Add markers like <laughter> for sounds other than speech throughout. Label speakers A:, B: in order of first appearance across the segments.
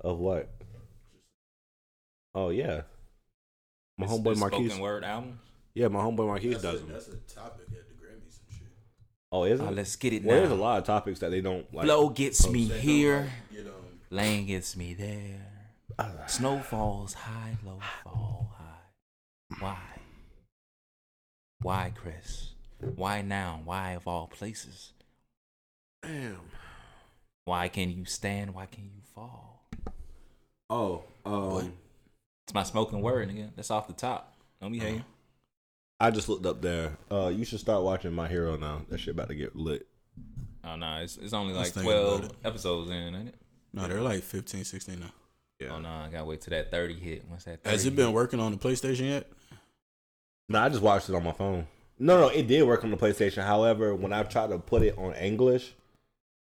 A: Of what? Oh yeah. My
B: It's-
A: homeboy
B: it's
A: Marquise.
B: Spoken word album.
A: Yeah, my homeboy Marquise
C: That's a,
A: does them.
C: that's a topic at the Grammys and shit.
A: Oh, is it?
B: Oh, let's get it
A: well, there's a
B: now.
A: lot of topics that they don't like.
B: Blow gets me
C: They don't,
B: here,
C: like, um, you know,
B: land gets me there.
A: Ah.
B: Snow falls high, low fall high. Why? Why, Chris? Why now? Why of all places?
A: Damn.
B: Why can you stand? Why can you fall?
A: Oh, um,
B: It's my smoking word, nigga. That's off the top. Don't be hating.
A: I just looked up there. Uh, you should start watching My Hero now. That shit about to get lit.
B: Oh no, it's it's only
C: was
B: like
C: thinking about
B: twelve episodes in, ain't it?
C: no, they're like 15, 16 now.
A: Yeah.
B: Oh no, I gotta wait till that thirty hit. Once that 30
C: Has it been working on the PlayStation yet?
A: No, I just watched it on my phone. No, no, it did work on the PlayStation. However, when I tried to put it on English,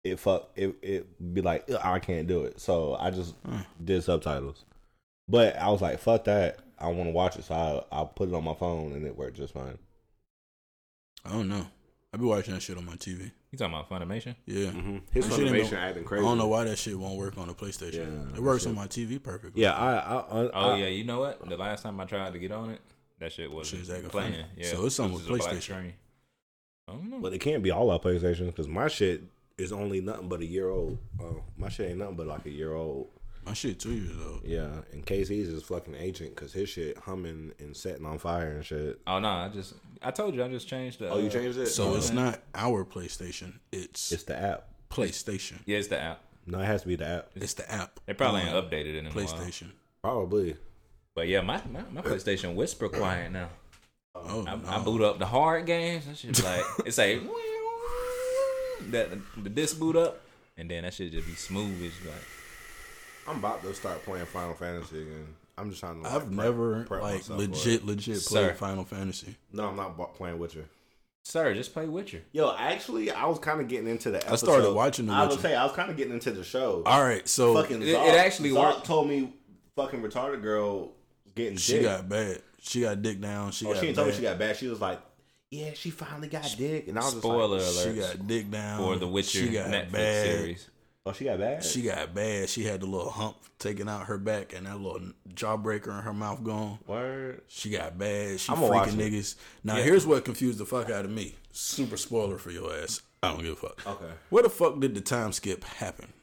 A: it fuck it it be like "Ugh, I can't do it. So I just
C: Huh.
A: did subtitles. But I was like, fuck that. I want to watch it, so I I put it on my phone and it worked just fine.
C: I don't know. I be watching that shit on my TV.
B: You talking about Funimation?
C: Yeah.
A: Mm-hmm. His
C: That shit ain't
A: animation
C: no-
A: acting
C: I
A: crazy.
C: don't know why that shit won't work on the PlayStation.
A: Yeah,
C: it works
A: shit.
C: on my TV perfectly.
A: Yeah, I I, I
B: Oh
C: Uh,
A: I-
B: yeah, you know what? The last time I tried to get on it, that shit was
C: Shit's acting
B: playing.
C: funny.
B: Yeah,
C: So it's something
B: It was
C: with
B: just a black
C: PlayStation.
B: screen. I don't know.
A: But it can't be all our PlayStations because my shit is only nothing but a year old. Oh, my shit ain't nothing but like a year old.
C: My shit two years old.
A: Yeah, and KC's is fucking ancient because his shit humming and setting on fire and shit.
B: Oh no, I just I told you I just changed the.
A: Oh, you
B: uh,
A: changed it?
C: So
A: No.
C: it's not our PlayStation. It's,
A: It's the app.
C: PlayStation.
B: Yeah, it's the app.
A: No, it has to be the app.
C: It's the app.
B: They probably ain't
C: on
B: updated it in a while.
C: Oh, PlayStation.
A: Probably.
B: But yeah, my, my, my PlayStation whisper quiet now.
C: Oh,
B: I,
C: no.
B: I boot up the hard games. That shit
C: <laughs>
B: like it's like that the disc boot up, and then that shit just be smooth. It's like
A: I'm about to start playing Final Fantasy again. I'm just trying to. Like,
C: I've
A: prep-
C: never
A: prep
C: like
A: myself for it.
C: legit, legit
B: Sir.
C: played Final Fantasy.
A: No, I'm not bu- playing Witcher.
B: Sir, just play Witcher.
A: Yo, actually, I was kind of getting into the. Episode.
C: I started watching The
A: I was
C: Witcher.
A: say I was kind of getting into the show.
C: All right, so
A: fucking
B: It- it
A: Zark,
B: actually
A: Zark
B: worked.
A: told me fucking retarded girl getting
C: she
A: dick.
C: got bad. She got dick down. She
A: oh,
C: got
A: she didn't
C: bad.
A: tell me she got bad. She was like, "Yeah, she finally got dick," and I was
B: Spoiler
A: just like,
B: alert
C: She got dick down.
B: for the Witcher
C: Mm, She got
B: Netflix
C: bad.
B: series.
A: "Oh, she got bad."
C: She got bad. She had the little hump taken out her back and that little jawbreaker in her mouth gone.
A: word.
C: She got bad. She
A: I'ma watch
C: freaking
A: it.
C: niggas. Now here's what confused the fuck out of me. Super spoiler for your ass. I don't give a fuck.
A: Okay.
C: Where the fuck did the time skip happen?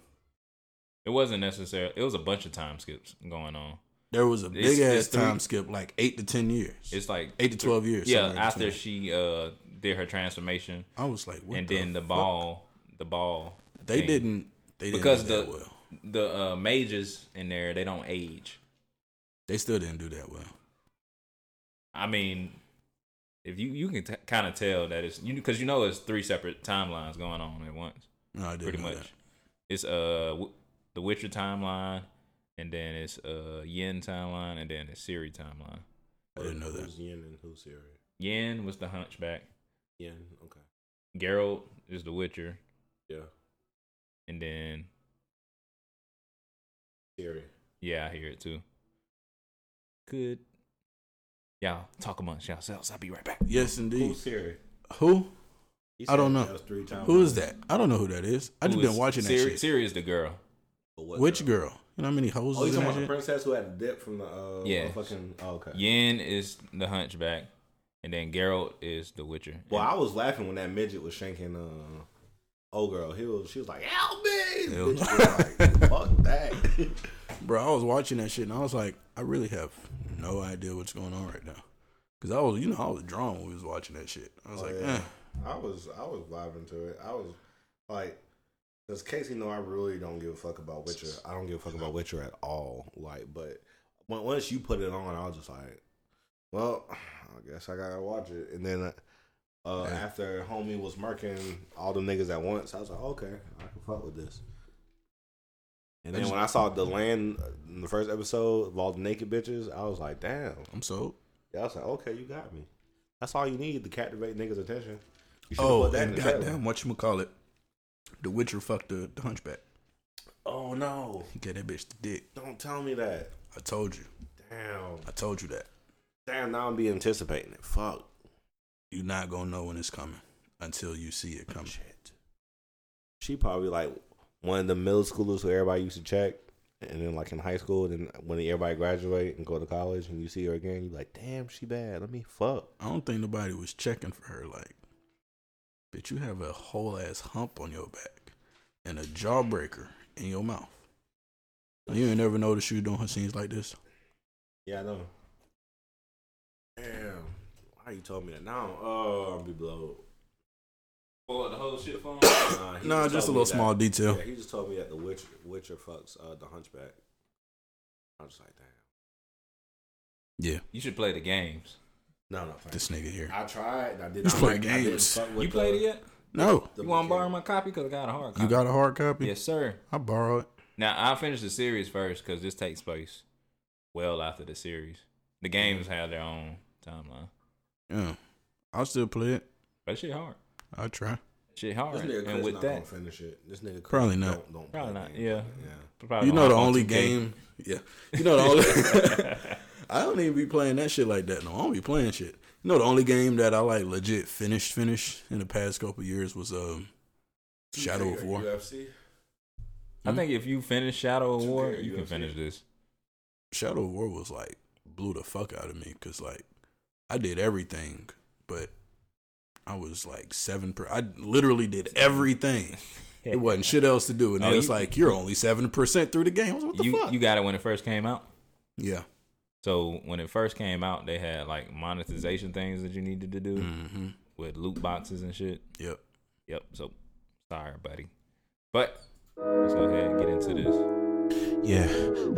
B: It wasn't necessary. It was a bunch of time skips going on.
C: There was a big
B: It's-
C: ass
B: it's three-
C: time skip, like eight to ten years.
B: It's like
C: eight to twelve years.
B: yeah.
C: somewhere in
B: After
C: between.
B: she uh did her transformation,
C: I was like, what
B: and then the
C: fuck?
B: ball, the ball.
C: They
B: thing.
C: didn't. They didn't
B: because
C: do
B: the
C: that well.
B: the uh, mages in there they don't age.
C: They still didn't do that well.
B: I mean, if you you can t- kind of tell that it's you because you know it's three separate timelines going on at once,
C: No, I didn't.
B: pretty
C: know
B: much.
C: that.
B: It's uh w- the Witcher timeline, and then it's uh Yin timeline, and then it's Siri timeline.
C: I didn't know that.
A: Who's Yin and who's Siri?
B: Yin was the Hunchback.
A: Yin. Okay.
B: Geralt is the Witcher,
A: Yeah.
B: and then
A: Siri.
B: yeah, I hear it too. Good. Y'all talk amongst yourselves. I'll be right back.
C: Yes, indeed.
A: Who's Siri?
C: Who?
A: He
C: I don't
A: said
C: know.
A: that was Three times.
C: Who is that? I don't know who that is. I just
B: Who
C: been
B: is
C: watching that
B: Siri,
C: shit.
B: Siri is the girl.
A: But what
C: Which girl? You know how many hoes
A: Oh, you
C: is
A: talking
C: in that
A: about the
C: shit?
A: princess who had the dip from the uh,
B: Yeah.
A: fucking? Oh, okay.
B: Yin is the Hunchback, and then Geralt is the Witcher.
A: Well, I was laughing when that midget was shanking uh old girl. He was she was like, Help me
C: Yeah.
A: Bitch was like, <laughs> Fuck that.
C: <laughs> Bro, I was watching that shit and I was like, I really have no idea what's going on right now. Cause I was, you know, I was drawn when we was watching that shit. I was
A: Oh,
C: like,
A: yeah.
C: eh.
A: I was I was vibing to it. I was like does Casey know I really don't give a fuck about Witcher? I don't give a fuck about Witcher at all. Like, but on- once you put it on, I was just like, well, I guess I gotta watch it. And then uh,
C: Yeah.
A: after homie was murking all the niggas at once, I was like, okay, I can fuck with this. And then
C: I just-
A: when I saw the land uh, in the first episode of all the naked bitches, I was like, damn.
C: I'm sold.
A: Yeah, I was like, okay, you got me. That's all you need to captivate niggas' attention. You should've
C: Oh,
A: put that in
C: and
A: the trailer.
C: goddamn, what you call it? The Witcher fucked the, the Hunchback.
A: Oh no!
C: He gave that bitch the dick.
A: Don't tell me that.
C: I told you.
A: Damn.
C: I told you that.
A: Damn. Now I'm be anticipating it. Fuck.
C: You're not gonna know when it's coming until you see it coming.
A: Shit. She probably like one of the middle schoolers who everybody used to check. And then like in high school, then when everybody graduate and go to college, and you see her again, you like, damn, she bad. Let me fuck.
C: I don't think nobody was checking for her. Like, bitch, you have a whole ass hump on your back and a jawbreaker in your mouth. Now, you ain't never noticed you doing scenes like this.
A: Yeah, I know. Damn, why you told me that now? Oh, I'm be blowed.
B: Pull out the whole shit for him.
A: Nah, he
C: Nah, just a
A: told me
C: little
A: that-
C: small detail.
A: Yeah, he just told me that the Witcher, Witcher fucks uh, the Hunchback. I was just like, damn.
C: Yeah,
B: <coughs> You should play the games.
A: No, no, thank
C: this nigga here.
A: I tried. and I did
C: You
A: not
C: play
A: like- I didn't
C: games.
A: fuck with
B: you played
A: the-
B: it yet?
C: No,
A: the
B: you want to borrow
A: mechanic.
B: my copy? Because I got a hard copy.
C: you got a hard copy.
B: Yes, sir.
C: I borrowed.
B: Now, I'll finish the series first because this takes place well after the series. The games
C: Mm-hmm.
B: have their own timeline.
C: Yeah, I'll still play it.
B: That shit hard.
C: I'll try.
B: Shit hard.
A: This nigga
B: And
A: Chris
B: with
A: not
B: that,
A: gonna finish it. This nigga Chris
C: Probably not.
A: Don't, don't
B: Probably
A: play
B: not,
A: games.
B: yeah.
A: yeah.
B: probably
C: You know
B: on
C: the
B: phone
C: only
B: 2K.
C: game. Yeah, you know the
B: <laughs>
C: only. I don't even be playing that shit like that. No, I don't be playing shit. You know the only game that I like legit finished finished in the past couple years was um Shadow of War.
A: UFC.
B: I think if you finish Shadow of
A: 2K
B: War,
A: or
B: you can
A: UFC?
B: finish this.
C: Shadow of War was like blew the fuck out of me because like I did everything, but I was like seven per. I literally did everything.
B: <laughs>
C: It wasn't shit else to do, and
B: Oh,
C: it's
B: you-
C: like you're only seven percent through the game. I was like, what the
B: You
C: fuck?
B: you got it when it first came out.
C: yeah.
B: So when it first came out, they had like monetization things that you needed to do
C: Mm-hmm.
B: with loot boxes and shit.
C: Yep.
B: Yep. So sorry, buddy. But let's go ahead and get into this.
A: Yeah.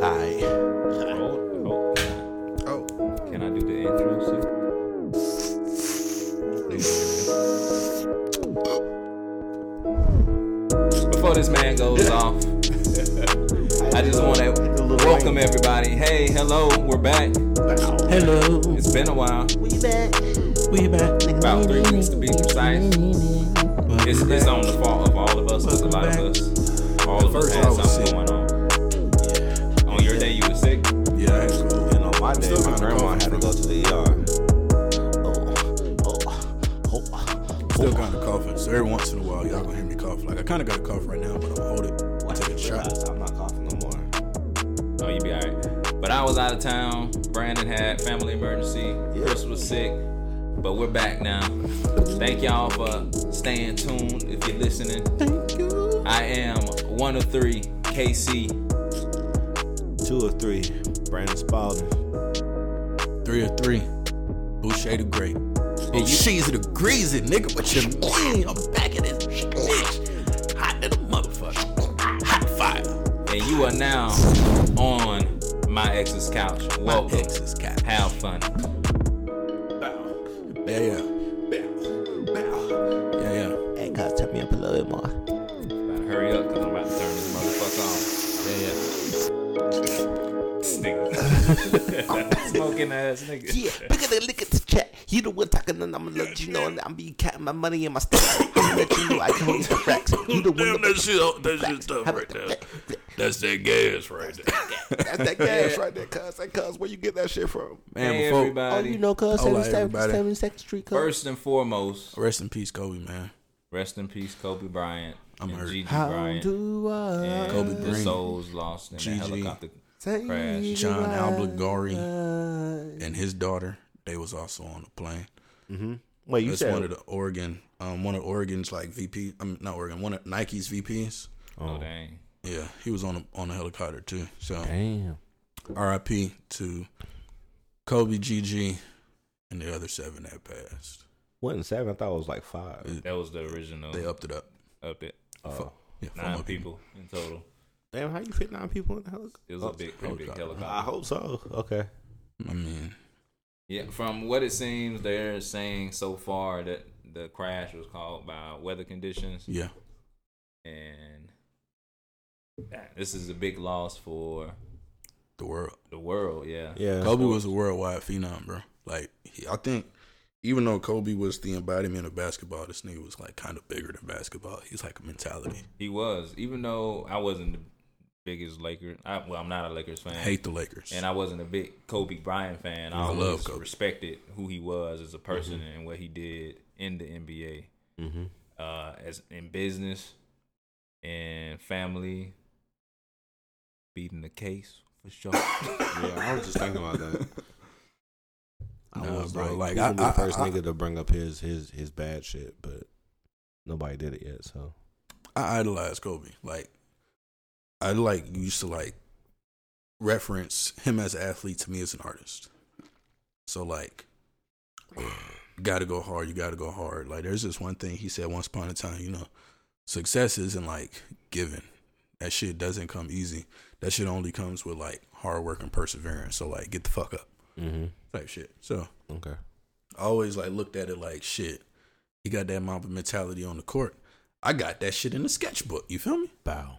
A: Hi.
B: Hold, hold.
C: Oh.
B: Can I do the intro? Sir? Before this man goes
C: <laughs>
B: off, I just want to welcome everybody. Hey, hello, we're back.
C: Hello.
B: It's been a while,
D: We back.
C: We back.
B: about three weeks to be precise. It's, it's on the fault of all of us because a lot of us, all of us
C: First, I
B: had
C: was
B: something
C: sick.
B: going on. On your day, you were sick.
C: Yeah, I had school.
A: And on my day,
C: Still
A: my
C: kinda
A: grandma had to
C: coughing.
A: go to the E ER. Oh, oh, oh, oh.
C: Still kind of coughing. So every once in a while, y'all gonna hear me cough. Like I kind of got a cough right now, but I'm hold it. I take a shot.
A: I'm not coughing no more.
B: Oh, you be alright. But I was out of town. Brandon had family emergency. Chris was sick. But we're back now. Thank y'all for staying tuned. If you're listening,
C: Thank you.
B: I am one of three KC.
A: Two or three. Brandon Spalding.
C: Three or three. Boucher the Great. Oh,
B: you-
C: she's the greasy nigga, but you mean I'm back in this bitch. Hot than a motherfucker. Hot fire.
B: And you are now on my ex's couch.
C: My
B: Welcome.
C: ex is cat.
B: Have fun.
C: Yeah, yeah. Yeah, yeah.
D: Hey, guys, turn me up a little bit more.
B: Better hurry up because I'm about to turn this motherfucker on. Yeah, yeah. Nigga. <laughs> Smoking ass nigga.
D: Yeah, pick up the lick at the chat. You the one talking, and I'm gonna let you know, and I'm be counting my money in my stack. I'm gonna let you know I can hold the racks. You the one
C: Damn, that
D: that
C: shit, oh, that shit tough right there. That's that gas right there.
A: That's that gas right there, cuz. That cuz, where you get that shit from?
C: <laughs> Man,
B: Hey,
C: before,
B: everybody.
D: Oh, you know, cuz
C: Hola,
D: 77
C: everybody.
D: 72nd Street, cuz.
B: First and foremost,
C: Rest in peace, Kobe, man.
B: Rest in peace, Kobe Bryant.
C: I'm
B: and
C: hurt.
B: Gigi
D: How
B: Bryant.
D: do I
B: and
C: Kobe
B: the
C: Bryant.
B: souls lost in
C: Gigi.
B: the helicopter.
D: take
B: Crash.
C: John
D: you
C: Albligari
D: out?
C: and his daughter, they was also on the plane.
A: Wait, you
C: That's one
A: said.
C: of the Oregon, um, one of Oregon's like VP. I'm mean, not Oregon. One of Nike's VPs.
B: Oh, dang.
C: Yeah, he was on a, on a helicopter too. So
A: Damn.
C: R.I.P. to Kobe, GG, and the other seven that passed.
A: Wasn't seven. I thought it was like five.
B: That was the original
C: They upped it up.
B: up it.
A: Oh.
C: Yeah, four
B: Oh. Nine
C: more
B: people in total.
A: Damn, how you fit nine people in the helicopter?
B: It was a big, pretty big
C: Oh, helicopter.
A: I
B: helicopter.
A: hope so. Okay.
C: I mean,
B: Yeah, from what it seems, they're saying so far that the crash was caused by weather conditions.
C: yeah,
B: And this is a big loss for
C: the world.
B: the world, yeah.
A: Yeah.
C: Kobe was a worldwide phenom, bro. Like he, I think, even though Kobe was the embodiment of basketball, this nigga was like kind of bigger than basketball. He's like a mentality.
B: He was. Even though I wasn't the biggest Lakers. I, well, I'm not a Lakers fan.
C: I hate the Lakers.
B: and I wasn't a big Kobe Bryant fan. I,
C: I
B: always
C: love Kobe.
B: respected who he was as a person and what he did in the NBA, uh, as in business and family, beating the case for sure. <coughs>
A: Yeah, I was just thinking about that. <laughs> I
C: Nah,
A: was
C: bro, like,
A: like, he's gonna be
C: I-
A: the first
C: I- I-
A: nigga to bring up his his his bad shit, but nobody did it yet. So
C: I idolize Kobe. Like I like used to like reference him as an athlete to me as an artist. So like you gotta go hard, you gotta go hard. Like there's this one thing he said once upon a time, you know, success isn't like given. That shit doesn't come easy. That shit only comes with like hard work and perseverance. So like get the fuck up
A: mm-hmm.
C: type shit. So
A: okay,
C: I always like looked at it like shit. He got that mob mentality on the court. I got that shit in the sketchbook. You feel me?
A: bow.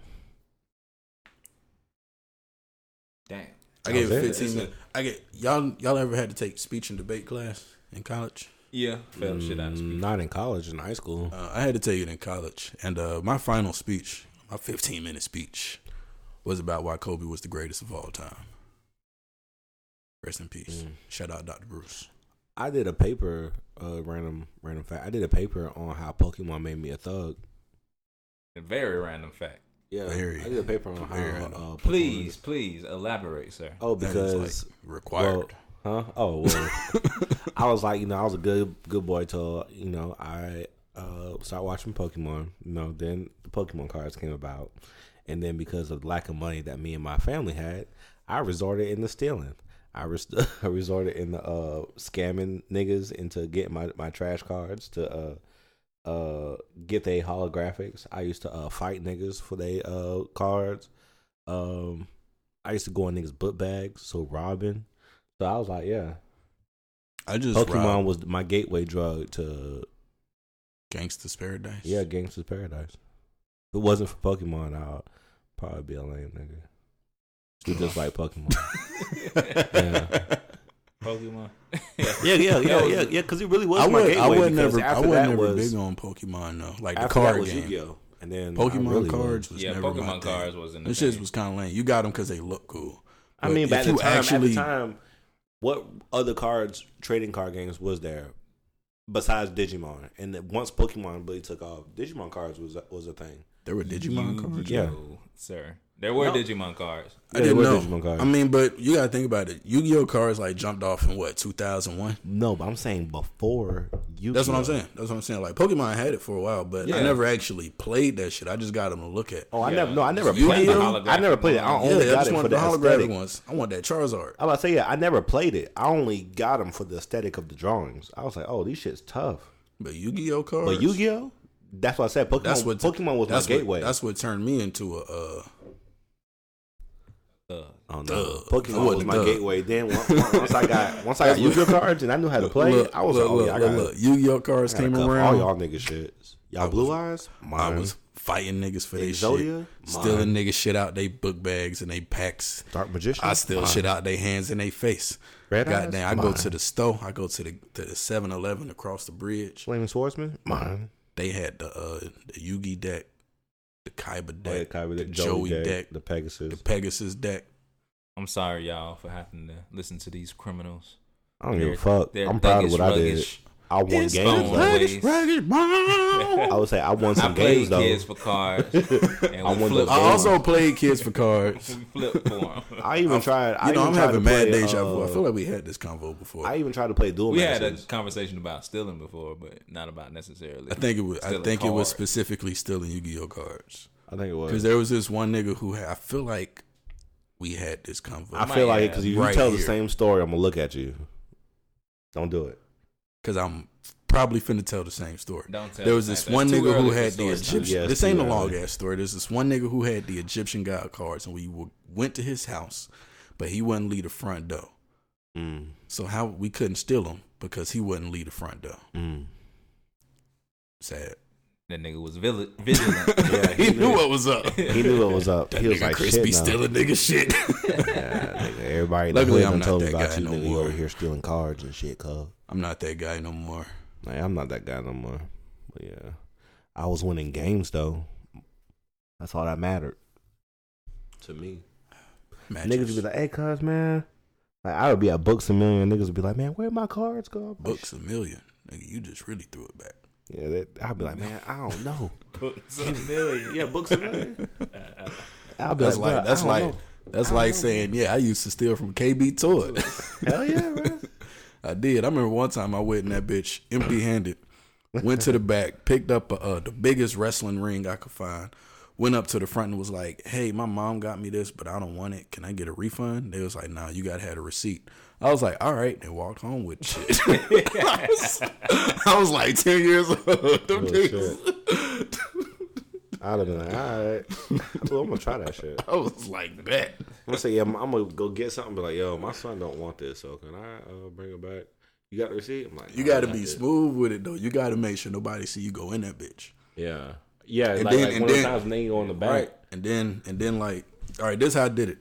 B: Damn.
C: I gave
A: That
C: it
A: was it.
C: 15 minutes. I get y'all y'all ever had to take speech and debate class in college?
B: Yeah, fell shit out of
A: Mm,
B: speech.
A: Not in college, in high school.
C: Uh, I had to take it in college, and uh, my final speech, my 15 minute speech, was about why Kobe was the greatest of all time. Rest in peace.
A: Mm.
C: Shout out Dr. Bruce.
A: I did a paper, uh, random random fact. I did a paper on how Pokemon made me a thug.
B: A very random fact.
A: Yeah,
C: Very-
A: I did a paper on how.
C: very
A: Uh,
C: random.
A: Pokemon-
B: Please, please elaborate, sir.
A: Oh,
C: That is,
A: because
C: like required.
A: well, huh? Oh, well, I was like, you know, I was a good good boy till you know I uh started watching Pokemon. You know, then the Pokemon cards came about, and then because of lack of money that me and my family had, I resorted into stealing. I, res- <laughs> I resorted into uh scamming niggas into getting my my trash cards to uh uh get they holographics. I used to uh fight niggas for they uh cards. Um I used to go in niggas book bags, so robbing. So I was like, yeah.
C: I just
A: Pokemon
C: robbed
A: was my gateway drug to
C: Gangsta's Paradise.
A: yeah, Gangster's Paradise. If it wasn't for Pokemon, I'd probably be a lame nigga. Who just like Pokemon. Yeah.
B: Pokemon.
A: yeah, yeah,
B: yeah, yeah,
A: Because it really was
C: I
A: my
C: would,
A: gateway.
C: I would
A: because
C: never, I
A: after
C: would
A: that
C: never
A: was,
C: big on Pokemon though. Like the
A: <laughs> after
C: card
A: that was
C: game,
A: Yu-Gi-Oh, and then I
C: Pokemon
A: really
C: cards was
B: yeah,
C: never my
B: Pokemon
C: thing.
B: cards wasn't.
C: Them shits was kind of lame. You got them because they look cool.
A: I
C: But
A: mean,
C: if
A: back at
C: you
A: the time, at the time, what other cards, trading card games, was there besides Digimon? And that once Pokemon really took off, Digimon cards was was a thing.
C: there were Digimon cards.
A: Yeah.
B: Yu-Gi-Oh, sir. There were
A: No.
B: Digimon cards.
C: I
A: Yeah, there
C: didn't
A: were
C: know.
A: Digimon cards.
C: I mean, but you gotta think about it. Yu-Gi-Oh cards like jumped off in what 2001.
A: No, but I'm saying before you.
C: That's what I'm saying. That's what I'm saying. Like Pokemon had it for a while, but I
B: Yeah.
C: never actually played that shit. I just got them to look at.
A: Oh, I
B: Yeah.
A: never. No, I never
B: You
A: played it.
B: got the
A: I never played it. I
B: holographic
C: yeah,
A: only
C: I
A: got
C: just
A: it for
C: wanted
A: the
C: the holographic
A: aesthetic.
C: ones. I want that Charizard.
A: I was about to say yeah. I never played it. I only got them for the aesthetic of the drawings. I was like, oh, these shit's tough.
C: But Yu-Gi-Oh cards.
A: But Yu Gi Oh, that's what I said. Pokemon.
C: That's what
A: Pokemon was
C: that's
A: my
C: what-
A: gateway.
C: That's what turned me into a. Uh,
B: Uh,
A: Oh
C: Duh.
A: no.
C: I
A: Pokemon
C: wasn't
A: was my
C: duh.
A: gateway. Then once, once I
C: <laughs>
A: got once I got Yu-Gi-Oh cards and I knew how to play,
C: look,
A: I was
C: look,
A: like, oh
C: look,
A: yeah, I
C: look,
A: got
C: look. Yu-Gi-Oh cards
A: came
C: came
A: all
C: around.
A: y'all nigga shit. Y'all
C: I was-
A: blue eyes,
C: I
A: mine.
C: was fighting niggas for their
A: Exodia?
C: shit. Stealing
A: Mine.
C: niggas shit out they book bags and they packs.
A: dark magician.
C: I steal shit out they hands and they face.
A: Red
C: God
A: eyes?
C: damn, I go
A: Mine.
C: to the store. I go to the to the 7-Eleven across the bridge.
A: Flaming swordsman, mine.
C: They had the uh the Yugi deck, the Kaiba
A: Oh, yeah,
C: deck,
A: Kyber,
C: the
A: the Joey, deck, the
C: the
A: Pegasus.
C: Pegasus deck.
B: I'm sorry, y'all, for having to listen to these criminals.
A: I don't give
B: They're-
A: a fuck.
B: they're
A: I'm proud of
B: thuggish,
A: what I did.
B: ruggish.
A: I won
B: It's
A: games.
B: phone.
A: though.
B: Always.
A: <laughs>
C: I
A: I would say I won
B: I
A: some games
B: played
A: though.
B: kids for
A: <laughs>
B: cards, and we
A: I won those games.
B: flipped. for 'em.
C: also played kids for cards.
B: we flipped for
A: <laughs>
B: them.
A: I even tried. I
C: You know,
A: even
C: I'm
A: tried
C: having
A: to
C: mad
A: play,
C: deja vu. I
A: uh,
C: feel like we had this convo before.
A: I
C: I,
A: even tried to play dual
B: We had a
A: matches.
B: conversation about stealing before, but not about necessarily.
C: think it was. I
B: stealing
C: think it was
B: cards.
C: specifically stealing Yu-Gi-Oh cards.
A: I think it
C: Because
A: was.
C: there was this one nigga who had, I feel like we had this
A: I
C: convo
A: feel
B: might
A: like
B: have
A: because you
C: right
A: tell the
C: here.
A: same story, I'm gonna look at you. Don't do it.
C: because I'm probably finna tell the same story.
B: Don't tell
C: There was
B: me like
C: this
B: that.
C: one
B: It's too
C: nigga
B: early
C: who
B: for
C: had the
B: story time.
C: Egyptian.
A: Yeah, it's
C: this ain't
A: too
C: a long
A: early.
C: ass story. There's this one nigga who had the Egyptian god cards, and we w- went to his house, but he wouldn't leave the front door.
A: Mm,
C: So how we couldn't steal him because he wouldn't leave the front door.
A: mm.
C: Sad.
B: That nigga was villi-
C: <laughs>
B: vigilant.
A: Yeah,
B: <laughs>
C: he knew what was up.
A: He knew what was up.
C: <laughs> That
A: he was
C: nigga
A: like,
C: Crispy
A: shit, no.
C: stealing nigga shit.
A: Yeah, nigga, everybody in
C: Luckily,
A: the
C: I'm
A: hood done
C: not
A: told me
C: that
A: about
C: guy
A: you,
C: no
A: nigga. You
C: more.
A: over here stealing cards and shit, cuz.
C: I'm not that guy no more.
A: Like, I'm not that guy no more. But yeah, I was winning games though. That's all that mattered to me.
C: Matches.
A: Niggas would be like, "Hey, cuz, man." Like I would be at Books a Million. Niggas would be like, "Man, where my cards go?" I'm like,
C: books a million. Nigga, you just really threw it back.
A: Yeah, that, I'd be like, "Man, I don't know."
B: Books a million.
A: yeah, Books a Million. I'd be
C: That's
A: like,
C: like
A: "Bruh,
C: that's
A: I don't
C: like
A: know."
C: That's like saying, yeah, I used to steal from KB Todd.
A: <laughs> Hell yeah, man.
C: I did. I remember one time I went in that bitch empty handed, went to the back, picked up a, uh, the biggest wrestling ring I could find, went up to the front and was like, hey, my mom got me this, but I don't want it. Can I get a refund? They was like, nah, you got to have a receipt. I was like, all right, and walked home with shit. <laughs> I, was, I was like 10 years old. Them
A: Real
C: niggas-
A: shit. <laughs> I'd have been like, all right, <laughs> well, I'm gonna try that shit.
C: I was like, bet.
A: I'm gonna say, yeah, I'm, I'm gonna go get something. But like, yo, my son don't want this, so can I uh, bring it back? You got the receipt? I'm like,
C: You
A: "Nah, I
C: got to
A: got
C: be
A: it."
C: smooth with it, though. You got to make sure nobody see you go in that bitch.
A: Yeah, yeah.
C: And
A: like,
C: then-
A: like
C: and
A: one of the
C: then-
A: times, then you go on the back.
C: Right. And then and then like, all right, this how I did it.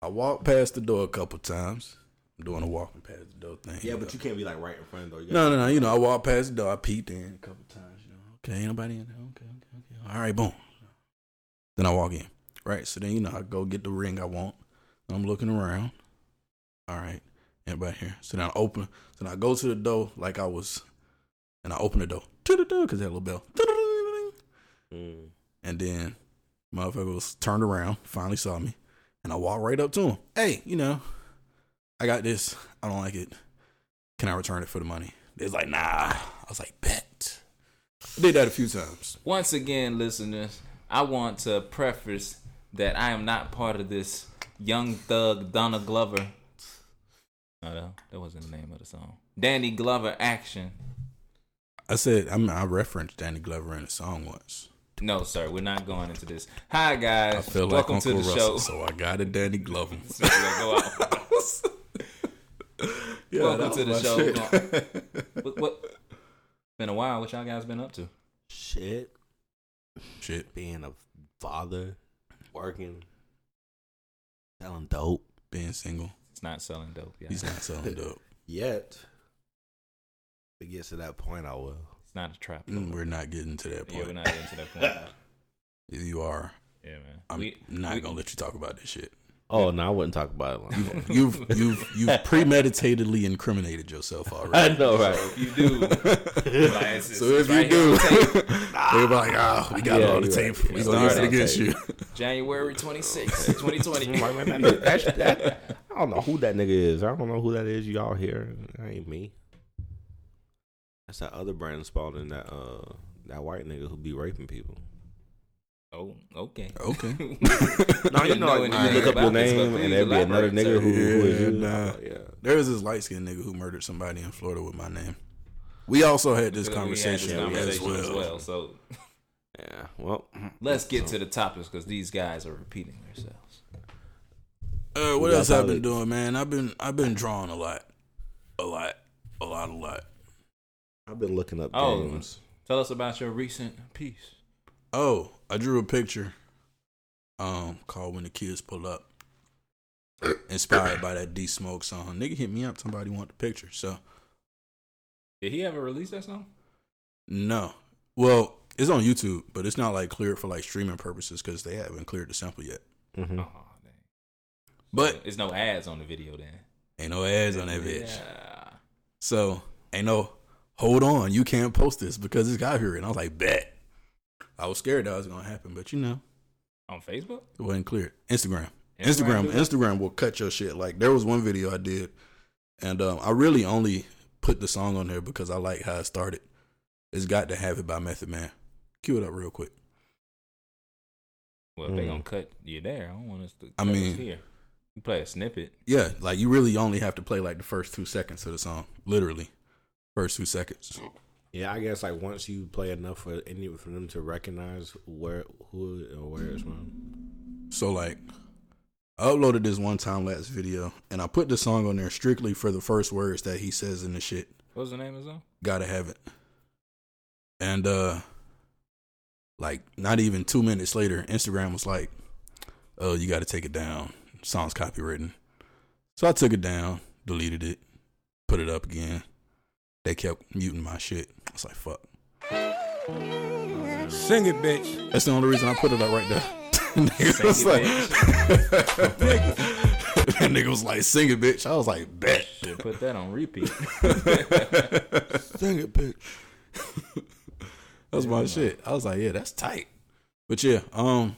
C: I walked past the door a couple times. I'm doing a walking past the door thing.
A: Yeah, but you can't be like right in front though. You gotta-
C: No, no, no. You know, I walked past the door. I peeked in a couple times. You know, okay, ain't nobody in there. Okay, okay, okay. All right, boom. Then I walk in. Right. So then you know, I go get the ring I want. And I'm looking around. All right, everybody here. So then I open. So then I go to the door like I was, and I open the door. Cause that little bell.
A: Mm.
C: And then motherfucker was turned around, finally saw me, and I walked right up to him. Hey, you know, I got this. I don't like it. Can I return it for the money? They was like, nah. I was like, bet. I did that a few times.
B: Once again, listeners, I want to preface that I am not part of this young thug Donna Glover. No, that, that wasn't the name of the song. Danny Glover action.
C: I said, I mean, I referenced Danny Glover in a song once.
B: No, sir, we're not going into this. Hi, guys.
C: I feel
B: Welcome
C: like
B: to the
C: Uncle
B: show.
C: Russell, so I got a Danny Glover.
B: So we're gonna <laughs> go out.
C: Yeah,
B: Welcome
C: that
B: to the
C: was
B: show.
C: my shit.
B: What, what? Been a while. What y'all guys been up to?
A: Shit,
C: Shit.
A: being a father, working.
D: Selling dope.
C: Being single,
B: It's not selling dope. Yeah,
C: he's not selling dope.
B: <laughs>
A: Yet, if it gets to that point, I will.
B: it's not a trap.
C: Mm, We're not getting to that
B: Yeah,
C: point.
B: we're not getting to that point.
C: <laughs> If you are,
B: Yeah, man.
C: I'm
B: we,
C: not
B: we-
C: gonna let you talk about this shit.
A: Oh no, I wouldn't talk about it. Long.
C: You've you've you've premeditatedly incriminated yourself
A: I
C: already.
A: know, right?
B: If you do,
C: <laughs>
B: like, it's- it's
C: So if
B: right
C: you
B: here
C: do,
B: on tape.
C: <laughs> they're like, ah, we got it
A: Yeah,
C: on the
A: you're
C: tape.
A: right.
C: We gonna use it
B: Started on
C: against you.
B: January 26, <laughs> 2020.
A: That's- that- I don't know who that nigga is. I don't know who that is. Y'all here? That ain't me. That's that other Brandon Spalding, that uh, that white nigga who be raping people.
B: oh, okay. <laughs>
C: Okay.
A: <laughs> No, you
B: Didn't
A: know,
B: know
A: like, when
B: anything
A: you look up your
B: about this, but
A: name
B: please
A: and there'd be another
B: elaborate,
A: nigga who, who is
C: sir.
A: you.
C: Yeah, nah.
A: Yeah.
C: There was this light skinned nigga who murdered somebody in Florida with my name. We also had this
B: We had
C: conversation, as,
B: conversation
C: well.
B: So
A: Yeah. Well,
B: <laughs> let's get to the topics because these guys are repeating themselves.
C: Uh, what
A: got
C: else I've
A: valid.
C: been doing, man? I've been I've been drawing a lot, a lot, a lot, a lot.
A: I've been looking up
B: Oh.
A: games.
B: Tell us about your recent piece.
C: Oh, I drew a picture. Um, called when the kids pull up. Inspired by that D Smoke song, nigga hit me up. Somebody want the picture, so
B: Did he ever release that song?
C: no. Well, it's on YouTube, but it's not like cleared for like streaming purposes because they haven't cleared the sample yet.
A: hmm
B: Oh, dang.
C: But
B: There's no ads on the video then.
C: ain't no ads on that bitch,
B: Yeah.
C: so ain't no hold on. You can't post this because it's copyright. And I was like, bet. I was scared that was gonna happen, but you know,
B: On Facebook?
C: It wasn't clear. Instagram. Instagram.
B: do that?
C: Instagram will cut your shit. Like there was one video I did, and um, I really only put the song on there because I like how it started. It's got to have it by Method Man. Cue it up real quick.
B: Well, if they
A: Mm.
B: gonna cut you there. I don't want us to.
C: Hmm. I
B: cut us
C: mean-
B: here you play a snippet.
C: Yeah, like you really only have to play like the first two seconds of the song. Literally, first two seconds.
A: Yeah, I guess like once you play enough for any for them to recognize where who or where it's from.
C: So like, I uploaded this one time lapse video, and I put the song on there strictly for the first words that he says in the shit.
B: What was the name of the song?
C: gotta have it. And uh like not even two minutes later, Instagram was like, Oh, you gotta take it down. Song's copywritten. So I took it down, deleted it, put it up again. They kept muting my shit. I was like, fuck.
E: Sing it, bitch.
C: That's the only reason I put it up right there. <laughs> nigga was
B: it,
C: like, <laughs> that nigga was like, sing it, bitch. I was like, bet.
B: Should put that on repeat. <laughs>
C: Dang it, <laughs> bitch. that was my shit. I was like, yeah, that's tight. But yeah, um,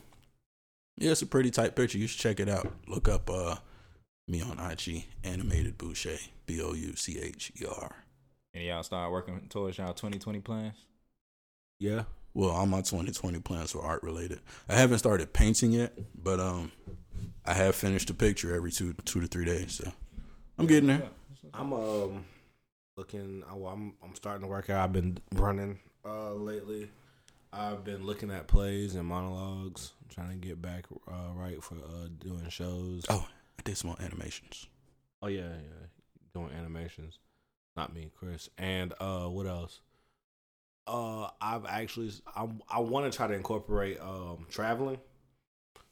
C: Yeah, it's a pretty tight picture. You should check it out. Look up uh me on IG, animated Boucher, B O U C H E R.
B: And y'all start working towards y'all 2020 plans.
C: Yeah. Well, all my 2020 plans were art related. I haven't started painting yet, but um, I have finished a picture every two two to three days. So I'm getting there.
A: I'm um looking. I, well, I'm I'm starting to work out. I've been running uh lately. I've been looking at plays and monologues, trying to get back uh, right for uh doing shows.
C: Oh, I did some more animations.
A: Oh yeah, yeah. Doing animations. Not me, Chris. And uh what else? Uh I've actually I'm I wanna try to incorporate um traveling.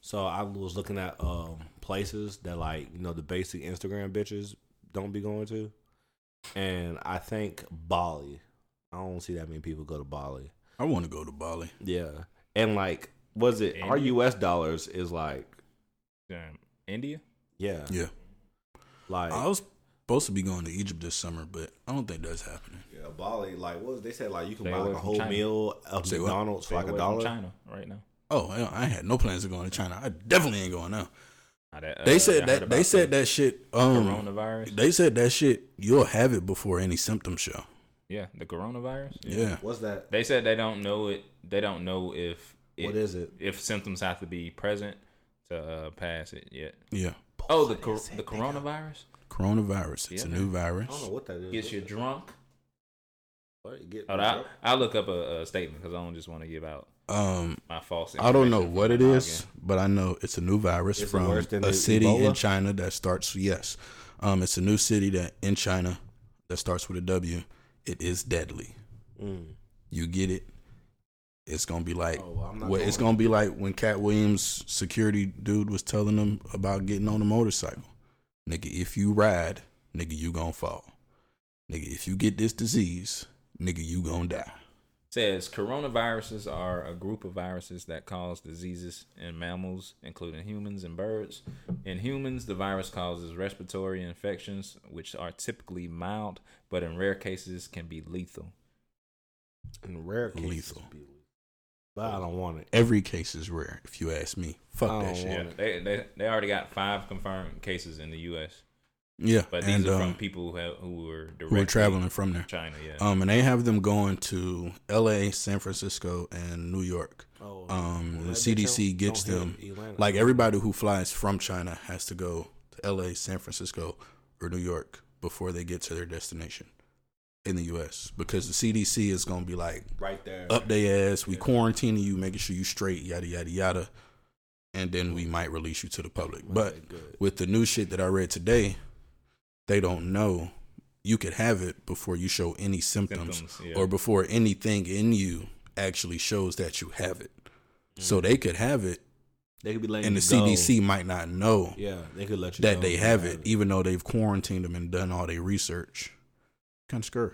A: So I was looking at um places that like, you know, the basic Instagram bitches don't be going to. And I think Bali. I don't see that many people go to Bali.
C: I want to go to Bali.
A: Yeah. And like was it our
B: India.
A: US dollars is like
B: Damn. India?
A: yeah.
C: Yeah,
A: Like
C: I was supposed to be going to Egypt this summer, but I don't think that's happening.
A: Yeah, Bali, like what was they said like you can
B: Stay
A: buy like
B: away
A: a
B: from
A: whole
B: China.
A: meal of
C: Say what?
A: McDonald's for like a
B: Away from
A: dollar.
B: China right now.
C: Oh, I I had no plans of going to China. I definitely ain't going now.
B: Now that, uh,
C: They
B: y'all
C: said
B: heard
C: that. They
B: about
C: said
B: the
C: that shit. Um,
B: coronavirus.
C: they said that shit. You'll have it before any symptoms show.
B: yeah, the coronavirus.
C: Yeah.
A: What's that?
B: They said they don't know it. They don't know if it,
A: What is it?
B: if symptoms have to be present to uh, pass it yet.
C: Yeah.
B: Oh, the cor- the coronavirus
C: Coronavirus. It's
B: Yeah.
C: a new
A: I don't
C: virus.
A: know what that is.
B: gets you Oh, drunk.
A: What? Get
B: Hold on, I, will look up a, a statement because I don't just want to give out
C: Um,
B: my false.
C: I don't know
B: information
C: what
B: from
C: it
B: my
C: is, but I know it's a new virus
A: Is it
C: from
A: worse than
C: a
A: the
C: city in
A: Ebola?
C: China that starts yes. Um, it's a new city that in China that starts with a W. It is deadly.
A: Mm.
C: You get it. It's gonna be like
A: Oh, well, I'm not
C: what it's
A: going.
C: gonna be like when Cat Williams security dude was telling them about getting on a motorcycle. Nigga, if you ride, nigga, you gonna fall. Nigga, if you get this disease, nigga, you gonna die.
B: says coronaviruses are a group of viruses that cause diseases in mammals, including humans and birds. In humans, the virus causes respiratory infections, which are typically mild, but in rare cases can be lethal.
A: in rare cases.
C: Lethal.
A: be lethal. But I don't want it.
C: Every case is rare, if you ask me.
A: I
C: Fuck
A: don't
C: that shit.
B: Yeah, they, they they already got five confirmed cases in the U.S.,
C: Yeah,
B: but these
C: and
B: are
C: um,
B: from people who have, who were
C: who
B: directly
C: are traveling from there.
B: China. Yeah,
C: Um, and they have them going to L.A., San Francisco, and New York.
A: Oh,
C: Um,
A: well,
C: the
A: that bitch
C: CDC
A: don't-
C: gets
A: don't
C: them.
A: hit Atlanta.
C: Like everybody who flies from China has to go to L.A., San Francisco, or New York before they get to their destination in the U.S. Because the CDC is gonna be like
A: right there.
C: up their ass. We quarantining you, making sure you straight, yada yada yada, and then we might release you to the public. But
A: good.
C: with the new shit that I read today, they don't know you could have it before you show any symptoms,
B: Symptoms, yeah.
C: or before anything in you actually shows that you have it. So they could have it,
A: they could be letting
C: and the
A: you go.
C: CDC might not know
A: Yeah, they could let you
C: that
A: go
C: they
A: if you
C: have it, even though they've quarantined them and done all their research. Kind of scary.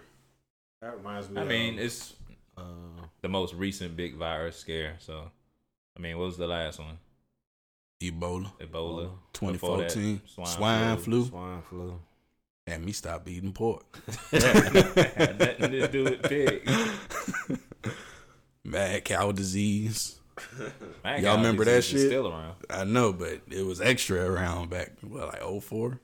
A: That reminds me.
B: I mean
A: of,
B: it's
A: uh,
B: the most recent big virus scare. So, I mean, what was the last one?
C: Ebola,
B: Ebola. Before that,
C: 2014, swine, flu.
A: swine flu.
B: <laughs>
C: and me stop eating pork.
B: Nothing to do with pig.
C: Mad cow disease.
B: Man,
C: Y'all
B: God,
C: remember
B: this
C: that
B: is
C: shit?
B: Still around.
C: I know, but it was extra around back what, like 04.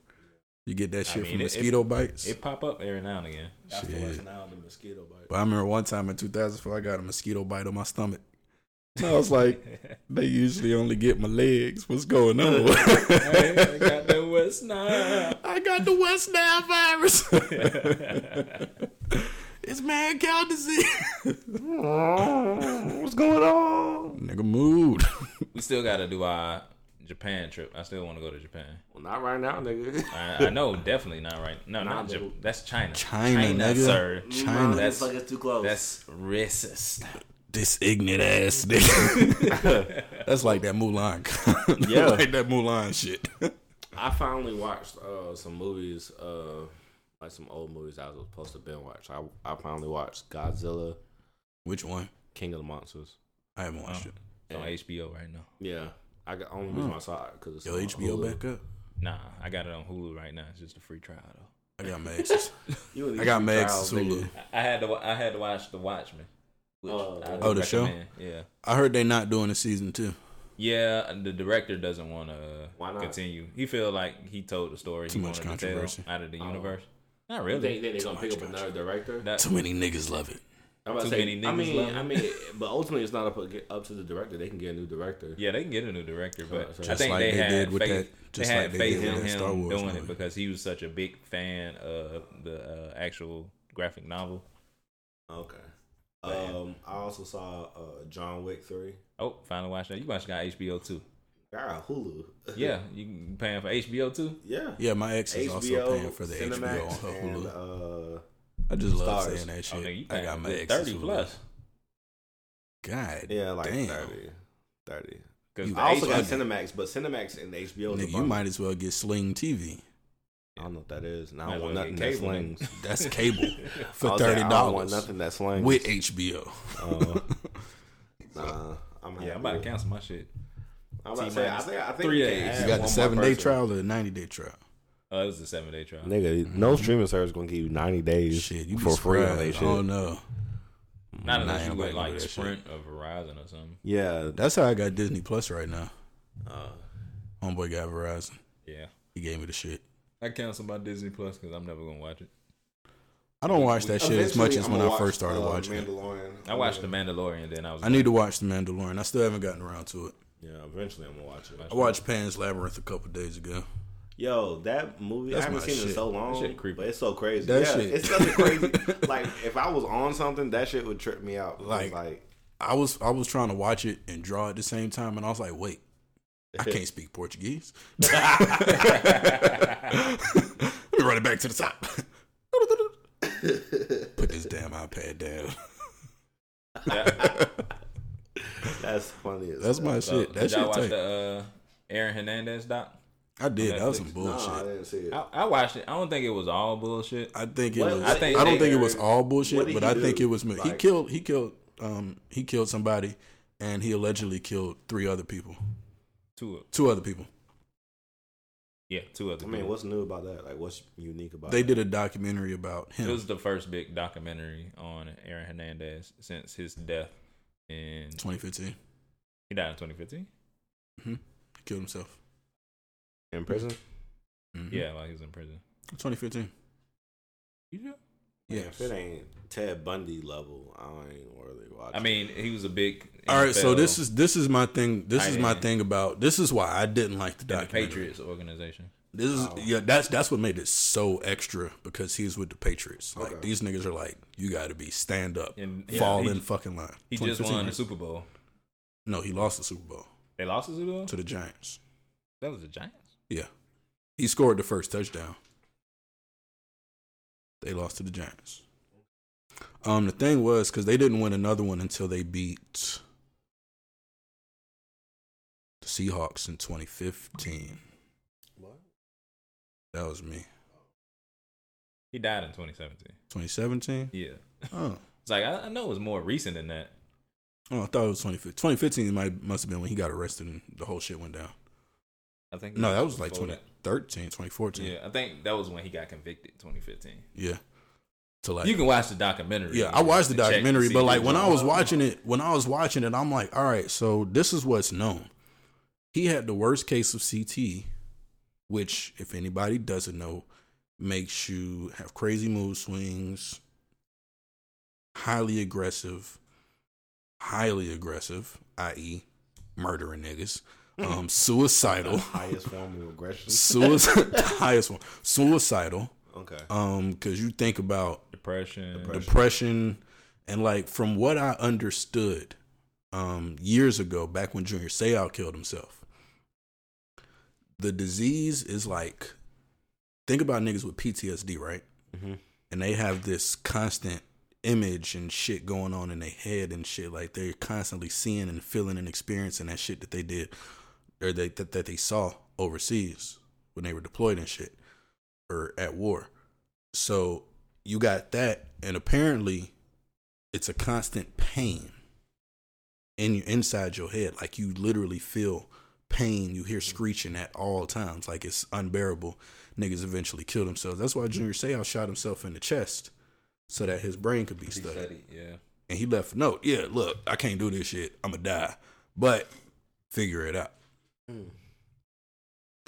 C: You get that
B: I
C: shit
B: mean,
C: from
B: it-
C: mosquito bites.
B: It pop up every now and again.
A: That's the
C: Shit.
A: lesson out of the mosquito bite.
C: but I remember one time in 2004, I got a mosquito bite on my stomach. And I was like, they usually only get my legs. What's going on?
B: Hey, I got the West Nile.
C: I got the West Nile
A: <laughs>
C: virus. it's mad cow disease.
A: <laughs> What's going on?
C: Nigga mood.
A: <laughs>
B: We still got to do our Japan trip. I still want to go to Japan.
A: Well, not right now, nigga.
B: I, I know, definitely not right. No, not
A: Nah,
B: Japan.
A: dude.
B: That's China.
C: China, nigga.
B: sir.
C: China.
B: That's-
A: it's too close.
B: That's racist.
C: this ignorant ass nigga.
A: <laughs>
C: That's like that Mulan. <laughs>
A: Yeah.
C: like that Mulan shit. <laughs>
A: I finally watched uh, some movies, uh, like some old movies I was supposed to been watch. I I finally watched Godzilla,
C: Which one?
A: King of the Monsters.
C: I haven't watched
B: Oh. It's on HBO right now.
A: Yeah, I got only reason I saw it because it's
C: it. Hmm. Yo,
A: on Oh,
C: HBO
A: Hulu.
C: back up.
B: Nah, I got it on Hulu right now. It's just a free trial though.
C: I got Max.
A: You and
C: I got
A: these
C: Max
A: trials,
C: Hulu.
A: nigga.
B: I I had to. wa- I had to watch The Watchmen.
A: Oh,
B: I
A: okay.
B: would
C: Oh, the show?
B: recommend. Yeah.
C: I heard they not doing a season two.
B: Yeah, the director doesn't want to
E: Why not?
B: continue. He feel like he told the story
C: Too
B: he
C: much
B: wanted to
C: controversy.
B: tell out of the
E: Oh.
B: universe. Not
E: You
B: really.
E: think, think they're gonna pick up another director?
B: That-
C: Too many niggas love it.
E: I'm about to
B: Too
E: say,
B: many
E: I
B: niggas
E: mean,
B: love
E: I mean, but ultimately it's not up
A: uh,
E: up to the director. They can get a new director.
B: yeah, they can get a new director, but
E: Just
B: I think
C: like
B: they,
C: they
B: had
C: did with
B: faith,
C: that- just
B: they had
C: like they
B: faith
C: did with
B: in
C: that Star
B: him
C: Wars
B: doing it
C: movie.
B: because he was such a big fan of the uh, actual graphic novel.
A: Okay.
B: But,
A: Um, I also saw uh, John Wick three.
B: Oh, finally watched that. You watched got HBO too.
A: I got Hulu.
B: Yeah, you paying for HBO too?
A: <laughs> yeah.
C: Yeah, my ex is
A: HBO,
C: also paying for the HBO
A: Cinemax,
C: on her
A: and
C: Hulu.
A: uh,
C: I just love
A: Stars.
C: saying that
B: Oh, nigga,
C: shit.
B: you
C: I
B: paying
C: got my
B: good
C: ex
B: thirty plus.
C: God,
A: yeah, like
C: Damn.
A: 30. 30.
B: Because
C: You
A: I also got
C: H-
A: Cinemax, but Cinemax and HBO. is a
C: nigga, you
A: bundle.
C: might as well get Sling TV.
A: I don't know what that is. and I
B: Might
A: don't
B: as
A: want
B: well
A: nothing
B: get
A: that
B: cable,
A: slings. <laughs>
C: That's cable
A: I
C: for
A: was like,
C: thirty
A: I don't want
C: dollars
A: nothing that slings.
C: with HBO.
A: Uh, nah, I'm
B: <laughs> yeah,
A: happy
B: I'm about to
A: with-
B: cancel my shit.
A: I'm about to say, I think, I think
B: Three
A: we can add
B: days.
C: You
A: one
C: got the
A: more
C: seven day
A: person.
C: trial or the ninety day trial.
B: Oh, it was a seven day trial.
A: Nigga, no streaming service gonna give you 90 days
C: Shit, you be
A: for free on
C: surprised.
A: that shit.
C: Oh no,
B: Not
C: Nah,
B: unless
C: ain't
B: you
C: nobody
B: went
C: gonna do
B: like
C: that shit.
B: Sprint or Verizon or something.
A: Yeah,
C: that's how I got Disney Plus right now.
A: uh,
C: Homeboy got Verizon.
B: Yeah.
C: He gave me the shit.
B: I canceled my Disney Plus because I'm never gonna watch it.
C: I don't watch that shit as much
A: Eventually,
C: as
A: I'm
C: when
A: gonna
C: I first started
A: watch, uh,
C: watching. it.
A: Mandalorian.
B: I watched The Mandalorian, then I was.
C: I need to watch The Mandalorian. I still haven't gotten around to it.
A: Yeah, eventually I'm gonna watch it.
C: I watched Pan's Labyrinth a couple days ago.
A: Yo, that movie I
C: That's
A: haven't
C: my
A: seen it in
C: shit.
A: so
B: That
A: long,
B: shit creepy.
A: but it's so crazy.
C: That
A: yeah,
C: shit-
A: it's such a crazy.
C: <laughs>
A: like if I was on something, that shit would trip me out. Like,
C: Like-
A: like
C: I was I was trying to watch it and draw at the same time, and I was like, wait, I can't speak Portuguese. <laughs> Let me run it back to the top. Put this damn iPad down.
A: that's funny. As
C: That's
A: hell.
C: my
B: So,
C: shit. That
B: did y'all
C: shit
B: watch
C: tight.
B: the uh, Aaron Hernandez doc?
C: I did. That was some
B: Netflix?
C: bullshit.
A: Nah, I didn't see it.
B: I, I watched it. I don't think it was all bullshit.
C: I think it
A: What-
C: was.
A: I
C: I,
A: think
C: don't
B: they-
C: think it was all
A: What
C: bullshit,
A: did
C: but
A: he
C: I think
A: do?
C: it was. mi- he
A: Like-
C: killed. He killed. Um, he killed somebody, and he allegedly killed three other people.
B: Two, of-
C: Two other people.
B: yeah, two other.
A: I mean,
B: people.
A: what's new about that? Like, what's unique about?
C: They
A: that?
C: did a documentary about
B: It
C: him.
B: was the first big documentary on Aaron Hernandez since his death in
C: 2015.
B: he died in 2015.
C: hmm He killed himself.
A: in prison.
C: Mhm.
B: Yeah, while he was in prison.
C: 2015.
B: You sure?
A: Yeah,
C: Yeah.
A: if it ain't Ted Bundy level, I ain't really watching.
B: I mean, he was a big.
C: All right. So
B: NFL
C: this is this is my thing. This is my
B: Tight end.
C: thing about. This is why I didn't like the
B: in the
C: documentary.
B: Patriots organization.
C: This is
A: Oh.
C: yeah. That's that's what made it so extra because he's with the Patriots. Like
A: Okay.
C: these niggas are like, you got to be stand up,
B: And-
C: fall
B: yeah, he-
C: in fucking line.
B: He just
C: 2015,
B: won the
C: right?
B: Super Bowl.
C: No, he lost the Super Bowl
B: They lost the Super Bowl.
C: to the Giants.
B: That was the Giants.
C: Yeah. He scored the first touchdown. They lost to the Giants. Um, the thing was because they didn't win another one until they beat the Seahawks in 2015.
A: What?
C: That was me.
B: He died in 2017.
C: 2017.
B: Yeah,
C: Oh,
B: it's like I, I know it was more recent than that.
C: oh, I thought it was 2015. 2015 might must have been when he got arrested and the whole shit went down.
B: I think
C: No, that was like
B: before
C: 2013,
B: that.
C: 2014. Yeah,
B: Yeah, I think that was when he got convicted. 2015.
C: to like
B: you can watch the documentary.
C: Yeah, I watched the
B: and check to
C: documentary,
B: see
C: but
B: who
C: like when I was
B: on.
C: watching it, when I was watching it, I'm like, all right, so this is what's known. He had the worst case of CT, which, if anybody doesn't know, makes you have crazy mood swings, highly aggressive, highly aggressive, i.e., murdering niggas, <laughs> um, suicidal,
A: highest form of
B: <laughs>
A: aggression.
C: <laughs> suicide, highest one, suicidal,
A: Okay.
C: um, because you think about
B: depression.
C: depression and like from what i understood um years ago back when junior seau killed himself the disease is like think about niggas with ptsd right
A: Mhm.
C: and they have this constant image and shit going on in their head and shit like they're constantly seeing and feeling and experiencing that shit that they did or they, that, that they saw overseas when they were deployed and shit or at war so you got that, and apparently, it's a constant pain in your inside your head. Like you literally feel pain. You hear screeching at all times. Like it's unbearable. Niggas eventually kill themselves. That's why Junior Seau shot himself in the chest so that his brain could be studied.
B: Study, yeah.
C: And he left a note. Yeah, look, I can't do this shit. I'ma die. But figure it out.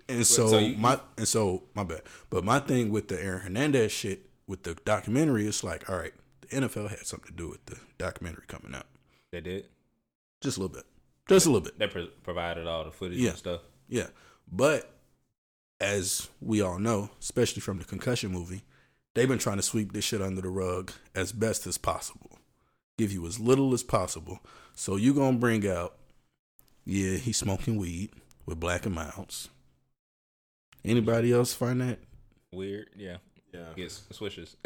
C: And
B: Hmm. So-
C: so,
B: so you-
C: my and so my bad. But my thing with the Aaron Hernandez shit with the documentary, it's like, all right, the NFL had something to do with the documentary coming out.
B: They did.
C: Just a little bit. Just a little bit.
B: They pro- provided all the footage
C: Yeah.
B: and stuff.
C: Yeah. But as we all know, especially from the concussion movie, they've been trying to sweep this shit under the rug as best as possible. Give you as little as possible. So you gonna bring out, yeah, he's smoking weed with black and milds. Anybody else find that?
B: Weird. Yeah.
A: Yeah.
B: Gets swishes.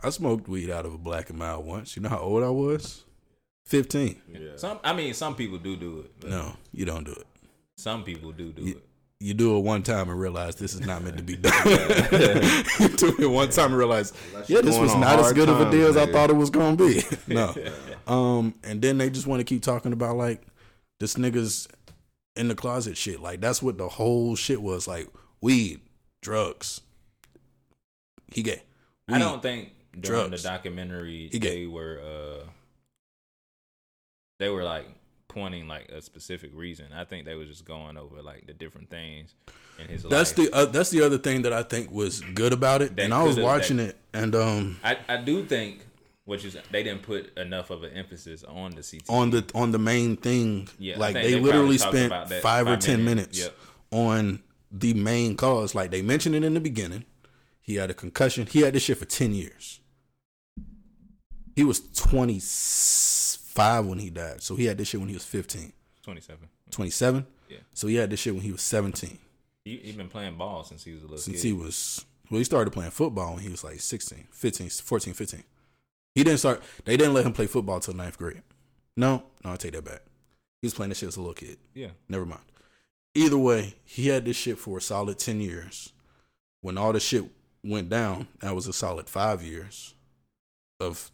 C: I smoked weed out of a black and mild once. You know how old I was? Fifteen.
A: Yeah.
B: Some. I mean, some people do do it. but
C: No, you don't do it.
B: Some people do do
C: Yeah.
B: it.
C: You do it one time and realize this is not meant
B: <laughs>
C: to be done. you do it one time and realize Yeah, this was not as good of a deal as I thought it was gonna be. <laughs> no. Um, and then they just want to keep talking about like this niggas in the closet shit. Like that's what the whole shit was. Like weed, drugs. He gay.
B: I don't think during
C: drugs.
B: the documentary
C: He gay.
B: they were uh they were like pointing like a specific reason. I think they were just going over like the different things in his
C: That's
B: life.
C: the uh, that's the other thing that I think was good about it.
B: That
C: and I was
B: could've-
C: watching
B: that-
C: it, and um,
B: I I do think what you said, they didn't put enough of an emphasis on the CT
C: on the on the main thing,
B: Yeah, I
C: like
B: think
C: they,
B: they probably
C: literally
B: talked
C: spent
B: about that
C: five or
B: five
C: ten
B: minutes.
C: minutes on the main cause. Like they mentioned it in the beginning. He had a concussion. He had this shit for ten years. He was twenty five when he died, so he had this shit when he was 15.
B: twenty seven.
C: 27?
B: Yeah.
C: So he had this shit when he was seventeen.
B: He he been playing ball since he was a little
C: Since
B: kid.
C: he was well, he started playing football when he was like 16, 15, 14, 15. He didn't start. They didn't let him play football till ninth grade. No, no, I take that back. He was playing this shit as a little kid.
B: yeah.
C: Never mind. Either way, he had this shit for a solid 10 years. When all the shit went down, that was a solid five years of,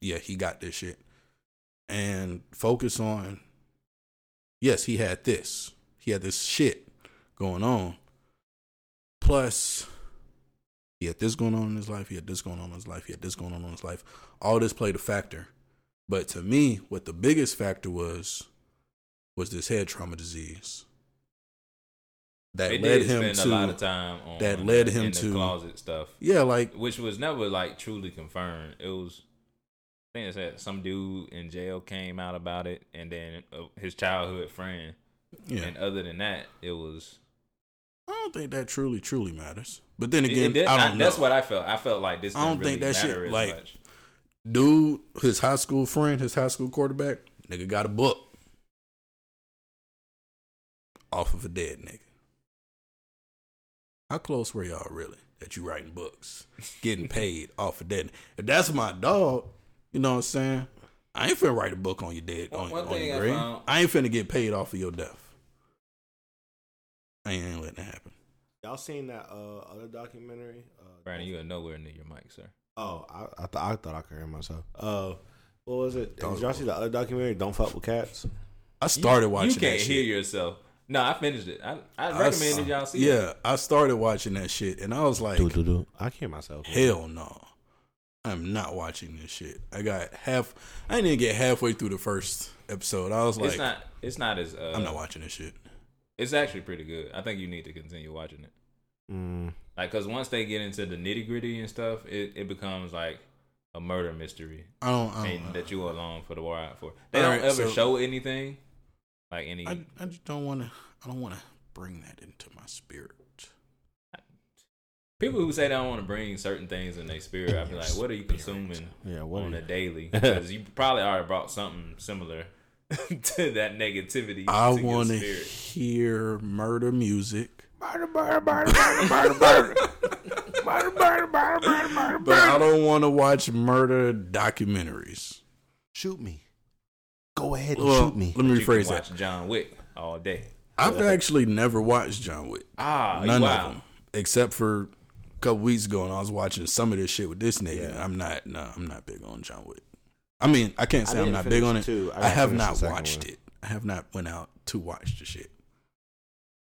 C: yeah, he got this shit. And focus on, yes, he had this. He had this shit going on. Plus, he had this going on in his life. He had this going on in his life. He had this going on in his life. All this played a factor. But to me, what the biggest factor was, was this head trauma disease that
B: They
C: led
B: did
C: him
B: spend a lot of
C: to
B: time on
C: that led him
B: in the
C: to-
B: closet stuff.
C: yeah like
B: which was never like truly confirmed. It was, I think it said some dude in jail came out about it, and then uh, his childhood friend.
C: yeah
B: And uh, other than that, it was.
C: i don't think that truly truly matters but then
B: it-
C: again
B: it did-
C: i don't know
B: That's what I felt. I felt like this.
C: I don't
B: didn't
C: think
B: really
C: that shit,
B: matter as
C: like-
B: much.
C: dude his high school friend his high school quarterback nigga got a book off of a dead nigga how close were y'all really that you writing
B: <laughs>
C: books getting paid off of dead if that's my dog you know what i'm saying i ain't finna write a book on your dead
B: One-
C: on,
B: one
C: on
B: thing
C: your
B: I
C: grave
B: found-
C: I ain't finna get paid off of your death i ain't letting that happen
A: Y'all seen that uh, other documentary? Uh,
B: Brandon, you are nowhere near your mic, sir.
A: Oh, I I, th- I thought I could hear myself. Uh, what was it?
C: Dog
A: Did y'all see the other documentary? Don't fuck with cats.
C: I started
B: you,
C: watching.
B: You can't
C: that
B: hear
C: shit.
B: yourself. No, I finished it. I I
C: I
B: recommend
C: s-
B: that y'all see. it.
C: Yeah, I started watching that shit, and I was like,
A: Do do do. I can't hear myself.
C: "Hell no, I'm not watching this shit." I got half. I didn't even get halfway through the first episode. I was
B: it's
C: like,
B: not. It's not as. Uh,
C: "I'm not watching this shit."
B: It's actually pretty good. I think you need to continue watching it.
A: Mm,
B: Like, cause once they get into the nitty gritty and stuff, it, it becomes like a murder mystery
C: I don't. I,
B: and
C: don't,
B: that you are along for the ride for. They
C: Oh, All
B: don't
C: right,
B: ever
C: so-
B: show anything, like any.
C: I, I just don't want to. I don't want to bring that into my spirit.
B: people who say they don't want to bring certain things in their spirit, I feel like, what are you consuming
A: yeah. What?
B: on
A: are
B: a
A: you-
C: <laughs>
B: daily? Because you probably already brought something similar <laughs> to that negativity.
C: I
B: to your
C: want to
B: spirit.
C: hear murder music.
A: <laughs>
C: But I don't want to watch murder documentaries.
D: Shoot me. Go ahead and
C: Well,
D: shoot me.
C: let me
B: You can
C: rephrase that.
B: watch John Wick all day.
C: I've actually never watched John Wick.
A: Oh,
B: Ah,
C: None
B: wow.
C: of them, except for a couple weeks ago, and I was watching some of this shit with this nigga. I'm not, no, I'm not big on John Wick. I mean, I can't say I am
A: didn't
C: not big
A: finish
C: on
A: it
C: it.
A: too. I
C: I,
A: gotta finish
C: have
A: the
C: not
A: second
C: watched
A: one.
C: it. I have not went out to watch the shit.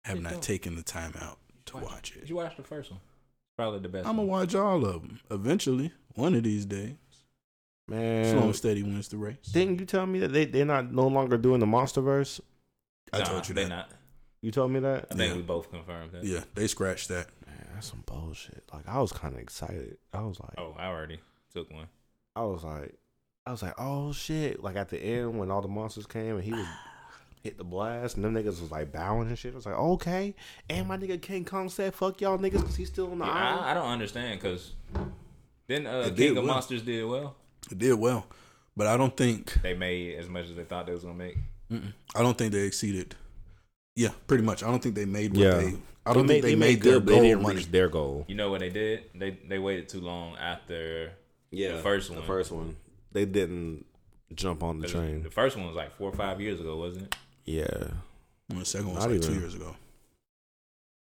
C: I have not taken the time out to watch
B: Did
C: it.
B: you watch the first one? Probably the best.
C: I'm gonna
B: one.
C: watch all of them eventually, one of these days. Slow
A: Man,
C: and steady wins the race.
A: didn't you tell me that they they're not no longer doing the MonsterVerse?
C: I
B: Nah,
C: told you
B: they
C: that.
B: not.
A: You told me that.
B: I think
C: Yeah.
B: we both confirmed that.
C: Yeah, they scratched that.
A: Man, that's some bullshit. Like I was kind of excited. I was like,
B: Oh, I already took one.
A: I was like, I was like, oh shit! Like at the end when all the monsters came and he
C: <sighs>
A: was hit the blast and them niggas was like bowing and shit. I was like, okay. And my nigga King Kong said, fuck y'all niggas because he's still on the island.
B: I, I don't understand because then uh,
C: It
B: King
C: did
B: of
C: well.
B: Monsters did well.
C: It did well, but I don't think
B: They made as much as they thought they was gonna make.
C: mm-mm, I don't think they exceeded. Yeah, pretty much. I don't think they made what
A: Yeah.
C: they. I don't think they, made, their
E: but they
C: goal
E: didn't
C: money.
E: reach their goal.
B: You know what they did? They they waited too long after
E: Yeah,
B: The first one.
E: The first one.
A: They didn't jump on the train.
B: the first one was like four or five years ago, wasn't it?
A: Yeah.
C: Well, the second one was
A: Not
C: like two
A: even.
C: years ago.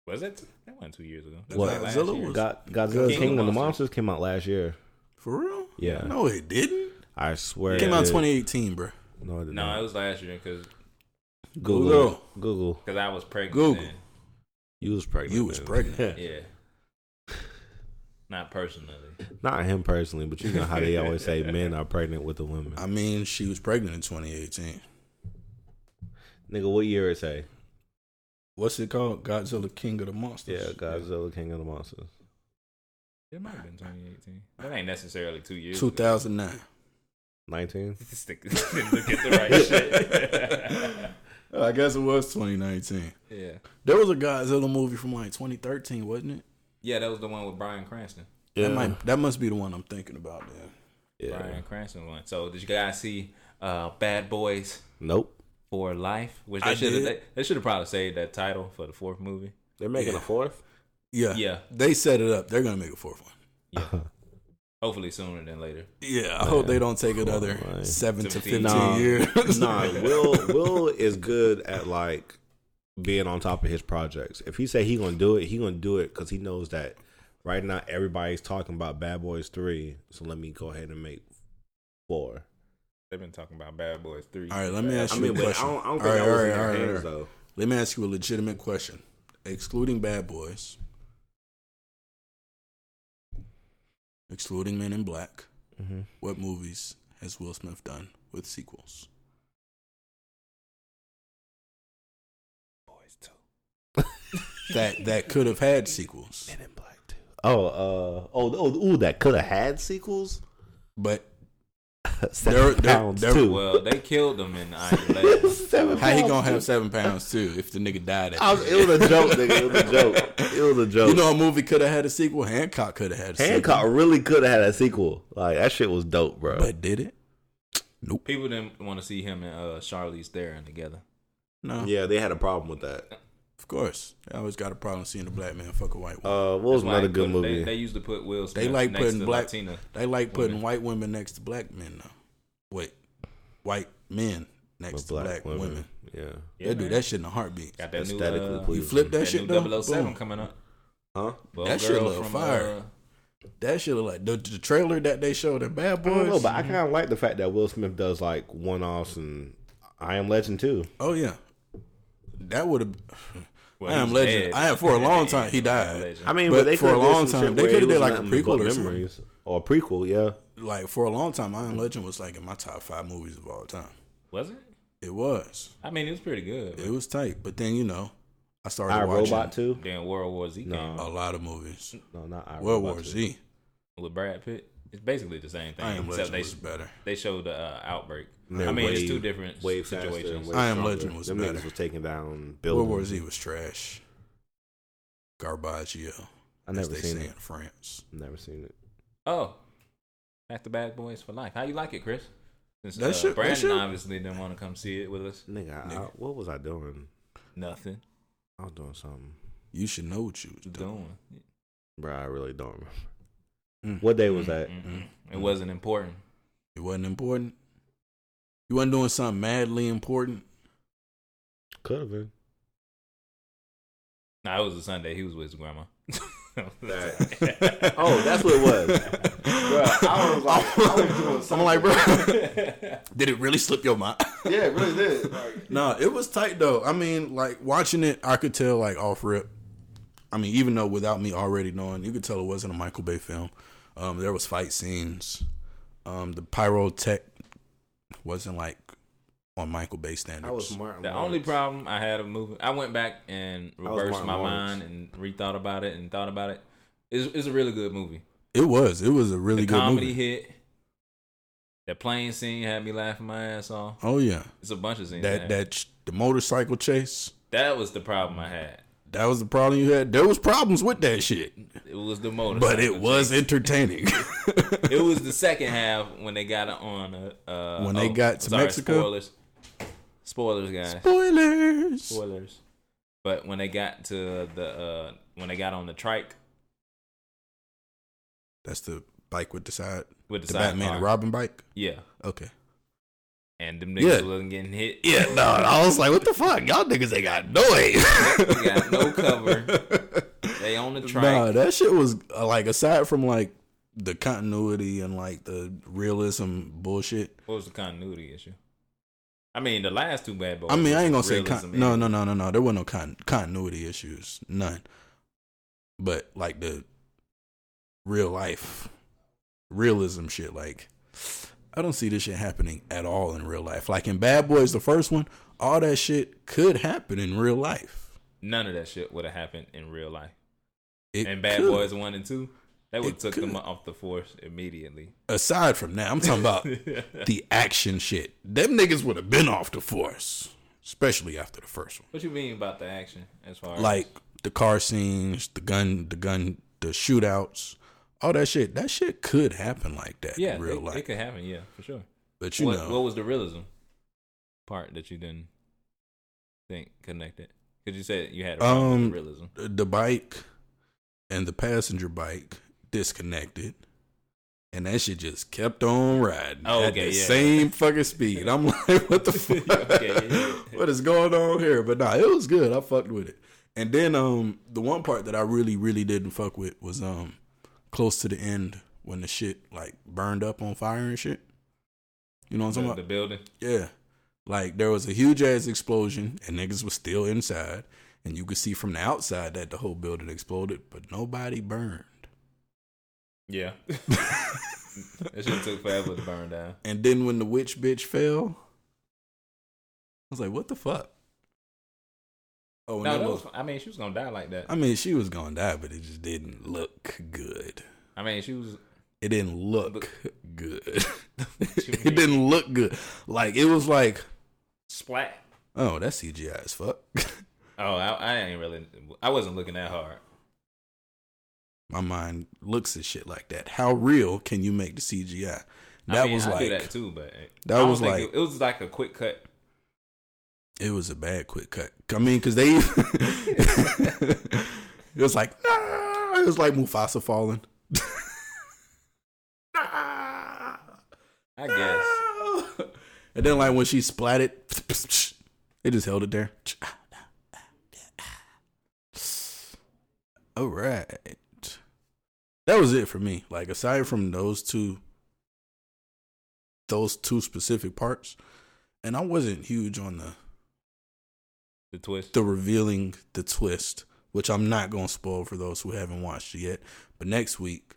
B: Was it? That wasn't two years ago.
C: What?
B: That was like
C: Godzilla
B: last year.
C: was-
A: God, Godzilla
B: King of
A: King, of the
B: Monsters.
A: Monsters came out last year.
C: For real?
A: Yeah.
C: No, it didn't.
A: I swear.
C: It came out
A: did.
C: 2018, bro.
A: No, it did
B: No,
A: not.
B: it was last year because
A: Google. it. Google.
B: I was pregnant.
C: Google.
B: then.
A: You was pregnant.
C: You was
A: nigga. <laughs>
C: pregnant.
B: Yeah. Not personally.
A: Not him personally, but you know how they always say men are pregnant with the women.
C: I mean, she was pregnant in 2018.
A: Nigga, what year it say?
C: What's it called? Godzilla King of the
A: Yeah,
C: Monsters.
A: Godzilla King of the Monsters.
B: It might have been 2018. That ain't necessarily two years. ago.
C: 2009.
A: 19?
B: Just
C: <laughs>
B: stick- Look at the right
A: <laughs>
B: shit.
C: Oh, I guess it was 2019.
B: <laughs> yeah.
C: There was a Godzilla movie from like 2013, wasn't it?
B: Yeah, that was the one with Brian Cranston.
C: That might that must be the one I'm thinking about then.
A: Yeah.
B: Brian Cranston one. So did you guys see uh, Bad Boys
A: Nope.
B: for Life? Which
C: I
B: they should have
C: did.
B: they, they should have probably saved that title for the fourth movie.
A: They're making a fourth?
C: Yeah.
B: Yeah.
C: They set it up. They're gonna make a fourth one.
A: <laughs>
B: Hopefully sooner than later.
C: Yeah. I hope they don't take another
A: man.
C: seven to fifteen
B: Seventeen.
A: Nah. <laughs>
C: years.
A: nah, Will Will is good at like being on top of his projects. If he say he gonna do it, he gonna do it because he knows that right now everybody's talking about Bad Boys Three. So let me go ahead and make four.
B: They've been talking about Bad Boys three.
C: All right, let me ask
A: I
C: you
A: mean,
C: a
A: but I
C: question.
A: don't, I don't
C: All
A: think
C: right,
A: that was
C: all
A: in
C: right,
A: their
C: all right, all
A: hands
C: right.
A: though.
C: Let me ask you a legitimate question. Excluding Bad Boys, excluding Men in Black,
A: mm-hmm.
C: what movies has Will Smith done with sequels?
B: Boys two.
C: <laughs> That that could have had sequels,
A: Men in Black too. Oh, uh, oh, oh, ooh, that could have had sequels.
C: but
A: Seven
C: There- there-
A: pounds
C: there-
A: too.
B: Well, they killed
A: <laughs>
B: them in Iron Lady.
A: Seven
C: how he
A: Pounds
C: gonna have
A: Too.
C: seven pounds too if the nigga died? At
A: I was, it was a joke, nigga. It was a joke. <laughs> It was a joke.
C: you know, a movie could have had a sequel. Hancock could have had a sequel,
A: Hancock really could have had a sequel. Like that shit was dope, bro.
C: but did it?
B: People didn't want to see him and uh, Charlize Theron together.
C: No,
A: yeah, they had a problem with that.
C: of course. I always got a problem seeing a black man fuck a white woman.
A: Uh, what was
B: Like,
A: another good
B: put-
A: movie?
B: They, they used to put Will Smith
C: They like
B: next
C: putting
B: to
C: black.
B: Latina.
C: They like putting
B: women.
C: white women next to black men though. Wait, white men next
A: With
C: to black, women.
A: Yeah.
B: Yeah,
C: they do
B: man.
C: that shit in a heartbeat.
B: Got that new,
A: Aesthetically
B: uh,
A: pleasing.
C: You flip that,
B: that
C: shit
B: new
C: though.
B: 007
C: boom.
B: coming up.
A: Huh?
B: Well,
C: That shit
B: girl
C: look
B: from,
C: fire.
B: uh,
C: That shit look like the, the trailer that they showed at Bad
A: I
C: Boys.
A: don't know, but I kind of like the fact that Will Smith does like one offs and I Am Legend too.
C: oh yeah, that would have.
B: <laughs> well,
C: I am
B: he's dead.
C: legend. I am
B: <laughs>
C: for a long
B: Yeah,
C: time. He died.
B: legend.
A: I mean,
C: But
A: but, they
C: for a
A: could've did
C: long
A: some
C: time,
A: shit
C: they
A: where
C: could've
A: it
C: did,
A: was
C: like, a
A: nothing but
C: prequel or something.
A: memories or a prequel. Yeah,
C: Like for a long time, I Am Legend was like in my top five movies of all time.
B: Was it?
C: It was.
B: I mean, it was pretty good.
C: It was tight. But then you know, I started
A: I
C: watching
A: Robot too.
B: Then World War Z came
A: No.
C: a lot of movies.
A: No, not I
C: World
A: Robot
C: War
A: 2.
C: Z.
B: with Brad Pitt. It's basically the same thing,
C: I Am
B: except
C: Legend
B: they
C: was better.
B: they showed the uh, outbreak.
A: They're
B: I mean,
A: way-
B: it's two different
A: way faster and
B: situations.
A: way
C: I Am
A: stronger.
C: Legend was
A: Them
C: better.
A: niggas was taking down
C: World War
A: buildings.
C: Z was trash. Garbaggio.
A: I never
C: as they
A: seen
C: say
A: it.
C: in France.
A: Never seen it.
B: Oh, that's the Bad Boys for Life. How you like it, Chris? Since
C: That
B: uh,
C: shit- that
B: Brandon
C: shit-
B: obviously didn't want to come see it with us.
A: Nigga, I,
C: Nigga.
A: what was I doing?
B: Nothing
A: I was doing something,
C: You should know what you was doing.
B: doing.
A: bro. I really don't remember.
C: Mm.
A: What day was
C: <laughs>
A: that? Mm.
B: Mm-mm. It wasn't important.
C: It wasn't important. You wasn't doing something madly important.
A: Could have been.
B: Nah, it was a Sunday. He was with his grandma. <laughs>
A: Oh, that's what it
C: <laughs>
A: was. Bro, I was like, I was doing
C: I'm
A: something.
C: like, bro, did it really slip your mind? <laughs>
A: yeah, it really did. Like,
C: no, it was tight though. I mean, like watching it, I could tell like off rip. I mean, even though without me already knowing, you could tell it wasn't a Michael Bay film. Um, there was fight scenes. Um, the pyrotech wasn't like on Michael Bay standards.
A: I was Martin.
B: The
A: Lawrence.
B: only problem I had of moving, I went back and
A: was
B: reversed
A: Martin
B: my
A: Lawrence.
B: mind and rethought about it and thought about it. It's, it's a really good movie.
C: it was. It was a really
B: The
C: good
B: comedy
C: movie.
B: hit. That plane scene had me laughing my ass off.
C: Oh yeah,
B: It's a bunch of scenes. that
C: that that sh- the motorcycle chase.
B: that was the problem I had.
C: That was the problem you had. There was problems with that shit,
B: It was the motor,
C: but it was entertaining.
B: <laughs> It was the second half when they got on. Uh, uh,
C: When they got to Mexico?
B: Spoilers, spoilers, guys.
C: Spoilers.
B: spoilers. But when they got to the uh when they got on the trike
C: That's the bike with the side,
B: with the,
C: the
B: side
C: Batman
B: car,
C: and Robin bike.
B: yeah,
C: Okay.
B: and them
C: Yeah.
B: niggas wasn't getting hit. <laughs>
C: Yeah, no, I was like, what the fuck? Y'all niggas ain't got no aim.
B: They got no cover. They on the trike.
C: <laughs> Nah, that shit was uh, like aside from like the continuity and like the realism bullshit.
B: What was the continuity issue? I mean, the last two bad boys.
C: I mean, I ain't gonna
B: was
C: say
B: Oh, realism
C: con-
B: in
C: no,
B: it.
C: no, no, no, no. There were no con- continuity issues, none. But like the real life realism shit, like I don't see this shit happening at all in real life. Like in Bad Boys, the first one, all that shit could happen in real life.
B: None of that shit would have happened in real life.
C: It
B: and Bad
C: could.
B: Boys one and two, that would
C: It
B: took them
C: could.
B: off the force immediately.
C: Aside from that, I'm talking
B: <laughs>
C: about the action shit. Them niggas would have been off the force, especially after the first one.
B: What you mean about the action? As far as
C: like the car scenes, the gun, the gun, the shootouts, all that shit. That shit could happen like that
B: yeah,
C: in real
B: it,
C: life.
B: it could happen. Yeah, for sure.
C: but you
B: what,
C: know,
B: what was the realism part that you didn't think connected? Because you said you had a problem with
C: Um,
B: the realism.
C: the- the bike and the passenger bike disconnected, and that shit just kept on riding
B: Oh,
C: at
B: okay,
C: the
B: yeah.
C: same fucking
B: <laughs>
C: speed. I'm like, what the fuck?
B: Okay, yeah.
C: What is going on here? But nah, it was good. I fucked with it. And then um, the one part that I really, really didn't fuck with was um, close to the end when the shit like burned up on fire and shit. You know what I'm talking
B: The, the
C: about?
B: building.
C: Yeah. Like there was a huge ass explosion and niggas was still inside. And you could see from the outside that the whole building exploded, but nobody burned.
B: Yeah. <laughs> that shit took forever to burn down.
C: And then when the witch bitch fell, I was like, what the fuck? Oh, and
B: No,
C: that
B: that
C: was,
B: was, I mean, she was gonna die like that.
C: I mean, she was gonna die, but it just didn't look good.
B: I mean, she was.
C: It didn't look <laughs> good.
B: you
C: it
B: mean?
C: didn't look good. Like it was like,
B: Splat.
C: oh, that's CGI as fuck. <laughs>
B: Oh, I, I ain't really. I wasn't looking that hard.
C: my mind looks at shit like that. How real can you make the CGI? That
B: I mean,
C: was
B: I
C: like
B: do
C: that,
B: that too, but eh,
C: was like
B: it, it was like a quick cut.
C: it was a bad quick cut. I mean, because they <laughs> it was like "Ah!" it was like Mufasa falling. <laughs> Ah!
B: I guess.
C: <laughs> and then like when she splatted, <laughs> they just held it there. <sighs> All right, that was it for me. Like aside from those two, those two specific parts, and I wasn't huge on the
B: The twist.
C: the revealing the twist, which I'm not gonna spoil for those who haven't watched it yet. But next week,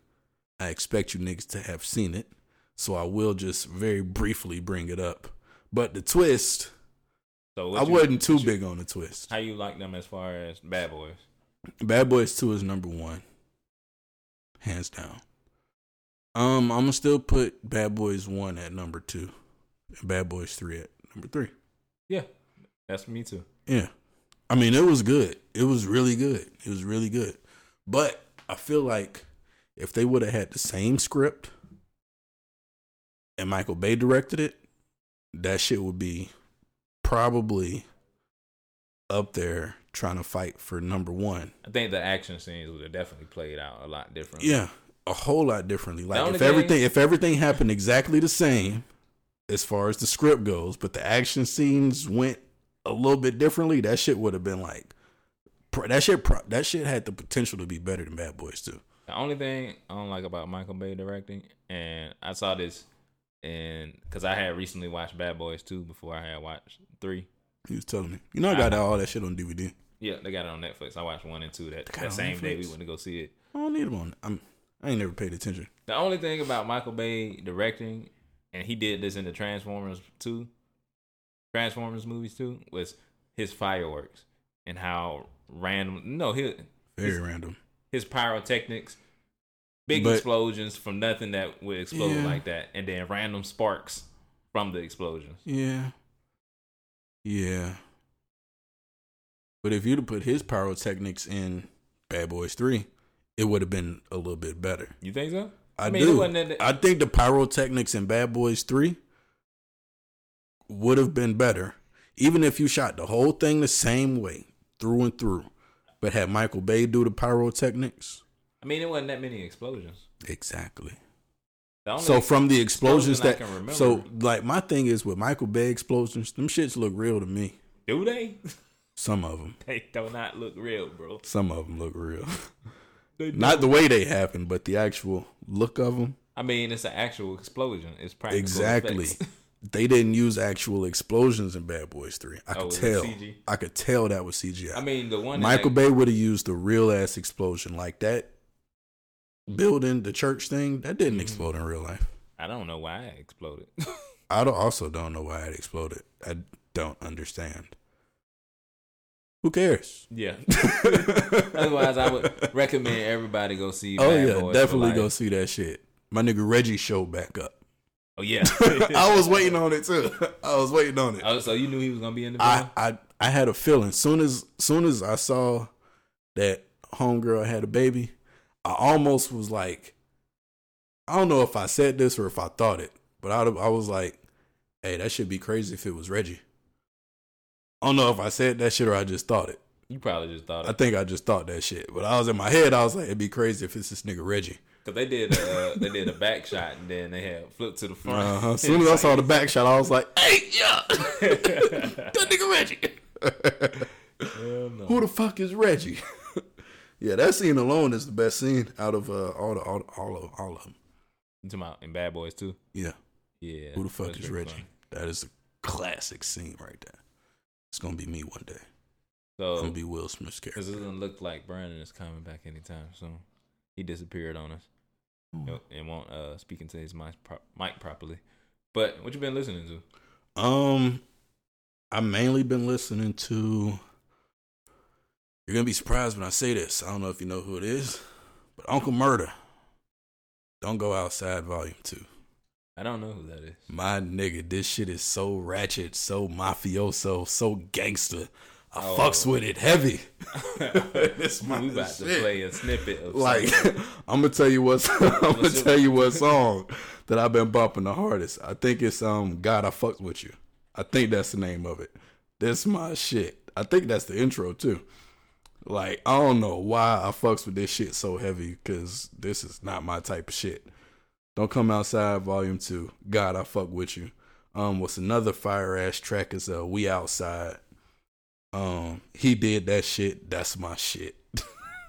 C: I expect you niggas to have seen it, so I will just very briefly bring it up. But the twist,
B: So
C: I
B: what you-
C: wasn't too
B: what you-
C: big on the twist.
B: How you like them as far as Bad Boys?
C: Bad Boys Two is number one, hands down. Um, I'm gonna still put Bad Boys One at number two, and Bad Boys Three at number three.
B: Yeah, that's me too.
C: Yeah. I mean, it was good. It was really good. It was really good. But I feel like if they would have had the same script and Michael Bay directed it, that shit would be probably up there trying to fight for number one.
B: I think the action scenes would have definitely played out a lot differently.
C: Yeah. A whole lot differently. Like
B: only
C: if everything
B: thing-
C: if everything happened exactly the same as far as the script goes, but the action scenes went a little bit differently, that shit would have been like pr- that shit pro- that shit had the potential to be better than Bad Boys too.
B: The only thing I don't like about Michael Bay directing, and I saw this, and because I had recently watched Bad Boys two before I had watched three.
C: He was telling me. You know I got all that shit on DVD.
B: Yeah, they got it on Netflix. I watched one and two that,
C: got it on
B: that same day we
C: Netflix?
B: went to go see it.
C: I don't need them on. I'm I ain't never paid attention.
B: The only thing about Michael Bay directing, and he did this in the Transformers 2, Transformers movies too was his fireworks and how random. No, his
C: Very random.
B: his pyrotechnics, big
C: But-
B: explosions from nothing that would explode
C: Yeah.
B: like that, and then random sparks from the explosions.
C: Yeah. Yeah. But if you'd have put his pyrotechnics in Bad Boys 3, it would have been a little bit better.
B: You think so?
C: I,
B: I mean, it
C: do.
B: wasn't that-
C: I think the pyrotechnics in Bad Boys 3 would have been better. Even if you shot the whole thing the same way, through and through, but had Michael Bay do the pyrotechnics.
B: I mean, it wasn't that many explosions.
C: Exactly.
B: The only
C: So from the explosions
B: explosion I
C: that
B: can remember-
C: so like my thing is with Michael Bay explosions, them shits look real to me.
B: do they? <laughs>
C: Some of them,
B: They do not look real, bro.
C: some of them look
B: <laughs>
C: real.
B: They do.
C: Not the way they happen, but the actual look of them.
B: I mean, it's an actual explosion. It's practical
C: Exactly.
B: effects. <laughs>
C: They didn't use actual explosions in Bad Boys Three. I
B: Oh,
C: could
B: was it
C: tell.
B: CG?
C: I could tell that was CGI.
B: I mean, the one
C: Michael
B: that,
C: Bay would have used the real ass explosion like that. Building the church thing that
B: Mm-hmm.
C: didn't explode in real life.
B: I don't know why it exploded. <laughs>
C: I don't- also don't know why it exploded. I don't understand. Who cares? <laughs>
B: yeah. Otherwise, I would recommend everybody go see.
C: Oh
B: Bad
C: yeah,
B: Boys for
C: definitely
B: Life.
C: go see that shit. My nigga Reggie showed
B: <laughs>
C: back up. <laughs>
B: Oh yeah. <laughs>
C: I was waiting on it too. <laughs> I was waiting on it.
B: oh, so you knew he was gonna be in the
C: I,
B: film.
C: I I had a feeling soon as soon as I saw that homegirl had a baby, I almost was like, I don't know if I said this or if I thought it, but I I was like, hey, that should be crazy if it was Reggie. I don't know if I said that shit or I just thought it.
B: You probably just thought
C: I
B: it
C: think I just thought that shit, but I was in my head. I was like, it'd be crazy if it's this nigga Reggie.
B: because they did uh, they did a back shot and then they had flip to the front.
C: Uh-huh. As soon as I saw the back shot, I was like, hey, yeah, <laughs> that nigga Reggie. <laughs> Who the fuck is Reggie? <laughs> yeah, that scene alone is the best scene out of uh, all the all, all of all of them.
B: You talking about in Bad Boys too?
C: Yeah.
B: Yeah.
C: Who the fuck
B: that's
C: is
B: very
C: Reggie?
B: funny.
C: That is a classic scene right there. It's gonna be me one day. I'm
B: So
C: gonna be Will Smith's
B: because
C: character.
B: it doesn't look like Brandon is coming back anytime soon. He disappeared on us
C: Hmm.
B: and- and won't uh speak into his mic, pro- mic properly. But what you been listening to?
C: Um, I mainly been listening to. You're gonna be surprised when I say this. I don't know if you know who it is, but Uncle Murder. Don't go outside, Volume Two.
B: I don't know who that is.
C: <laughs> My nigga, this shit is so ratchet, so mafioso, so gangster. I
B: Oh.
C: fucks with
B: <laughs>
C: it heavy. <laughs> this my
B: we about to
C: shit.
B: play a snippet of
C: Like, <laughs>
B: something. <laughs>
C: I'm gonna tell you what. <laughs> I'm gonna
B: What's it-
C: tell you what song that I've been bumping the hardest. I think it's um God, I fucked with you. I think that's the name of it. That's my shit. I think that's the intro too. Like, I don't know why I fucks with this shit so heavy because this is not my type of shit. Don't come outside, Volume Two. God, I fuck with you. Um, what's another fire ass track is uh, We Outside. Um, he did that shit. That's my shit.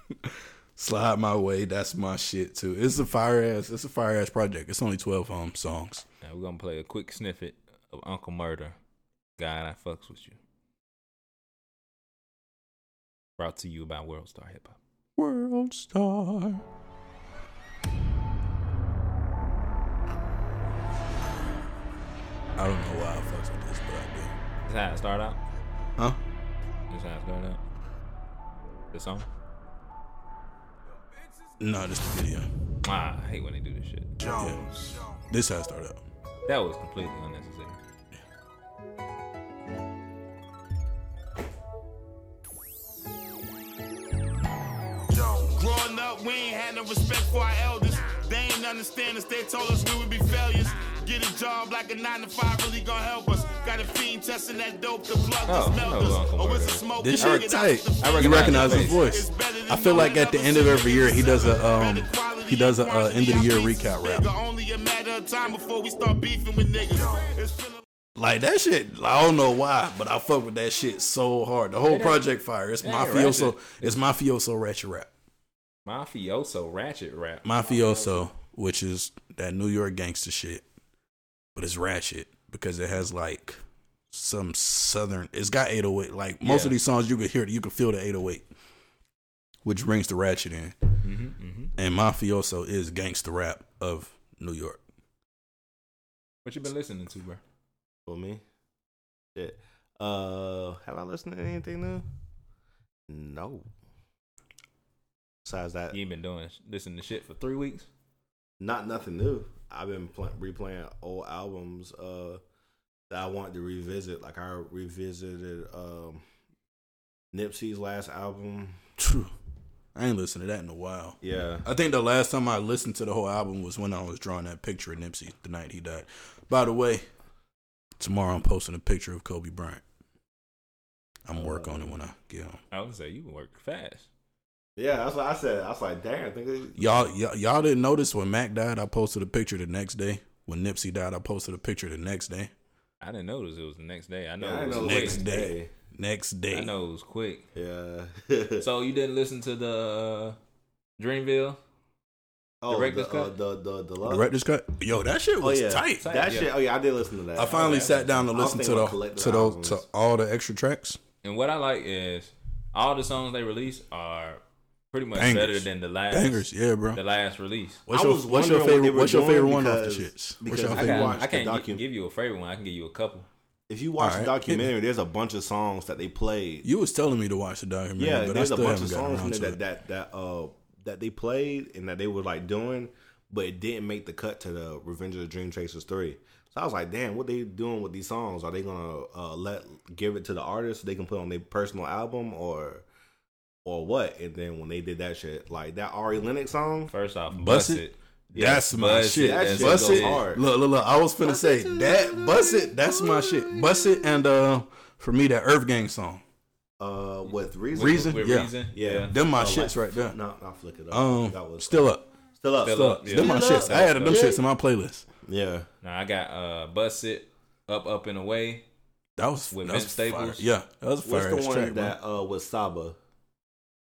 C: <laughs> Slide my way. That's my shit too. It's a fire ass. It's a fire ass project. It's only twelve um songs.
B: Now we're gonna play a quick snippet of Uncle Murder. God, I fucks with you. Brought to you by World Star Hip Hop.
C: World star. I don't know why I fucks with this, but
B: That's how it start out.
C: I do. Huh?
B: That's how it start out. The song.
C: No, just the video.
B: Ah, I hate when they do this shit.
C: Yeah. This how I started out.
B: That was completely unnecessary.
F: Growing up, we ain't had no respect for our elders. They ain't understand us, they told us we would be failures. Get a job like a 9 to 5 really gonna help us. Got a fiend testing that dope, the plug
B: Oh,
F: just
B: that
F: melt
B: was
F: us.
B: Uncle
F: Oh, it's a
B: Murder.
F: smoke.
C: This
F: we
C: shit
F: get out
C: tight.
F: the
B: I
C: You
F: field.
C: recognize his
B: face.
C: voice. I feel like at the end of every year he does a um he does a uh, end of the year recap rap.
F: Only a matter of time before we start beefing with niggas. It's feeling-
C: Like that shit, I don't know why, but I fuck with that shit so hard. The whole Project Fire, it's
B: ain't
C: mafioso,
B: ratchet.
C: it's mafioso ratchet rap,
B: Mafioso ratchet rap.
C: mafioso, which is that New York gangster shit, but it's ratchet because it has like some southern. It's got 808. Like most
B: Yeah.
C: of these songs, you can hear, you can feel the 808, which brings the ratchet in.
B: hmm hmm
C: And mafioso is gangster rap of New York.
B: What you been listening to, bro?
A: For me, Shit. Uh, have I listened to anything new? No. Besides that,
B: You ain't been doing listening to shit for three weeks.
A: not nothing new. I've been pl- replaying old albums uh that I wanted to revisit. Like I revisited um Nipsey's last album.
C: Phew. I ain't listened to that in a while.
A: Yeah.
C: I think the last time I listened to the whole album was when I was drawing that picture of Nipsey the night he died. By the way, tomorrow I'm posting a picture of Kobe Bryant. I'm work on it when I get home.
B: I would say you work fast.
A: Yeah, that's what I said. I was like, damn, I think they-
C: Y'all, y'all, y'all didn't notice when Mac died, I posted a picture the next day. When Nipsey died, I posted a picture the next day.
B: I didn't notice it was the next day. I know
A: Yeah, I
B: it was
A: know.
B: quick.
C: Next day. Next day.
B: I know it was quick.
A: Yeah. <laughs>
B: So you didn't listen to the uh, Dreamville?
A: oh, the,
B: Director's
A: uh,
B: cut?
A: the the the love.
C: Director's cut. Yo, that shit
A: Oh
C: was
A: yeah,
C: tight.
A: That
B: yeah.
A: shit. Oh yeah, I did listen to that.
C: I finally sat down to
A: I was
C: listen to
A: thinking
C: the
A: about collecting
C: to those
A: albums.
C: to all the extra tracks.
B: And what I like is all the songs they release are pretty much
C: Bangers.
B: better than the last
C: Bangers, yeah, bro.
B: the last release.
C: What's
A: I
C: your,
A: was
C: what's your
A: wondering what
C: favorite?
A: they were
C: What's your
A: doing
C: favorite one off the
A: because-
C: shits?
A: because
C: What's your
A: I
B: I,
A: They
C: favorite
B: can't-
A: watched
C: one?
B: I
A: the
B: can't gi-
A: docu-
B: give you a favorite one. I can give you a couple.
A: If you watch the
C: Alright.
A: documentary, there's a bunch of songs that they played.
C: You was telling me to watch the documentary,
A: yeah,
C: but I
A: there's a
C: still
A: bunch of
C: haven't gotten
A: songs
C: around
A: from
C: to
A: it
C: it.
A: that that that uh that they played and that they were like doing, but it didn't make the cut to the Revenge of the Dream Chasers three. So I was like, damn, what they doing with these songs? Are they gonna uh, let give it to the artist so they can put on their personal album or or what? And then when they did that shit, like that Ari Lennox song,
B: First off,
C: Bust
B: bust
C: It?
B: it.
C: That's my
B: Buzz It,
C: shit.
A: that shit
C: Bust
A: goes
C: it.
A: hard.
C: Look, look, look. I was finna say that. Bust it. That's my shit. Bust it. And uh, for me, that Earth Gang song.
A: uh, with reason,
C: Reason?
B: With
C: Yeah.
B: reason.
A: yeah,
C: Them my
A: Uh, like-
C: shits right there.
A: No, not flick it up.
C: Um,
A: that was
C: still up.
A: still up,
B: Still
C: Still
B: Up,
C: up.
B: yeah.
C: Them my
A: Still
C: shits.
A: Up.
C: I added them shits in my playlist.
A: yeah.
B: Now I got uh, bust it up, up and away.
C: That was
B: With
C: that
B: Vince
C: was fire.
B: Staples?
C: Yeah, that was a
A: What's
C: fire.
A: the
C: ass
A: one
C: track, bro.
A: that uh was Saba?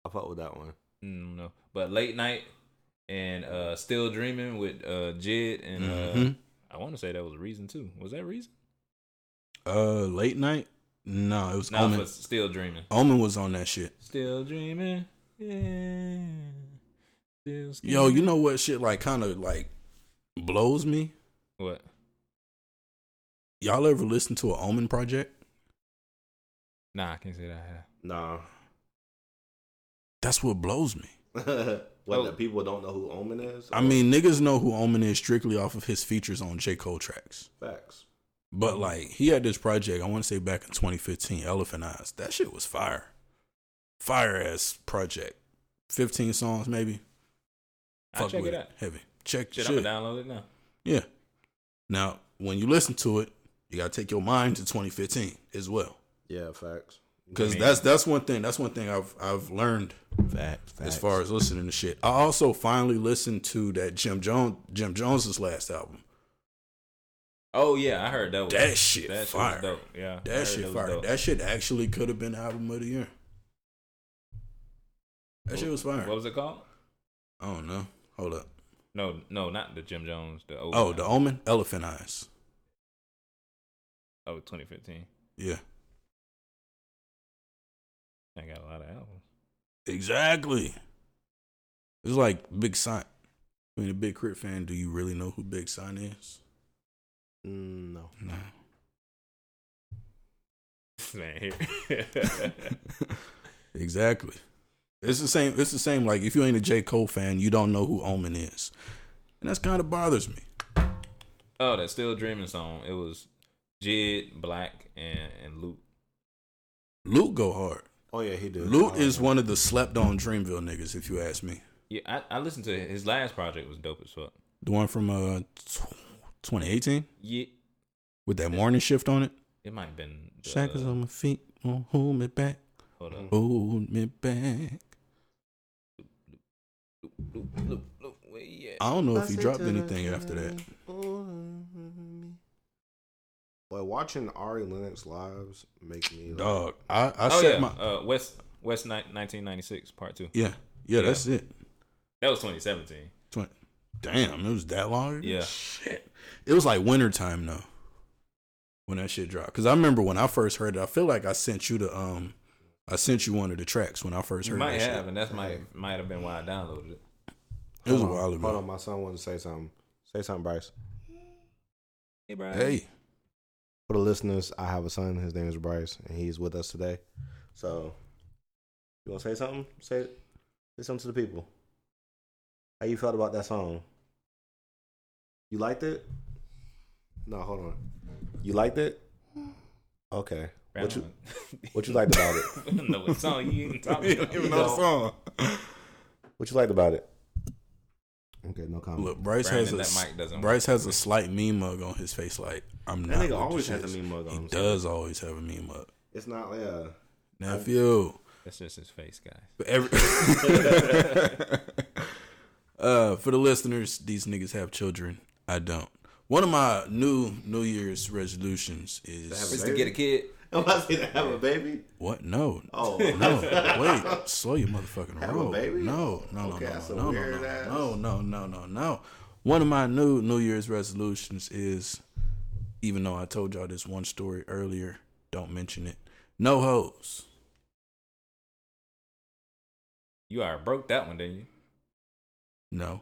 A: I fuck with that one.
B: Mm, no, but late night and uh, still dreaming with uh, Jid and uh,
C: Mhm.
B: I want to say that was reason too. Was that reason?
C: Uh, late night. No, it was
B: No,
C: Omen.
B: but still dreaming.
C: Omen was on that shit.
B: Still dreaming. Yeah. Still
C: Yo, you know what shit like kind of like blows me?
B: what?
C: Y'all ever listen to an Omen project?
B: Nah, I can't say that. I have.
A: Nah. <laughs>
C: That's what blows me.
A: what
B: Oh.
A: the people don't know who Omen is?
C: I mean, niggas know who Omen is strictly off of his features on J. Cole tracks.
A: facts.
C: But like, he had this project, I want to say back in 2015, Elephant Eyes. That shit was fire. Fire ass project. 15 songs maybe.
B: I'll check
C: with
B: it out.
C: Heavy. Check
B: Shit,
C: shit.
B: I'm gonna download it now.
C: Yeah. Now, when you listen to it, you gotta take your mind to 2015 as well,
A: Yeah, facts.
C: because that's that's one thing. That's one thing I've I've learned
A: Facts.
C: as far as listening to shit. I also finally listened to that Jim Jones Jim Jones's last album.
B: Oh yeah, I heard that. Was,
C: That shit
B: was
C: fire.
B: dope. Yeah, I heard
C: That shit
B: was
C: fire.
B: dope.
C: That shit actually could have been album of the year. That shit was fire.
B: What was it called?
C: I don't know. Hold up.
B: No, no, not the Jim Jones. The old
C: Oh,
B: one.
C: The Omen, Elephant Eyes.
B: oh 2015.
C: Yeah,
B: I got a lot of albums. <laughs>
C: exactly. It's like Big Sign. I mean, a Big Crit fan. Do you really know who Big Sign is?
A: Mm, no.
C: No.
B: This man <laughs> here.
C: exactly. It's the same. It's the same. Like if you ain't a J Cole fan, you don't know who Omen is, and that's kind of bothers me.
B: oh, that still dreaming song. It was Jid, Black, and and Luke.
C: Luke go hard.
A: Oh yeah, he did.
C: Luke
A: I
C: is
A: like
C: one of the slept on Dreamville niggas, if you ask me.
B: Yeah, I, I listened to it. his last project was dope as fuck.
C: The one from uh 2018
B: Yeah,
C: with that morning shift on it.
B: it might have been. The,
C: Shackles on my feet, won't hold me back,
B: Hold up.
C: hold me back.
B: Loop, loop, loop. Where he at?
C: I don't know if he dropped anything after that.
A: that. But watching Ari Lennox lives make me like,
C: Dog, I I
B: oh
C: set
B: yeah,
C: my
B: uh, West West ni- 1996 Part Two.
C: yeah yeah that's it.
B: That was 2017.
C: Twen- Damn, it was that long. ago?
B: Yeah.
C: Shit. It was like winter time though. When that shit dropped. Cause I remember when I first heard it, I feel like I sent you the um I sent you one of the tracks when I first
B: You
C: heard
B: might
C: that
B: have, and that's might might have been why I downloaded it.
C: shit. It was a
A: Hold on,
C: while
A: Hold
C: ago.
A: on, my son wanted to say something. Say something, Bryce.
B: Hey, Brian.
C: Hey. <laughs>
A: For the listeners, I have a son. His name is Bryce, and he's with us today. So, you want to say something? Say, say something to the people. How you felt about that song? You liked it? No, hold on. You liked it? Okay. What you What you liked about
B: <laughs>
A: it?
B: I don't know what song you
C: <laughs>
B: even talking
C: You don't even
B: about.
C: know the song.
A: What you liked about it? Okay, no comment.
C: Look, Bryce
B: Brandon,
C: has a
B: that
C: s-
B: mic doesn't
C: Bryce has a slight mean mug on his face. Like I'm
A: that
C: not.
A: nigga
C: with
A: always
C: the
A: has a
C: shits.
A: mean mug
C: He
A: on. him.
C: does always have a mean mug.
A: It's not yeah.
C: Nephew.
B: That's just his face, guys.
C: But every <laughs> uh, for the listeners, these niggas have children. I don't. One of my new New Year's resolutions
A: have
C: is
B: Just
A: <laughs>
B: to get a kid.
A: I'm about to say to have a baby.
C: what? No,
A: Oh,
C: no, wait, slow your motherfucking
A: Have a
C: roll.
A: baby?
C: No, no, no,
A: Okay,
C: no,
A: that's a
C: no, no,
A: weird
C: no,
A: ass-
C: no, no, no, no, no. One of my new New Year's resolutions is, even though I told y'all this one story earlier, don't mention it. No hoes.
B: You already broke that one, didn't you?
C: No,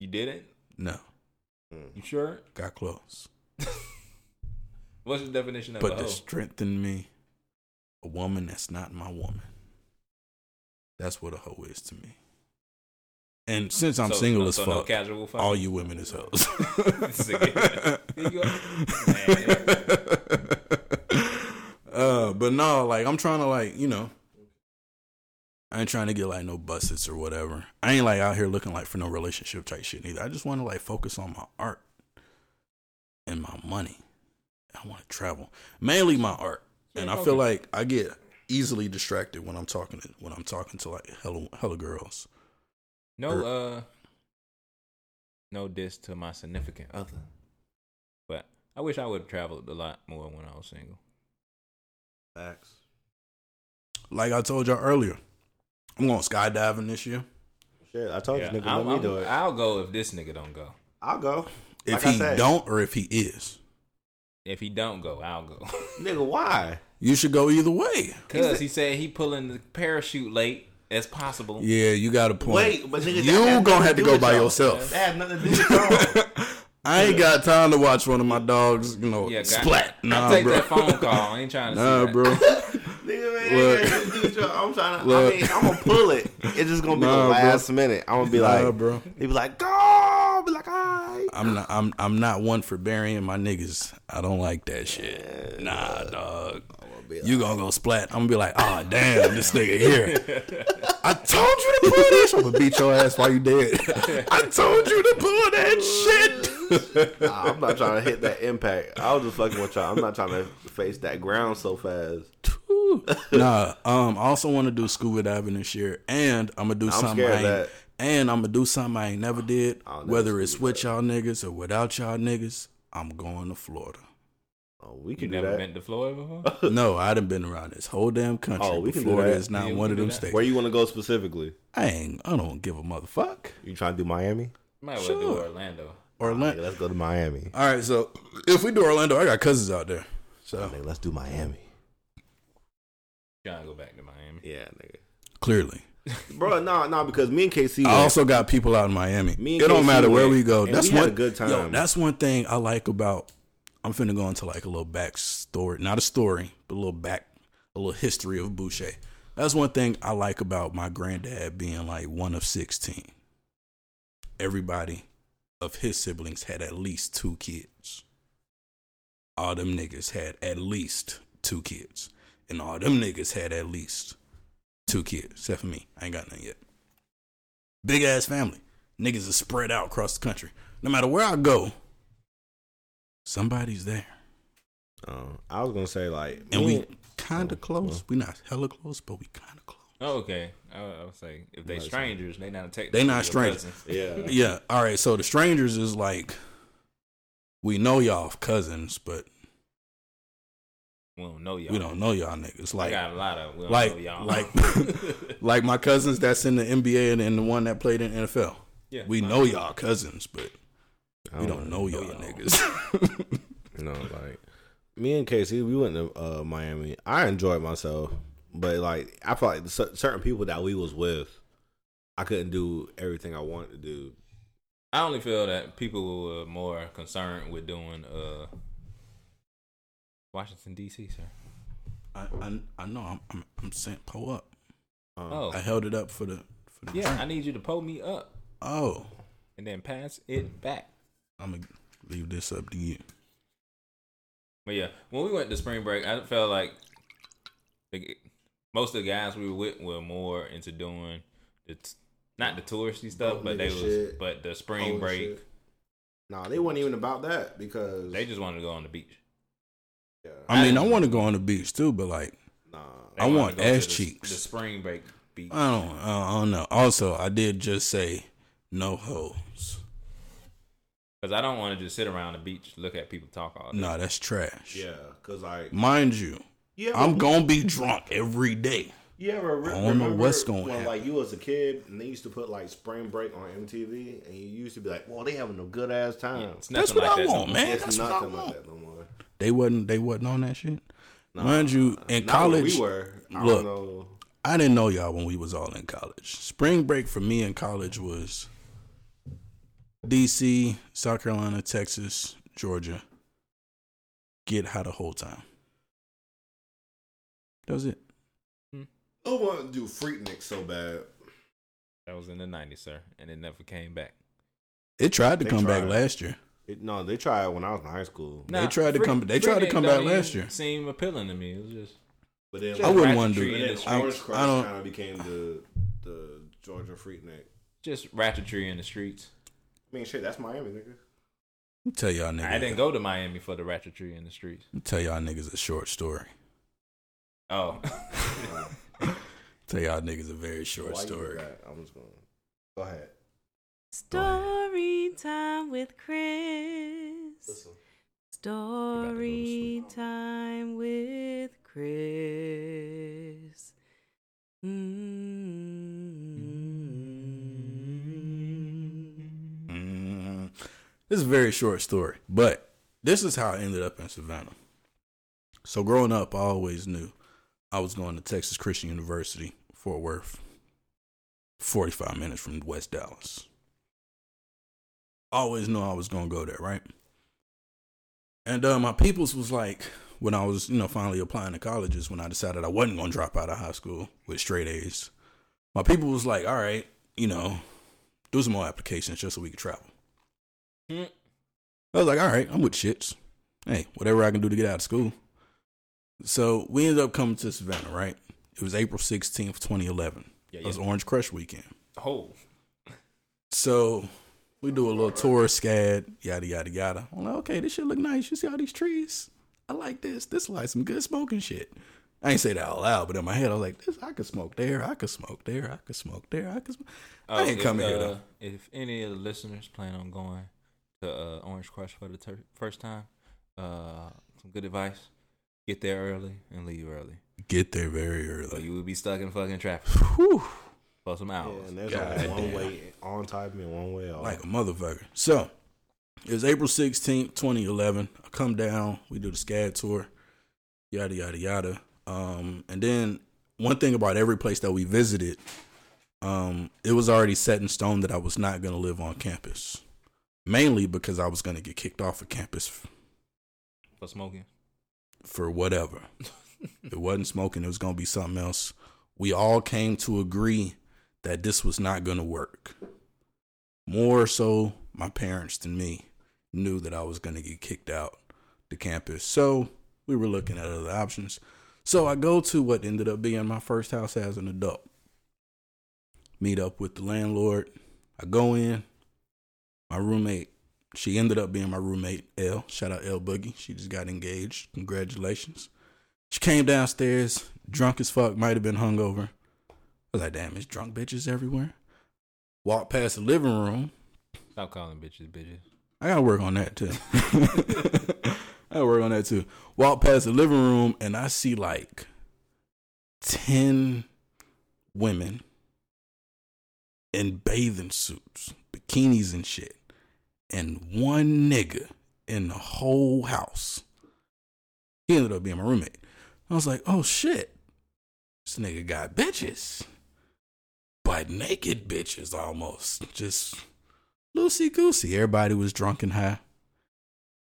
B: You didn't?
C: no.
B: You sure?
C: Got close.
B: What's the definition of Oh.
C: But
B: a
C: the
B: hoe?
C: strength in me, a woman that's not my woman. That's what a hoe is to me. And since I'm
B: So-
C: single
B: no-
C: as
B: so
C: fuck,
B: No casual fuck. <laughs>
C: all you women is hoes.
B: This
C: <laughs>
B: nigga. Here you go. Man.
C: <laughs> uh, but no, like I'm trying to like you know, I ain't trying to get like no bussets or whatever. I ain't like out here looking like for no relationship type shit either. I just want to like focus on my art and my money. I want to travel mainly my art, and I feel like I get easily distracted when I'm talking to when I'm talking to like hello hello girls. Er,
B: No, uh, no diss to my significant other, but I wish I would have traveled a lot more when I was single.
A: facts.
C: Like I told y'all earlier, I'm going skydiving this year.
A: Shit,
C: Oh,
A: I told
B: Yeah,
A: you, nigga,
B: I'm-
A: let me
B: I'm-
A: do it.
B: I'll go if this nigga don't go.
A: I'll go.
C: If
A: Like I
C: he
A: said.
C: don't or if he is.
B: If he don't go, I'll go. <laughs>
A: Nigga, why?
C: You should go either way.
B: Cause he said he pulling the parachute late as possible.
C: Yeah, you got a point.
A: Wait, but nigga, that
C: you
A: has
C: gonna
A: nothing
C: have to
A: do
C: go
A: with
C: by
A: y'all.
C: yourself.
A: That had nothing to
C: <laughs>
A: do with y'all.
C: I ain't got time to watch one of my dogs, you know,
B: Yeah, got-
C: splat.
B: I'll
C: Nah,
B: take
C: bro.
B: that phone call. I ain't trying to
C: <laughs> Nah,
B: see that.
C: bro.
A: <laughs> nigga, man,
C: Look.
A: it had nothing to do with y'all. I'm trying to.
C: Look.
A: I mean, I'm gonna pull it. It's just gonna be
C: Nah,
A: the
C: bro.
A: last minute. I'm gonna be
C: Nah,
A: like,
C: bro.
A: He be like, go. I'll be like, all right.
C: I'm not. I'm. I'm not one for burying my niggas. I don't like that shit. Nah, dog. You gonna go splat? I'm gonna be like, ah, damn, this
A: <laughs>
C: nigga here. I told you to pull this. I'm gonna beat your ass while you dead.
A: <laughs>
C: I told you to pull that shit.
A: Nah, I'm not trying to hit that impact. I was just fucking with y'all. I'm not trying to face that ground so fast.
C: nah, um, I also want to do scuba diving this year, and I'm gonna do something.
A: scared
C: I
A: of
C: ain't,
A: that.
C: And I'm gonna do something I ain't never did.
A: I'll never
C: whether it's with y'all niggas or without y'all niggas, I'm going to Florida.
A: Oh, we
B: You
A: can do
B: never
A: that.
B: been to Florida before?
C: no, I done been around this whole damn country.
A: Oh, we
C: but
A: can do
C: Florida
A: that.
C: is not
B: Yeah, we
C: one
B: can
C: of
B: do
C: them
B: that.
C: states.
A: <laughs> Where you want to go specifically?
C: I ain't. I don't give a motherfuck.
A: You trying to do Miami?
B: Might well do
C: Sure.
B: Orlando.
A: Nigga,
C: Orlando.
A: let's go to Miami.
C: All right, so if we do Orlando, I got cousins out there. So
A: Nigga, let's do Miami.
B: Trying to go back to Miami. <laughs>
A: Yeah, nigga.
C: clearly,
A: Bro, no, no, because me and KC.
C: I
A: went.
C: also got people out in Miami.
A: Me and
C: it don't
A: KC
C: matter where
A: went,
C: we go.
A: and
C: That's
A: we had
C: one
A: a good time.
C: Yo, that's one thing I like about. I'm finna go into like a little back story, not a story, but a little back, a little history of Boucher. That's one thing I like about my granddad being like one of sixteen. Everybody of his siblings had at least two kids. All them niggas had at least two kids, and all them niggas had at least two kids, except for me. I ain't got none yet big ass family. Niggas is spread out across the country. No matter where I go, somebody's there.
A: Um, I was gonna say like, me
C: And we
B: Mm.
C: kinda close. We not hella close, but we kinda close.
B: Oh, okay. I, I would say if they strangers, they not take.
C: They not strangers.
A: yeah,
C: <laughs> Yeah. All right. So the strangers is like, we know y'all cousins, but
B: We don't know y'all.
C: we don't know y'all niggas.
B: I
C: Like,
B: got a lot of. We don't
C: like,
B: know y'all.
C: like, like my cousins that's in the NBA and, and the one that played in NFL.
B: <laughs> yeah,
C: We know y'all cousins, but
A: I
C: we don't know y'all niggas. <laughs>
A: No, like me and KC, we went to uh, Miami. I enjoyed myself, but like I felt like the cer- certain people that we was with, I couldn't do everything I wanted to do.
B: I only feel that people were more concerned with doing uh Washington D.C., sir.
C: I I, I know I'm, I'm I'm saying pull up.
A: Um,
B: Oh,
C: I held it up for the for the
B: yeah.
C: drink.
B: I need you to pull me up
C: oh,
B: and then pass it back.
C: I'm gonna leave this up to you.
B: But yeah, when we went to spring break, I felt like the, most of the guys we were with were more into doing the t- not the touristy stuff,
A: Boat
B: but they
A: nigga
B: was
A: shit,
B: but the
A: all
B: spring
A: this
B: break.
A: shit. Nah, they weren't even about that because
B: They just wanted to go on the beach.
A: yeah,
C: I mean, I want to go on the beach too, but like
A: nah.
B: They
C: I
B: wanted
C: want
B: to go to
C: ass
B: the-
C: cheeks.
B: The spring break beach.
C: I don't I don't know. Also, I did just say no hoes.
B: Because I don't want to just sit around the beach, look at people talk all day.
C: Nah, that's trash.
A: Yeah, cause like
C: Mind you,
A: you ever,
C: I'm gonna be drunk every day.
A: you ever re-
C: I
A: remember
C: don't know what's gonna
A: when
C: happen.
A: like you was a kid and they used to put like Spring Break on MTV and you used to be like, well, they having a good ass time.
B: It's
C: That's
B: nothing
C: what
B: like
C: I
B: that no
C: want,
B: more.
C: man.
A: it's
C: that's what I
A: nothing
C: want.
A: like that no more.
C: They wasn't they wasn't on that shit.
A: Nah,
C: Mind you, in
A: not where
C: college,
A: we were. I don't
C: look.
A: know.
C: I didn't know y'all when we was all in college. Spring break for me in college was DC, South Carolina, Texas, Georgia. Get high the whole time. That was it.
A: I want to do Freaknik so bad.
B: That was in the 90s, sir. And it never came back.
C: It tried to
A: They
C: come back
A: tried.
C: last year.
A: It, no, they tried when I was in high school,
C: They tried to come- they tried to
B: Freaknik
C: come back
B: don't even
C: last year.
B: Seemed appealing to me. It was just
A: but then
C: I wouldn't want to
B: Ratchetry
C: do
A: And
B: in
A: then
C: it.
B: the
C: I,
A: Orange
C: I
A: Crush
C: don't.
A: kind of became the the Georgia Freaknik.
B: just ratchetry in the streets.
A: I mean, shit, that's Miami, nigga.
C: I'll Tell y'all niggas.
B: I didn't go to Miami for the ratchetry in the streets.
C: I'll Tell y'all niggas a short story.
B: Oh, <laughs>
C: Tell y'all niggas a very short
A: Why you do
C: story.
A: that? I'm just going. Go ahead.
G: Story time with Chris.
A: Listen.
G: Story time with Chris. Mm.
C: Mm. This is a very short story, but this is how I ended up in Savannah. So growing up, I always knew I was going to Texas Christian University, Fort Worth, 45 minutes from West Dallas. Always knew I was going to go there, right? And uh, my peoples was like, when I was, you know, finally applying to colleges, when I decided I wasn't going to drop out of high school with straight A's, my people was like, all right, you know, do some more applications just so we could travel.
B: Hmm.
C: I was like, all right, I'm with shits. Hey, whatever I can do to get out of school. So we ended up coming to Savannah, right? It was April 16th, 2011.
B: Yeah,
C: It was
B: yeah.
C: Orange Crush weekend.
B: oh,
C: So we do a little tour, scad, yada, yada, yada. I'm like, okay, this shit look nice. You see all these trees? I like this. This like some good smoking shit. I ain't say that out loud, but in my head, I was like, this, I could smoke there. I could smoke there. I could smoke there. I could smoke. I ain't
B: if,
C: coming here,
B: uh,
C: though.
B: If any of the listeners plan on going to uh, Orange Crush for the ter- first time, uh, some good advice: get there early and leave early,
C: Get there very
B: or
C: early.
B: you will be stuck in fucking traffic
C: Whew.
B: for some
A: Yeah,
B: hours.
A: and there's
C: God
A: only one
C: damn.
A: way on type and one way off.
C: Oh, like a motherfucker. So it was April 16th, 2011. I come down, we do the SCAD tour, yada, yada, yada. Um, and then one thing about every place that we visited, um, it was already set in stone that I was not going to live on campus, mainly because I was going to get kicked off of campus f-
B: for smoking.
C: for whatever. it wasn't smoking, it was going to be something else. We all came to agree that this was not going to work. More so, my parents than me knew that I was going to get kicked out the campus. So we were looking at other options. So I go to what ended up being my first house as an adult. Meet up with the landlord. I go in. My roommate, she ended up being my roommate, L. Shout out L Boogie. She just got engaged. Congratulations. She came downstairs, drunk as fuck, might have been hungover. I was like, damn, it's drunk bitches everywhere. Walked past the living room.
B: Stop calling bitches bitches.
C: I gotta work on that too. <laughs> I gotta work on that too. Walk past the living room and I see like ten women in bathing suits, bikinis and shit, and one nigga in the whole house. He ended up being my roommate. I was like, oh shit, this nigga got bitches, but naked bitches almost just loosey goosey. Everybody was drunk and high.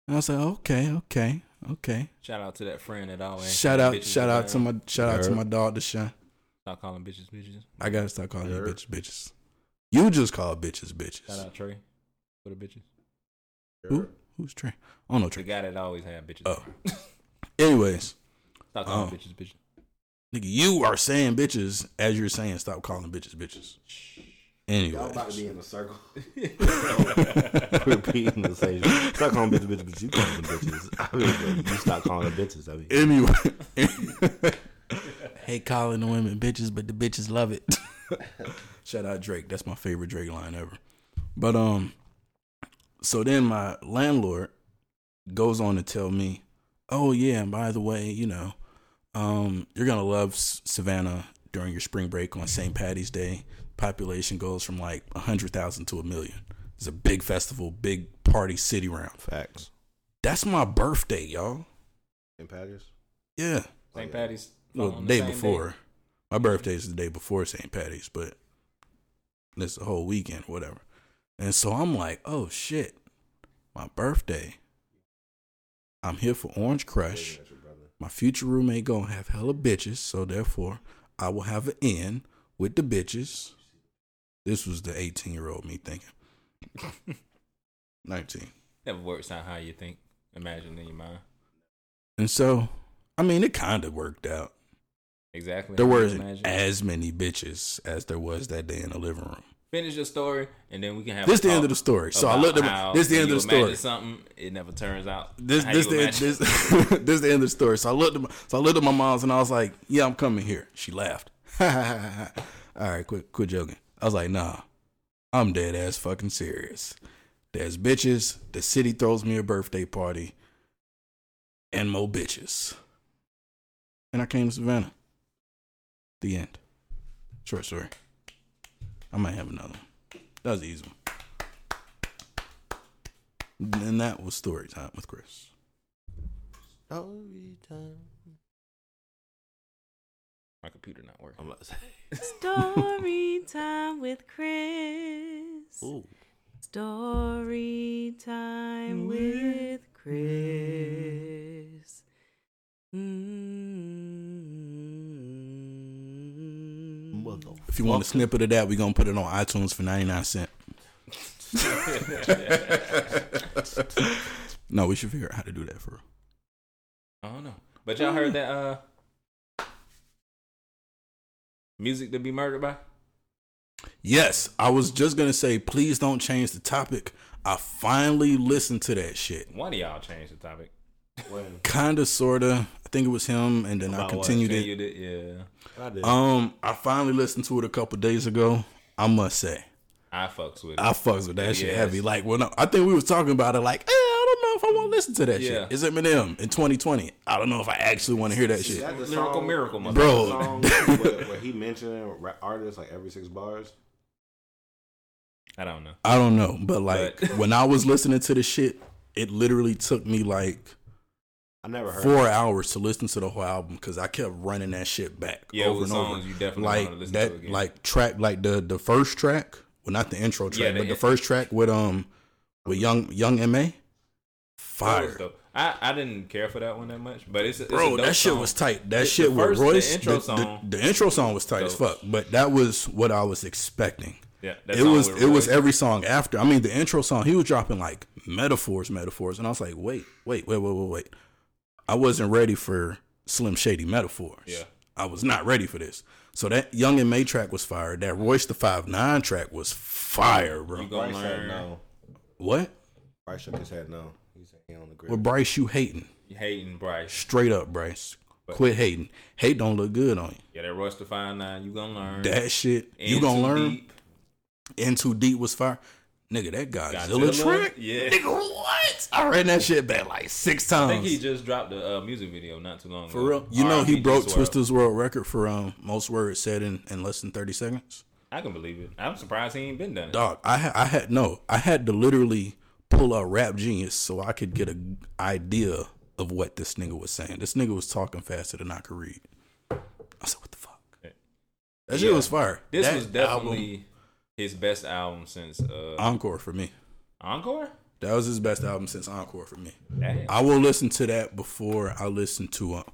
C: And I was like, okay, okay. Okay.
B: Shout out to that friend that
A: Oh,
B: always
C: Shout out,
B: bitches
C: shout out to
B: around.
C: my, shout out to
A: Word.
C: my dog, Deshaun.
B: Stop calling bitches bitches.
C: I gotta stop calling you
A: Word.
C: bitches, bitches. You just call bitches,
B: Shout
C: bitches.
B: out Trey for the bitches.
C: Who? Who's Trey? I don't know
B: The
C: Trey.
B: guy that always had bitches.
C: Oh. <laughs> Anyways,
B: Stop calling
C: Oh.
B: bitches bitches.
C: nigga, you are saying bitches as you're saying stop calling bitches, bitches.
A: Y'all about to
C: Anyways,
A: be in a
C: <laughs>
A: circle. <laughs> Repeating the same. Stop calling bitches, bitches, but you calling them
C: <laughs>
A: bitches. I mean, like, you stop calling them bitches. I mean,
C: anyway. <laughs> Hate calling the women bitches, but the bitches love it. <laughs> Shout out Drake. That's my favorite Drake line ever. But um, so then my landlord goes on to tell me, "Oh yeah, and by the way, you know, um, you're gonna love S- Savannah during your spring break on St. Patty's Day. Population goes from like a hundred thousand to a million. It's a big festival, big party city round.
A: facts.
C: That's my birthday, y'all.
A: And Packers.
C: Yeah,
A: Oh,
B: St. Patty's.
C: well,
B: on
C: the day
B: same
C: before. My birthday is the day before St. Patty's, but it's the whole weekend, whatever. And so I'm like, oh shit, my birthday. I'm here for Orange Crush. My future roommate gonna have hella bitches, so therefore I will have an in with the bitches. This was the 18 year old me thinking. 19.
B: Never works out how you think. Imagine in your mind.
C: And so, I mean, it kind of worked out.
B: Exactly.
C: There
B: how you
C: wasn't
B: imagine.
C: as many bitches as there was that day in the living room.
B: Finish your story, and then we can have.
C: This
B: a
C: the end
B: talk
C: of the story. So I
B: about
C: looked at my-
B: how
C: this the
B: when
C: end of
B: you
C: the story.
B: imagine Something it never turns out.
C: This
B: how
C: this
B: you
C: the end,
B: imagine.
C: this <laughs> this the end of the story. So I looked at my, so I looked at my mom's and I was like, "Yeah, I'm coming here." She laughed. <laughs> All right, quit quit joking. I was like, "Nah, I'm dead ass fucking serious." There's bitches. The city throws me a birthday party, and more bitches. And I came to Savannah. The end. Short story. I might have another one. That was an easy one. And that was story time with Chris.
B: My computer not working.
A: I'm about to say.
G: Story time with Chris. Story time with Chris. Mm.
C: If you want a snippet of that, we're gonna put it on iTunes for ninety nine cent. no, we should figure out how to do that for real.
B: I don't know. But y'all heard that uh music to be murdered by?
C: Yes, I was just gonna say, please don't change the topic. I finally listened to that shit.
B: One of y'all changed the topic.
A: When
C: Kinda, sorta. I think it was him, and then I
A: About what?
C: continued
B: Yeah,
C: it.
B: you did. Yeah.
A: I did.
C: Um, I finally listened to it a couple days ago. I must say,
B: I fucks with it.
C: I fucks with that shit
B: Yes.
C: heavy. Like, well, no, I think we was talking about it. Like, eh, I don't know if I want to listen to that
B: Yeah.
C: shit. It's Eminem in 2020. I don't know if I actually want to hear that shit.
A: That the
B: Lyrical miracle,
A: is that
C: Bro. <laughs>
A: the song where, where he mentioning ra- artists like every six bars.
B: I don't know.
C: I don't know, but like
B: But-
C: when I was listening to the shit, it literally took me like
A: I never heard.
C: four hours to listen to the whole album because I kept running that shit back
B: Yeah,
C: over
B: with
C: and over.
B: songs you definitely want to
C: like
B: listen
C: that,
B: to again.
C: like track, like the the first track, well, not the intro track,
B: Yeah, the
C: but the
B: in-
C: first track with um with young young Ma,
B: That was
C: fire.
B: dope. I, I didn't care for that one that much, but it's, it's a
C: Bro,
B: dope
C: that shit
B: song.
C: was tight. That
B: The-
C: shit
B: the
C: with
B: first-
C: Royce,
B: the intro
C: the,
B: song.
C: the, intro song was tight as
B: Dope.
C: fuck. But that was what I was expecting.
B: Yeah, that
C: it
B: song
C: was
B: with
C: it was
B: Royce.
C: every song after. I mean, the intro song he was dropping like metaphors, metaphors, and I was like, wait, wait, wait, wait, wait, wait. I wasn't ready for Slim Shady metaphors.
B: Yeah.
C: I was not ready for this. So that Young and May track was fire. That Royce the Five Nine track was fire, bro.
B: You gonna
A: Bryce said
B: learn?
A: no.
C: What?
A: Bryce shook his head no. He said he on the grid.
C: Well, Bryce, you hating?
B: You hating Bryce?
C: Straight up, Bryce. Quit hating. Hate don't look good on you.
B: Yeah, that Royce the Five Nine. You gonna learn?
C: That shit, you
B: In
C: gonna
B: Too
C: learn.
B: Deep,
C: In Too Deep was fire. Nigga, that Godzilla,
B: Godzilla,
C: track?
B: yeah.
C: Nigga, what? I ran that shit back like six
B: I
C: times.
B: think he just dropped a uh, music video not too long
C: for
B: ago.
C: real. You know, he
B: R&B
C: broke
B: Juice WRLD.
C: Twister's world record for um, most words said in, in less than 30 seconds.
B: I can believe it. I'm surprised he ain't been done. It.
C: Dog, I, ha- I had, no, I had to literally pull out Rap Genius so I could get an idea of what this nigga was saying. This nigga was talking faster than I could read. I said, what the fuck? That shit
B: Yeah.
C: was fire.
B: This
C: That
B: was
C: album,
B: definitely his best album since uh,
C: Encore for me.
B: Encore.
C: That was his best album since Encore for me.
B: Damn.
C: I will listen to that before I listen to um,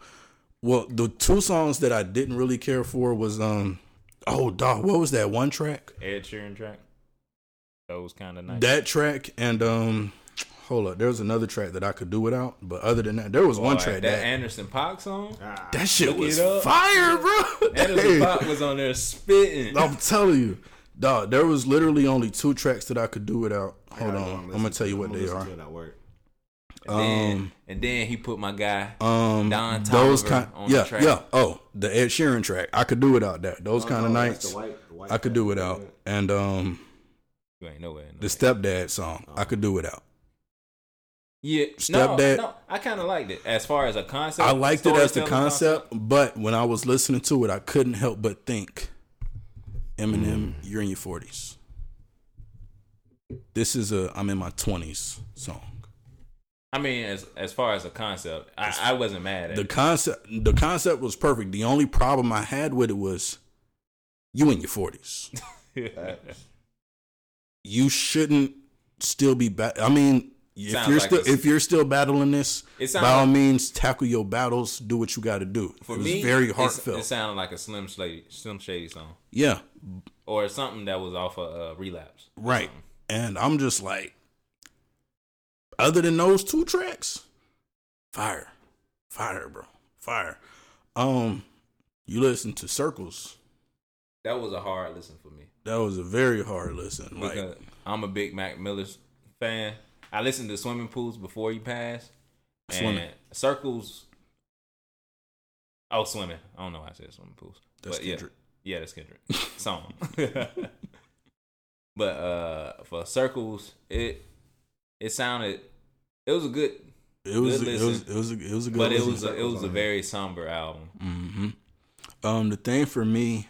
C: well, the two songs that I didn't really care for was um oh dog, what was that one track?
B: Ed Sheeran track. That was kind of nice.
C: That track and um hold up, there was another track that I could do without, but other than that, there was one
B: Boy,
C: track
B: that,
C: that
B: Anderson Paak
C: <laughs>
B: song.
C: that shit
B: Look
C: was
B: it up.
C: fire, bro.
B: Anderson
C: <laughs> Hey.
B: Paak was on there spitting.
C: I'm telling you, dog. There was literally only two tracks that I could do without. Hold on, I'm gonna tell you what they are.
B: And then,
C: Um,
B: and then he put my guy.
C: Um,
B: Don
C: those
B: Toliver
C: kind,
B: on the
C: yeah,
B: track.
C: yeah. Oh, the Ed Sheeran track. I could do without that. Those kind of nights, I could do without. And um,
B: you ain't nowhere. In
C: the stepdad song, I could do without.
B: yeah, no,
C: Stepdad-
B: no, I kind of liked it as far as a concept.
C: I liked it as the
B: storytelling
C: concept, but when I was listening to it, I couldn't help but think,
B: Mm.
C: Eminem, you're in your forties. This is a I'm in my twenties song.
B: I mean, as as far as a concept, I, I wasn't mad at
C: the
B: it.
C: concept the concept was perfect. The only problem I had with it was you in your forties.
B: <laughs>
C: you shouldn't still be bat- I mean, if
B: Sounds
C: you're
B: like
C: still
B: a-
C: if you're still battling this,
B: It sounds
C: by all
B: like-
C: means, tackle your battles. Do what you got to do.
B: For
C: it was
B: me,
C: very
B: it's-
C: heartfelt.
B: It sounded like a Slim Shady, Slim Shady song,
C: yeah,
B: or something that was off of uh, Relapse.
C: right. And I'm just like, other than those two tracks, fire, fire, bro, fire. Um, you listen to Circles.
B: That was a hard listen for me.
C: That was a very hard listen. Like,
B: because I'm a big Mac Miller fan. I listened to Swimming Pools before he passed. And
C: Swimming.
B: Circles. Oh, swimming. I don't know why I said swimming pools.
C: That's
B: but yeah.
C: Kendrick.
B: Yeah, that's
C: <laughs>
B: Kendrick. Song. <laughs> but uh for circles, it it sounded it was a good,
C: it was,
B: good
C: it was,
B: listen.
C: it was, a, it was a good.
B: but it
C: listen.
B: was a, it was a very somber album.
C: hmm Um, the thing for me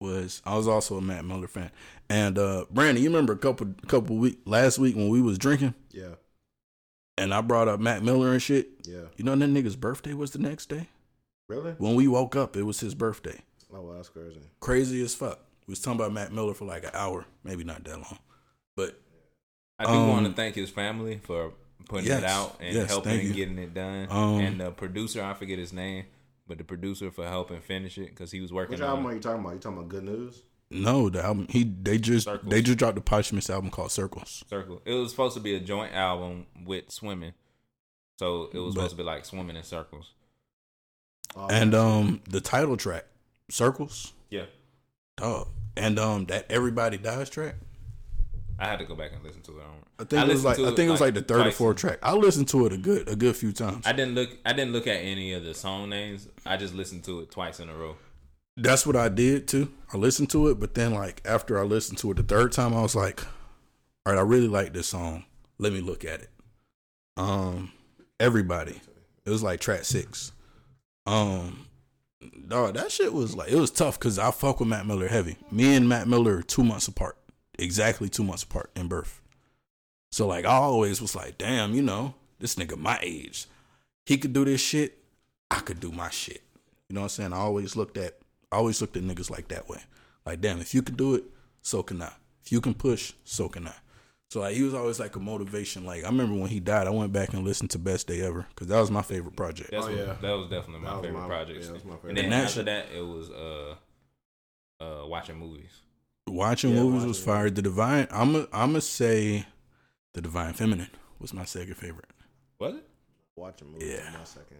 C: was I was also a Matt Miller fan, and uh, Brandon, you remember a couple couple week last week when we was drinking,
A: Yeah,
C: and I brought up Matt Miller and shit.
A: yeah.
C: You know, that nigga's birthday was the next day.
A: Really?
C: When we woke up, it was his birthday.
A: Oh, wow, that's crazy.
C: Crazy as fuck. We was talking about Matt Miller for like an hour, maybe not that long, but
B: I do
C: Um,
B: want to thank his family for putting
C: yes,
B: it out and
C: yes,
B: helping
C: thank
B: and
C: you.
B: getting it done.
C: Um,
B: and the producer, I forget his name, but the producer for helping finish it because he was
A: Which
B: working
A: album are
B: on.
A: you talking about? You talking about Good News?
C: no, the album he they just
B: Circles.
C: they just dropped a posthumous album called Circles.
B: Circle. It was supposed to be a joint album with swimming, so it was
C: But-
B: supposed to be like swimming in circles.
A: Oh,
C: and um the title track circles
B: Yeah,
C: dog and um that everybody dies track
B: I had to go back and listen to it. I, don't-
C: i think it
B: listened
C: was like
B: to
C: i think it was like the third or
B: twice.
C: fourth track i listened to it a good a good few times
B: I didn't look. I didn't look at any of the song names. I just listened to it twice in a row.
C: that's what i did too i listened to it but then like after i listened to it the third time i was like all right i really like this song let me look at it um everybody it was like track six um dog that shit was like it was tough because i fuck with matt miller heavy me and matt miller are two months apart exactly two months apart in birth so like i always was like damn you know this nigga my age he could do this shit i could do my shit you know what i'm saying i always looked at i always looked at niggas like that way like damn if you could do it so can i if you can push so can i so like he was always like a motivation like i remember when he died i went back and listened to best day ever because that was my favorite project
B: That's
A: Oh,
B: what-
A: yeah.
B: that was definitely my
A: That was
B: favorite
A: my-
B: project.
A: yeah, that was my favorite.
B: And then
C: And that
B: after
C: shit-
B: that, it was uh, uh, watching movies.
C: Watching
A: Yeah,
C: movies
A: watching
C: was fired. The Divine. I'm a, I'm gonna say, The Divine Feminine was my second favorite.
B: Was it?
A: watching movies.
C: Yeah.
A: Yeah. My second.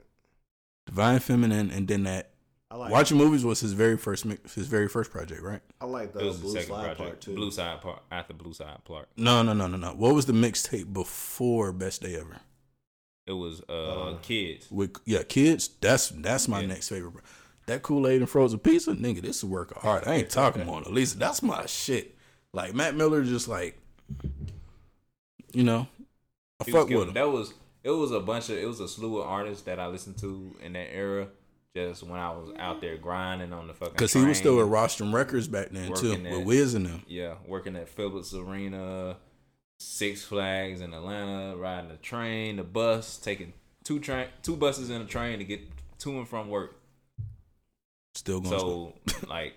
C: Divine Feminine, and then that
A: I like.
C: Watching movies was his very first mi- his very first project, right?
A: I like
B: it
A: the
B: was the
A: Blue
B: second
A: Slide
B: project.
A: part too.
B: Blue Side Park after Blue Side Park.
C: No, no, no, no, no. What was the mixtape before Best Day Ever?
B: It was uh,
A: Uh,
B: kids.
C: With yeah, kids. That's that's my
B: Yeah.
C: next favorite. bro. That Kool Aid and frozen pizza, nigga. This is a work of art. I ain't talking Mona Lisa. That's my shit. Like Matt Miller, just like, you know, I
B: He was
C: fuck
B: giving-
C: with him.
B: That was it was a bunch of it was a slew of artists that I listened to in that era. Just when I was out there grinding on the fucking
C: Because he was still at
B: train,
C: Rostrum Records back then too,
B: Working
C: with
B: at-
C: Wiz and them.
B: yeah working at Phillips Arena, Six Flags in Atlanta, riding the train, the bus, taking two train two buses and a train to get to and from work.
C: Still going. slow.
B: So like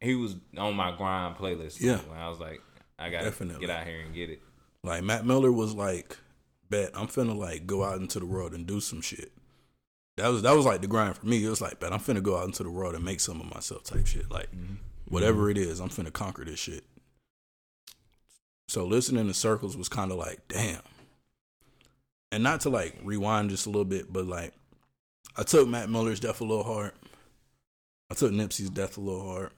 B: he was on my grind playlist.
C: Yeah.
B: and I was like, I gotta
C: Definitely.
B: get out here and get it.
C: Like Matt Miller was like, "Bet I'm finna like go out into the world and do some shit." That was that was like the grind for me. It was like, "Bet I'm finna go out into the world and make some of myself," type shit. Like whatever it is, I'm finna conquer this shit. So listening to circles was kind of like, damn. And not to like rewind just a little bit, but like I took Matt Miller's death a little hard. I took Nipsey's death a little hard.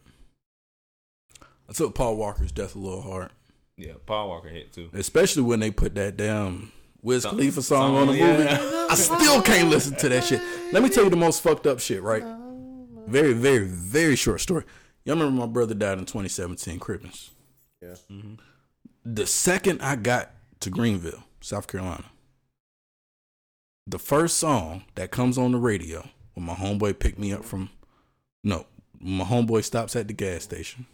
C: I took Paul Walker's death a little hard,
B: Yeah, Paul Walker hit too.
C: especially when they put that damn Wiz
B: Song-
C: Khalifa song on the
B: song,
C: movie.
B: yeah.
C: <laughs> I still can't listen to that shit. Let me tell you the most fucked up shit, right? Very, very, very short story. Y'all remember my brother died in 2017, Crippins.
A: Yeah.
C: The second I got to Greenville, South Carolina, the first song that comes on the radio when my homeboy picked me up from, no, when my homeboy stops at the gas station,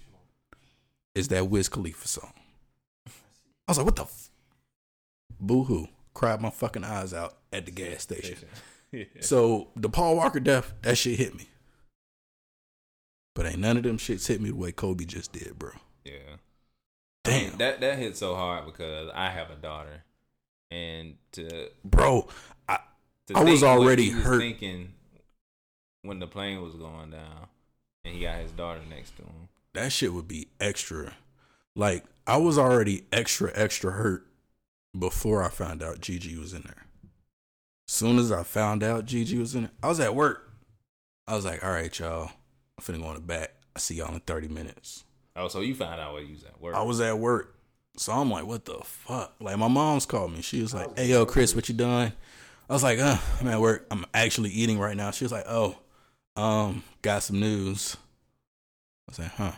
C: is that Wiz Khalifa song. I was like, what the f? Boo hoo. Cried my fucking eyes out at the gas station. So the Paul Walker death, that shit hit me. But ain't none of them shits hit me the way Kobe just did, bro.
B: <laughs> Yeah.
C: Damn.
B: That that hit so hard because I have a daughter, and to, to
C: bro, I, I
B: think
C: was
B: what
C: already
B: he was
C: hurt.
B: thinking when the plane was going down, and he got his daughter next to him.
C: that shit would be extra. Like, I was already extra, extra hurt before I found out Gigi was in there. Soon as I found out Gigi was in there, I was at work. I was like, all right, y'all, I'm finna go on the back. I see y'all in 30 minutes.
B: Oh, so you found out what you was at work?
C: I was at work. So I'm like, what the fuck? Like my mom's called me. She was like, Hey yo, Chris, what you doing? I was like, uh, I'm at work. I'm actually eating right now. She was like, Oh, um, got some news. I was like, huh.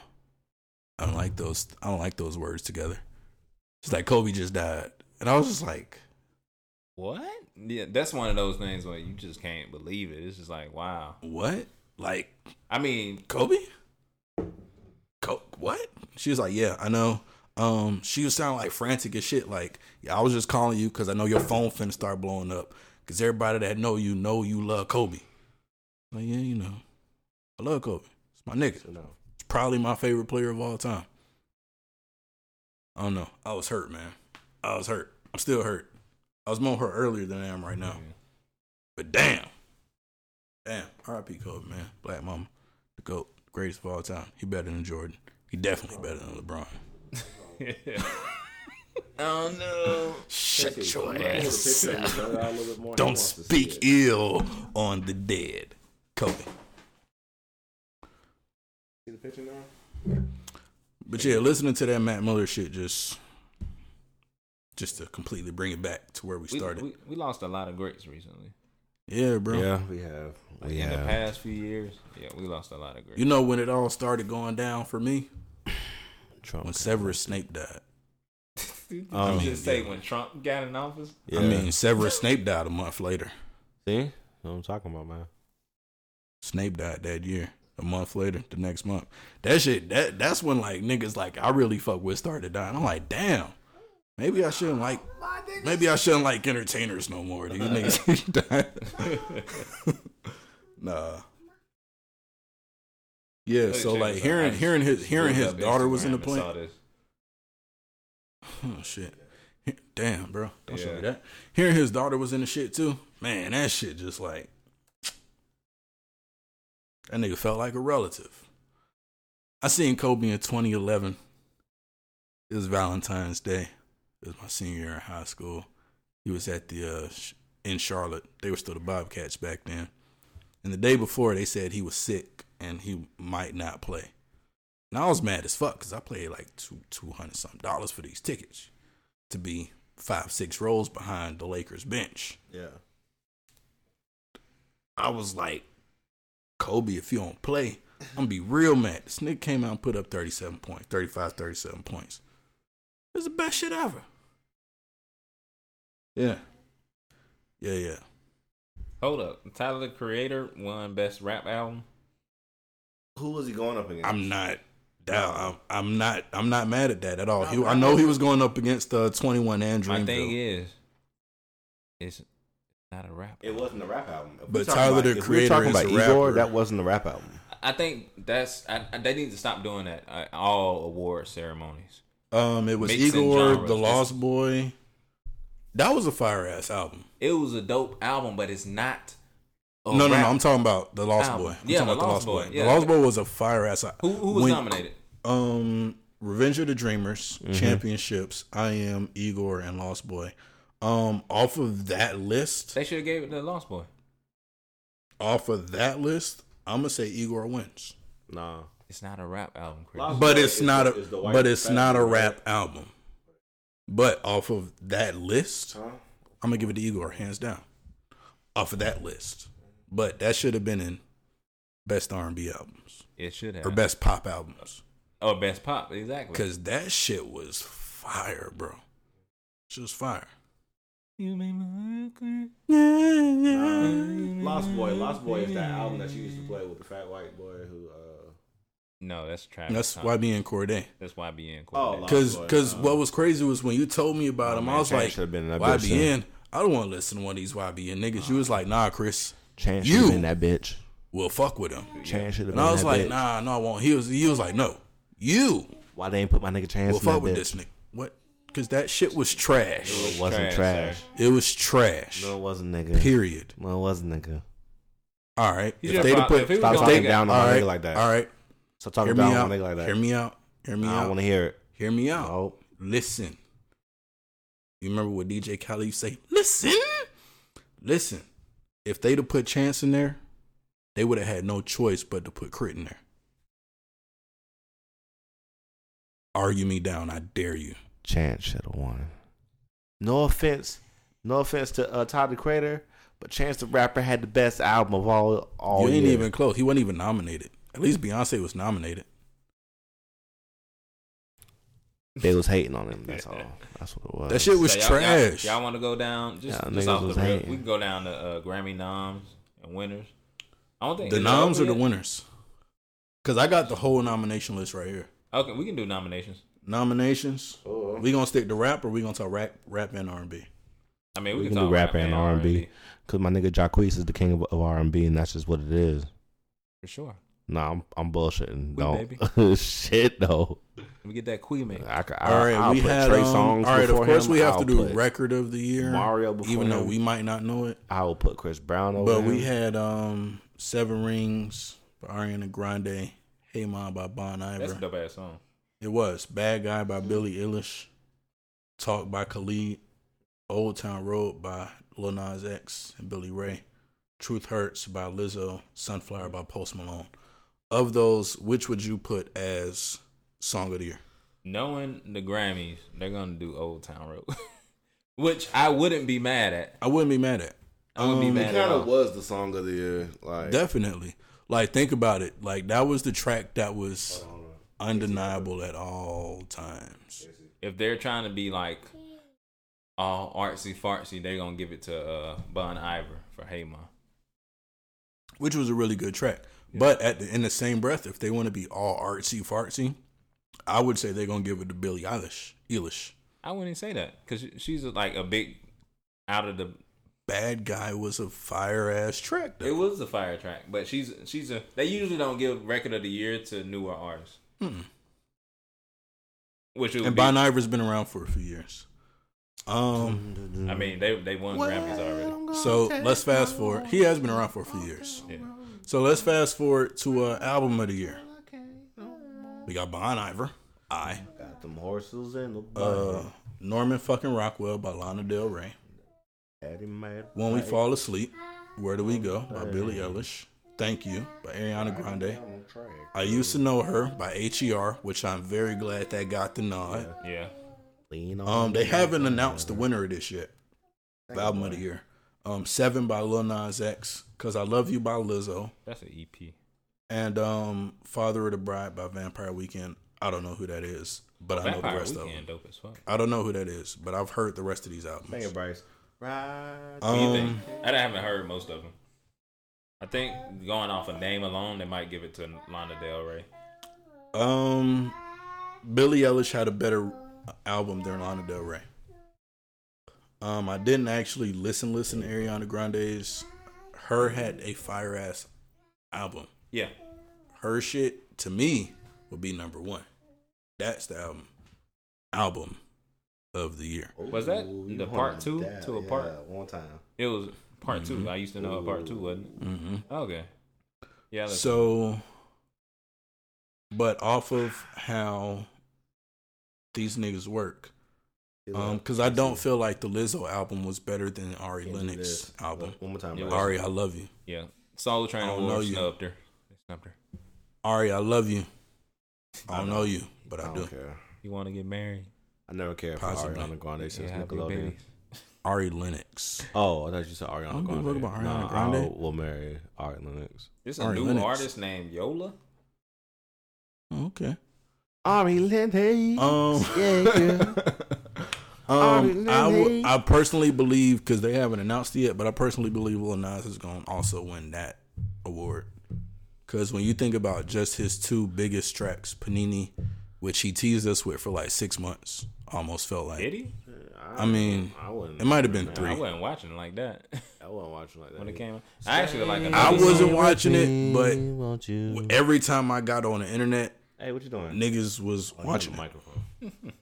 C: I don't like those I don't like those words together. She's like, Kobe just died. And I was just like,
B: what? Yeah, that's one of those things where you just can't believe it. It's just like wow.
C: What? Like
B: I mean,
C: Kobe? Co- what? She was like, yeah, I know. Um, she was sounding like frantic as shit. Like, yeah, I was just calling you because I know your phone finna start blowing up. Cause everybody that know you know you love Kobe. Like, yeah, you know, I love Kobe. It's my nigga.
A: So no.
C: It's probably my favorite player of all time. I don't know. I was hurt, man. I was hurt. I'm still hurt. I was more hurt earlier than I am right now. But damn. Damn. R.I.P. Kobe, man. Black mama. The GOAT. Greatest of all time. He better than Jordan. He definitely better than LeBron.
B: oh no.
C: Shut your
A: Yes.
C: ass.
A: Picture of him, blur it out a little bit more. He
C: Don't
A: wants to see
C: speak
A: it.
C: ill on the dead. Kobe.
A: See the picture now?
C: But yeah, listening to that Matt Miller shit just just to completely bring it back to where we
B: We,
C: started.
B: we we lost a lot of greats recently.
C: yeah, bro.
A: Yeah, we have.
B: Like
A: We
B: in the
A: have.
B: past few years, yeah, we lost a lot of greats.
C: You know when it all started going down for me?
A: <sighs> Trump.
C: When Severus Snape died.
B: I'm
A: Um,
B: just say when Trump got in office.
A: Yeah.
C: I mean, Severus Snape died a month later.
A: see what I'm talking about, man.
C: Snape died that year. A month later, the next month. That shit, that that's when like niggas like I really fuck with started dying. I'm like, damn. Maybe I shouldn't like maybe I shouldn't like entertainers no more. These niggas <laughs> dying. <laughs> nah. Yeah, so like hearing hearing his hearing his daughter was in the plane. Oh shit. Damn, bro. Don't show
B: Yeah.
C: me that. Hearing his daughter was in the shit too. Man, that shit just like that nigga felt like a relative. I seen Kobe in 2011. It was Valentine's Day. It was my senior year in high school. He was at the uh, sh- in Charlotte. They were still the Bobcats back then. And the day before, they said he was sick and he might not play. And I was mad as fuck because I paid like two two hundred some dollars for these tickets to be five six rows behind the Lakers bench.
A: Yeah.
C: I was like, Kobe, if you don't play, I'm gonna be real mad. This nigga came out and put up 37 points, 35, 37 points. It was the best shit ever. Yeah. Yeah, yeah.
B: Hold up, Tyler the Creator won Best Rap Album.
A: Who was he going up against?
C: I'm not down. I'm, I'm not I'm not mad at that at all. He, I know he was going up against uh 21 and
B: My thing
C: Dreamville.
B: is, it's not a rap.
A: It wasn't a rap album. If
C: But
A: we're talking
C: Tyler, the
A: if we're
C: Creator
A: talking
C: is
A: about
C: a
A: Igor,
C: rapper.
A: that wasn't a rap album.
B: I think that's I, I- they need to stop doing that at all award uh, ceremonies.
C: Um, it was
B: Mixing
C: Igor,
B: genres.
C: The Lost Boy. That was a fire ass album.
B: It was a dope album, but it's not. a
C: no, no,
B: Oh, rap.
C: no. I'm talking about The Lost
B: album.
C: Boy. I'm
B: Yeah,
C: talking
B: The
C: about
B: Lost Boy. Yeah.
C: The Lost Boy was a fire ass.
B: Who, who was nominated?
C: Um, Revenge of the Dreamers, Championships, I Am, Igor, and Lost Boy. Um, off of that list,
B: They should have gave it to the Lost Boy.
C: off of that list, I'm gonna say Igor wins.
A: Nah.
B: It's not a rap album, Chris.
E: Lost
C: But
E: Boy
C: it's
E: is
C: not a
E: the- is the white
C: but it's not a
E: fat-
C: rap album. But off of that list, I'm gonna give it to Igor hands down. Off of that list, but that should have been in best R&B albums
B: It should have.
C: or best pop albums
B: Or best pop, exactly.
C: because that shit was fire, bro. Shit was fire.
B: You made my heart cry.
E: Lost Boy, Lost Boy is that album that you used to play with the fat white boy who. uh
B: No, that's Travis.
C: That's
B: Scott.
C: why me and Corday.
B: That's YBN.
E: Oh, Lost
B: Quarterback.
C: Because
E: Boy, Oh,
C: because
E: uh,
C: what was crazy was when you told me about him, I was like,
A: should've been in that bitch,
C: YBN. I don't want to listen to one of these YBN niggas. You was
E: Uh-huh.
C: like, nah, Chris,
A: Chance
C: You-
A: should have been that bitch.
C: we'll fuck with him.
A: Chance should have been
C: And I was
A: that
C: like,
A: bitch.
C: nah, no, I won't. He was he was like, no, you
A: Why they ain't put my nigga Chance
C: will
A: in that
C: fuck
A: bitch?
C: with this nigga. What? Because that shit was trash.
A: It wasn't
B: Trash,
A: trash.
C: It was trash.
A: No, it wasn't nigga.
C: Period.
A: No, it wasn't nigga.
C: All right.
B: He
C: If
B: should've
C: they'd have
B: probably-
C: put,
B: if he was
C: if
A: Stop
B: gonna
C: they-
A: talking down on
C: all
A: my
C: right,
A: nigga like that.
C: all right.
A: Stop talking
C: Hear me
A: down on my nigga like
C: out.
A: that.
C: Hear me out. Hear me
A: I don't
C: out.
A: want to hear it.
C: Hear me out.
A: Oh,
C: listen. You remember what DJ Khalif say? Listen, listen. If they'd have put Chance in there, they would have had no choice but to put Crit in there. Argue me down, I dare you.
A: Chance should have won. No offense, no offense to uh, Todd the Creator, but Chance the Rapper had the best album of all
D: Oh,
A: all
C: you
A: year.
C: ain't even close. He wasn't even nominated. At least Beyonce was nominated.
A: They was hating on him. That's all. That's what it
D: Uh,
A: was.
C: That shit was
B: So y'all-
C: trash.
B: Y'all, y'all want to go down? Just,
A: Y'all
B: just
A: niggas
B: off
A: was
B: the rip,
A: hating.
B: we can go down to uh, Grammy noms and winners. I don't think
C: the
B: is it
C: noms
B: over
C: are the
B: yet?
C: winners. Cause I got the whole nomination list right here.
B: Okay, we can do nominations.
C: Nominations. We gonna stick to rap, or we gonna talk rap, rap and R and B.
B: I mean, we,
A: we can do
B: talk
A: rapper and R and B
B: R&B,
A: because my nigga Jacquees is the king of, of R and B, and that's just what it is.
B: for sure.
A: Nah, I'm I'm bullshitting.
B: We
A: Don't <laughs> shit though.
B: Let me get that Queen made.
A: I, could- I,
C: All right,
A: I'll
C: we
A: put
C: had
A: Trey
C: um,
A: songs.
C: all right, of
A: before
C: course
A: him.
C: we have
A: I'll
C: to do
A: put-
C: record of the year,
A: Mario before
C: even though
A: him.
C: we might not know it.
A: I will put Chris Brown over.
C: But we
A: him.
C: had um Seven Rings by Ariana Grande, Hey Ma by Bon
B: That's a
C: Iver.
B: dope ass song.
C: It was Bad Guy by Billy Eilish, Talk by Khalid, Old Town Road by Lil Nas X and Billy Ray, Truth Hurts by Lizzo, Sunflower by Post Malone. Of those, which would you put as song of the year?
B: Knowing the Grammys, they're gonna do Old Town Road, <laughs> which I wouldn't be mad at.
C: I wouldn't be mad at.
B: I wouldn't
C: Um,
B: be
E: It
B: mad at
E: kind
B: all.
E: of was the song of the year. Like
C: Definitely. Like think about it. Like that was the track that was undeniable at all times.
B: if they're trying to be like all artsy fartsy, they're gonna give it to uh, Bon Iver for Hey Ma.
C: Which was a really good track. But at the in the same breath, if they want to be all artsy fartsy, I would say they're gonna give it to Billie Eilish. Eilish.
B: I wouldn't say that because she's like a big out of the.
C: Bad guy was a fire ass track
B: It
C: though.
B: was a fire track, but she's she's a. They usually don't give record of the year to newer artists,
C: Hmm.
B: which it would
C: And
B: be.
C: Bon Iver's been around for a few years. Um
B: I mean, they they won Grammys already.
C: so let's fast forward. He has been around for a few years.
B: Yeah.
C: So let's fast forward to uh, album of the year. We got Bon Iver. I
A: got them horses and the
C: uh,
A: buggy.
C: Norman fucking Rockwell by Lana Del Rey.
A: Daddy mad
C: When We
A: bite.
C: Fall Asleep, Where Do We Go by Billie Eilish. Thank You by Ariana Grande. I Used to Know Her by H.E.R., which I'm very glad that got the nod.
B: Yeah,
A: Lean on
C: Um, they
A: me.
C: haven't announced the winner of this yet. The album of the year. Um, Seven by Lil Nas X, Cause I Love You by Lizzo,
B: that's an E EP.
C: and um, Father of the Bride by Vampire Weekend. I don't know who that is, but I know the
B: Vampire
C: rest of them.
B: Weekend, dope as fuck.
C: I don't know who that is, but I've heard the rest of these
A: Sing
C: albums.
A: it, Bryce. Right.
B: What do you
C: Um,
B: think? I haven't heard most of them. I think going off a name alone, they might give it to Lana Del Rey.
C: Um, Billie Eilish had a better album than Lana Del Rey. Um, I didn't actually listen listen to Ariana Grande's. Her had a fire ass album.
B: Yeah,
C: Her shit to me would be number one. That's the album. album of the year.
B: Was that
A: Ooh,
B: the
A: you
B: part
A: on
B: two
A: that,
B: to a
A: yeah,
B: part?
A: One time.
B: It was part two. I used to know it part two, wasn't it?
C: Mm-hmm.
B: Okay. Yeah. that's-
C: So, but off of how these niggas work,
A: He
C: um,
A: like-
C: because I don't feel like the Lizzo album was better than Ari
A: Can't do
C: Lennox
A: this.
C: album.
A: One more time.
B: Yeah.
A: bro.
C: Ari, I love you.
B: yeah. Solo Train
C: I don't know
B: Award
C: you.
B: snubbed her. They snubbed her.
C: Ari, I love you. I don't know you, but
A: I
C: I do.
A: don't care.
B: You want to get married?
A: I never cared for
C: Possibly.
A: Ariana Grande since
B: Yeah, have your
A: Nickelodeon.
B: babies.
C: Ari Lennox.
A: Oh, I thought you said
C: I
A: Ariana
C: don't give a
A: Grande.
C: fuck about Ariana
A: Nah,
C: Grande.
A: I will marry Ari Lennox.
B: This a
C: Ari
B: new
C: Lennox.
B: artist named Yola.
C: Okay.
D: Ari Lennox.
C: Um.
D: <laughs> yeah, yeah.
A: <laughs>
C: Um, I would- I personally believe because they haven't announced it yet, but I personally believe Lil Nas is going to also win that award. Because when you think about just his two biggest tracks, Panini, which he teased us with for like six months, almost felt like
B: Did he?
C: I mean,
A: I wouldn't.
C: it might have been
B: I
C: three.
B: wasn't watching it like that <laughs>
A: I wasn't watching like that.
B: when it
A: either.
B: came. out. I actually like.
C: I
B: another song.
C: wasn't watching it, but
D: Won't you?
C: every time I got on the internet,
A: Hey, what you doing?
C: niggas was
A: Oh, you
C: watching
A: on the
C: it.
A: microphone.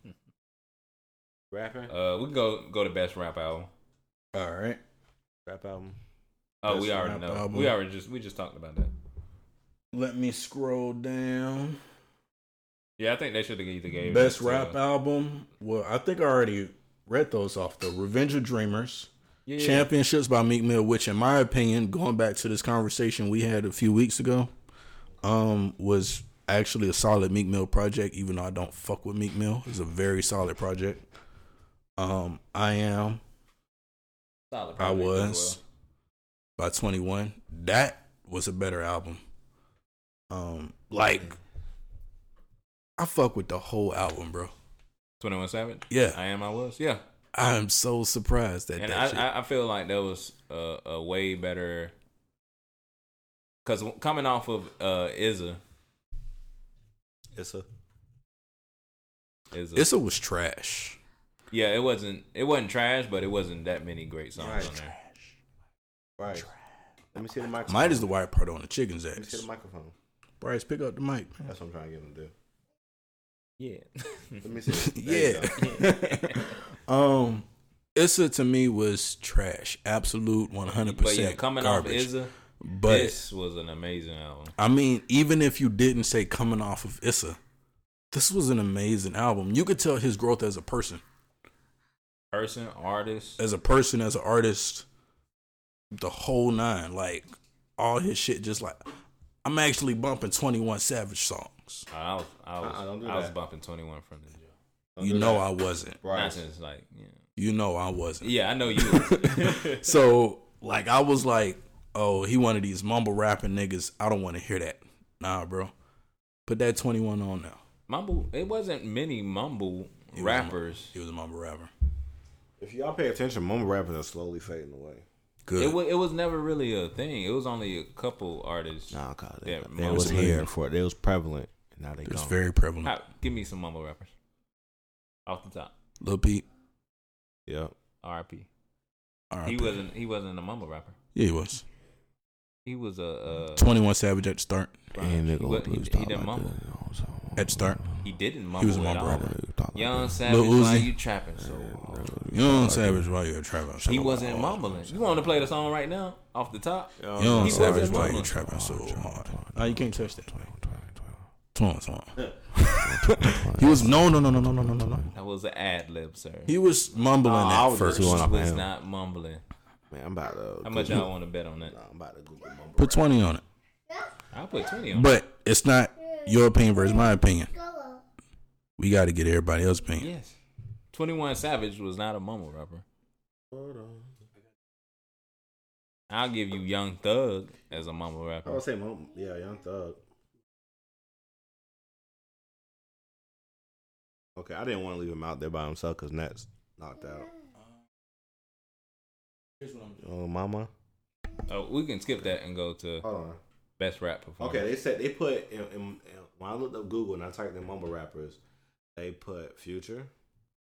A: Rapping.
B: <laughs> Uh, we can go go to best rap album.
C: All right,
A: Rap album.
B: Oh,
C: Best
B: we already
C: rap
B: know.
C: album.
B: We already just we just talked about that.
C: let me scroll down.
B: Yeah, I think they should have either gave
C: Best
B: it to- uh,
C: rap album. Well, I think I already read those off though. Revenge of Dreamers.
B: Yeah,
C: Championships by Meek Mill, which in my opinion, going back to this conversation we had a few weeks ago, um, was actually a solid Meek Mill project, even though I don't fuck with Meek Mill. It's a very solid project. Um, I am,
B: Solid
C: I
B: project as
C: was by twenty one. That was a better album. Um, like I fuck with the whole album, bro.
B: Twenty One Savage.
C: Yeah.
B: I am. I was. Yeah,
C: I am so surprised that
B: and
C: that shit.
B: I, I I feel like that was a, a way better because coming off of uh Izza,
A: It's a.
B: Izza,
C: Issa was trash.
B: yeah, it wasn't it wasn't trash, but it wasn't that many great songs
A: Right.
B: on there.
A: Right. Let me see the microphone.
C: Mine is the white part on the chicken's
A: Let me see
C: ass.
A: the microphone.
C: Bryce, pick up the mic.
A: That's what I'm trying to get him to do.
B: Yeah,
A: Let me see. <laughs> There you
C: yeah.
A: go.
B: <laughs>
C: um, Issa to me was trash. Absolute one hundred
B: but yeah,
C: percent
B: coming
C: garbage.
B: off Izza,
C: but
B: this was an amazing album.
C: I mean, even if you didn't say coming off of Issa, this was an amazing album. You could tell his growth as a person,
B: Person, artist,
C: as a person, as an artist, the whole nine. Like all his shit, just like I'm actually bumping Twenty One Savage songs.
B: I was I was,
A: Uh-uh, don't do
B: I was
A: that.
B: bumping Twenty One from the jail.
A: Don't
C: you
A: do
C: know
A: that.
C: I wasn't.
B: Not
A: Right.
B: since like you know.
C: You know I wasn't.
B: yeah, I know you.
C: <laughs>
B: was. <laughs>
C: So like I was like, oh, he one of these mumble rapping niggas. I don't want to hear that. Nah, bro. Put that twenty one on now.
B: mumble. It wasn't many mumble
C: He was a mu-
B: rappers.
C: He was a mumble rapper.
A: If y'all pay attention, mumble rappers are slowly fading away.
C: Good.
B: It was, it was never really a thing. It was only a couple artists.
A: Nah, cause
B: Yeah,
A: they, they
B: mumble
A: was
C: rappers.
A: here for it. They was prevalent. and Now they
C: it's
A: gone.
C: very prevalent.
B: How, give me some mumble rappers off the top.
C: Lil Peep.
A: Yep.
B: R.I.P.
C: R.I.P.
B: He wasn't. He wasn't a mumble rapper.
C: Yeah, he was.
B: He was a. uh, a
C: Twenty one Savage at the start.
B: he, wa- he, he didn't mumble.
C: At the start.
B: He didn't mumble.
C: He was a
B: at
C: mumble
B: all.
C: rapper.
B: Young Savage,
C: Lil
B: why
C: Uzi.
B: you trapping so hard?
C: Young Savage while you're trapping.
B: He wasn't mumbling. You want to play the song right now off the top?
C: Young
B: He
C: Savage
B: wasn't
C: why you
B: mumbling.
C: trapping so hard. Oh, you can't touch that. Twenty one Savage. <laughs> He was no no no no no no no no no.
B: That was an ad lib, sir.
C: He was mumbling
A: Nah, I
C: at
A: was just
C: first.
A: doing
B: He
A: up
B: Oh, was
A: him.
B: not mumbling.
A: Man, I'm about to.
B: How much y'all want to bet on that?
A: Nah, I'm about to Google mumble.
C: Put twenty on it.
B: I'll put twenty on. it.
C: But it's not your opinion versus my opinion. We got to get everybody else's opinion.
B: Yes. 21 Savage was not a mumble rapper. I'll give you Young Thug as a mumble
A: I
B: rapper.
A: would say mumble. Yeah, Young Thug. Okay, I didn't want to leave him out there by himself because Nat's knocked out. Oh, mama.
B: Oh, we can skip that and go to
A: Hold on.
B: best rap performance.
A: Okay, they said they put in, in, in- when I looked up Google and I typed in mumble rappers, they put Future,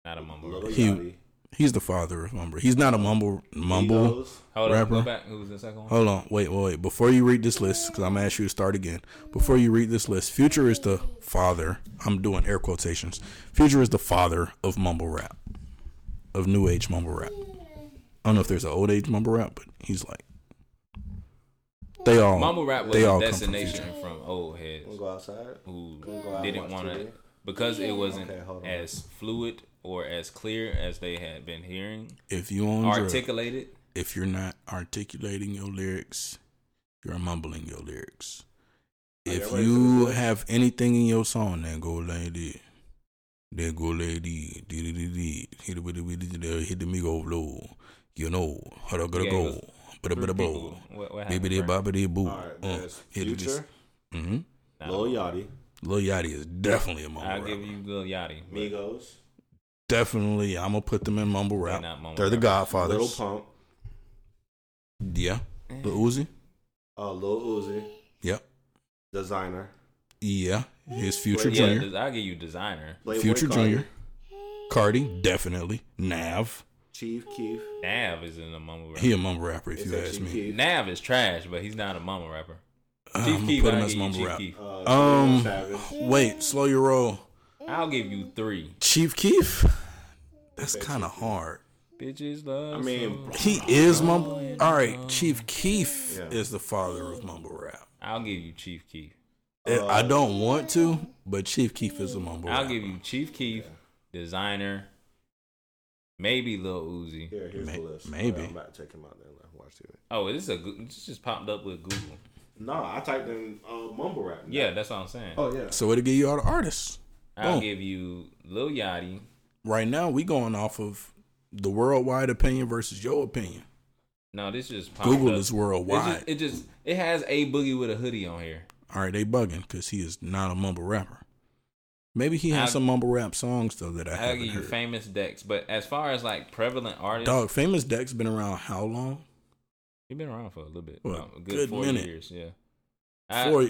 B: not a mumble
A: Lil
B: rapper.
C: He-
A: Yachty,
C: He's the father of mumble. He's not a mumble mumble.
A: Migos.
B: Hold
C: Rapper.
B: on, go back. Who's the second one?
C: Hold on, wait, wait, wait. Before you read this list, because I'm gonna ask you to start again. Before you read this list, Future is the father. I'm doing air quotations. Future is the father of mumble rap, of new age mumble rap. I don't know if there's an old age mumble rap, but he's like, they all
B: Mumble rap was
C: they
B: a
C: all come from
B: destination
C: Future.
B: from old heads
A: Wanna go outside?
B: who
A: go out
B: didn't
A: and
B: want
A: watch
B: to
A: TV?
B: because it wasn't
A: Okay, hold on.
B: as fluid or as clear as they had been hearing
C: If you on drugs,
B: articulated.
C: if you're not articulating your lyrics, you're mumbling your lyrics. If
A: y'all ready
C: you
A: for this?
C: have anything in your song, then go like this. Then go like this. Dee dee dee dee. Hit it with it with it. there. Hit the migo low. You know how to
B: Yeah,
C: gotta
B: it
C: go.
B: was
C: Bada
B: Three
C: bada bo.
B: people. What, what happened?
C: Baby dee
B: Frank?
C: baba dee boo. Uh,
A: All right, that's Future,
C: Mm-hmm.
B: Nah,
A: Lil Yachty,
C: Lil Yachty is definitely a mumble
B: I'll
C: rapper.
B: give you Lil Yachty. but
A: Migos,
C: Definitely, I'm gonna put them in mumble
B: they're
C: rap.
B: not mumble
C: They're the
B: rappers.
C: Godfathers.
A: Little Pump,
C: Yeah, Lil Uzi.
A: uh, Lil Uzi,
C: Yep.
A: Designer,
C: Yeah, his future
A: Wait,
B: Yeah,
C: junior.
B: des- I'll give you designer.
A: Playboy
C: Future
A: Carti,
C: Junior, Cardi, definitely. Nav,
A: Chief Keef.
B: Nav is in a mumble rapper.
C: he a mumble rapper if
A: It's
C: you
A: actually
C: ask me.
A: Keef.
B: Nav is trash, but he's not a mumble rapper.
C: Uh,
B: Chief
C: I'm gonna
B: Keef,
C: put him
B: I'll give
C: as
B: you
C: mumble
B: Chief
C: rap.
B: Keef.
A: Uh,
C: Um,
A: Savage,
C: Wait, slow your roll.
B: I'll give you three.
C: Chief Keef, that's kind of hard.
B: Bitches love.
A: I mean,
C: He is mumble. All right, Chief Keef
A: Yeah.
C: is the father of mumble rap.
B: I'll give you Chief Keef.
C: And I don't want to, but Chief Keef is a mumble.
B: Uh, I'll
C: rapper.
B: give you Chief Keef, designer, maybe Lil Uzi.
A: here, here's
C: May-
A: the list.
C: maybe.
A: Alright, I'm about to take him out there and let him watch TV.
B: Oh, this is a Goo- this just popped up with Google.
A: No, I typed in uh, mumble rap.
B: Yeah, that's what I'm saying.
A: Oh yeah.
C: So it'll give you all the artists.
B: I'll
C: boom.
B: give you Lil Yachty.
C: Right now, we going off of the worldwide opinion versus your opinion.
B: No, this just popped
C: Google
B: up.
C: is
B: It
C: worldwide.
B: just, it just it has a boogie with a hoodie on here.
C: All right, they bugging because he is not a mumble rapper. Maybe he has
B: I-
C: some mumble rap songs though that I
B: I'll
C: haven't
B: give you
C: heard.
B: famous Dex, but as far as like prevalent artists,
C: Dog, famous Dex been around how long?
B: He's been around for a little bit.
C: Well,
B: Um, a good,
C: good
B: four
C: minute.
B: years, yeah. I,
C: Four.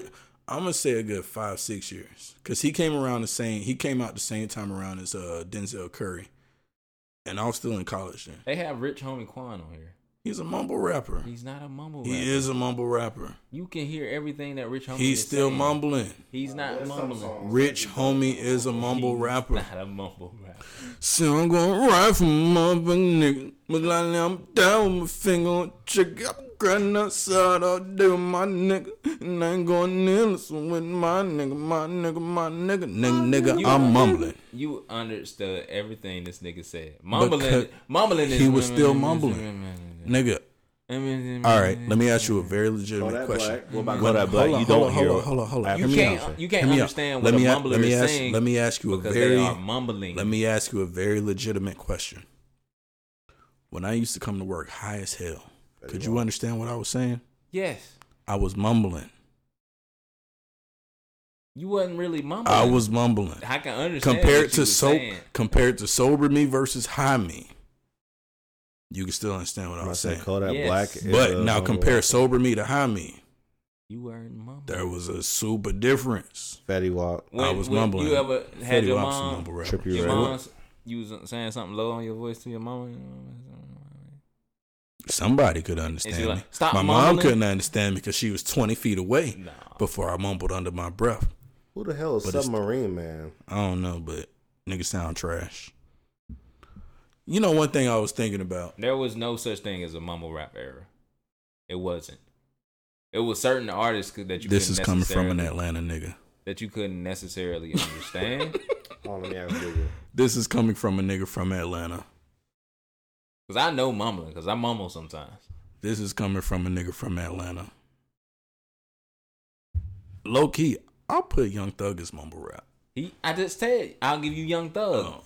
C: I'm gonna say a good five, six years because he came around the same. He came out the same time around as uh, Denzel Curry, and I was still in college then.
B: They have Rich Homie Quan on here.
C: He's a mumble rapper.
B: He's not a mumble
C: He
B: rapper.
C: is a mumble rapper.
B: You can hear everything that Rich Homie
C: He's
B: is
C: still
B: saying.
C: mumbling.
B: He's not
A: There's some
B: mumbling.
A: songs.
C: Rich homie is a mumble
B: He's
C: rapper.
B: Not a mumble rapper.
C: So I'm gonna ride from up a nigga. But like now I'm down with my finger on trigger. I'm grinding outside all day with my nigga. And I ain't gonna kneel so with my nigga, my nigga, my nigga. Nigga, nigga, I'm mumbling.
B: You understood everything this nigga said. Mumbling,
C: Because
B: mumbling. Is
C: he was
B: <laughs>
C: still Nigga, all right, let me ask you a very
A: Kodak
C: legitimate question.
A: Black. What about
C: When-
A: Kodak Black?
C: hold on,
A: You
C: hold
A: don't
C: on,
A: hear
C: Hold on, hold on, hold on.
A: after
C: Hear
B: You
C: me
B: can't.
C: out.
B: You can't
C: Hear me out.
B: understand
C: Let
B: what
C: me
B: a
C: a-
B: mumbler
C: let me
B: is
C: ask-
B: saying.
C: Let me ask you a
B: because
C: very
B: they are mumbling.
C: Let me ask you a very legitimate question. When I used to come to work high as hell, could you understand what I was saying?
B: yes,
C: I was mumbling.
B: you wasn't really mumbling.
C: I was mumbling.
B: I can understand.
C: Compared
B: what you
C: to
B: was
C: so
B: saying.
C: compared to sober me versus high me, you can still understand what I
A: I
C: was
A: said
C: saying.
A: Kodak
B: Yes.
A: Black. is
C: But
A: a
C: now
A: mumble
C: compare
A: rapper.
C: sober me to high me.
B: You weren't mumbling.
C: There was a super difference.
A: Fetty Wap.
B: When,
C: I was
B: when
C: mumbling.
B: You ever had
C: Fetty
B: your
C: Wap's a
B: mom?
C: mumble rapper.
A: Trippie
B: Your
A: Red.
B: mom's you was saying something low on your voice to your mama. You know,
C: Somebody could
B: And she
C: understand
B: like,
C: me.
B: "Stop
C: my mom
B: mumbling."
C: couldn't understand me because she was twenty feet away
B: Nah.
C: before I mumbled under my breath.
A: Who the hell is
C: But it's-
A: Submarine Man?
C: I don't know, but niggas sound trash. You know one thing I was thinking about.
B: there was no such thing as a mumble rap era. It wasn't. It was certain artists could- that you.
C: This is
B: couldn't
C: coming from an
B: necessarily-
C: Atlanta nigga.
B: that you couldn't necessarily
C: <laughs>
B: understand.
A: Hold on, let me ask Google.
C: This is coming from a nigga from Atlanta.
B: Cause I know mumbling. Cause I mumble sometimes.
C: This is coming from a nigga from Atlanta. Low key, I'll put Young Thug as mumble rap.
B: He, I just said I'll give you Young Thug.
C: Oh.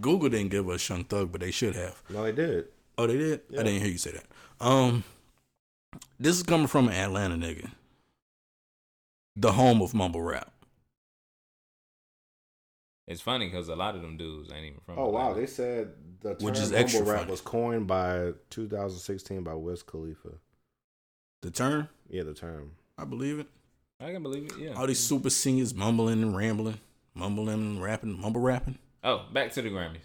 C: Google didn't give us Young Thug, but they should have.
A: No, he did.
C: Oh, they did. I
A: Yeah.
C: didn't hear you say that. Um, this is coming from an Atlanta nigga, the home of mumble rap.
B: It's funny because a lot of them dudes ain't even from.
A: Oh wow,
B: Atlanta.
A: they said the term
C: Which is
A: mumble
C: extra
A: rap
C: funny.
A: was coined by 2016 by Wiz Khalifa.
C: The term,
A: Yeah, the term.
C: I believe it.
B: I can believe it. Yeah.
C: All these super singers mumbling and rambling, mumbling and rapping, mumble rapping.
B: Oh, back to the Grammys.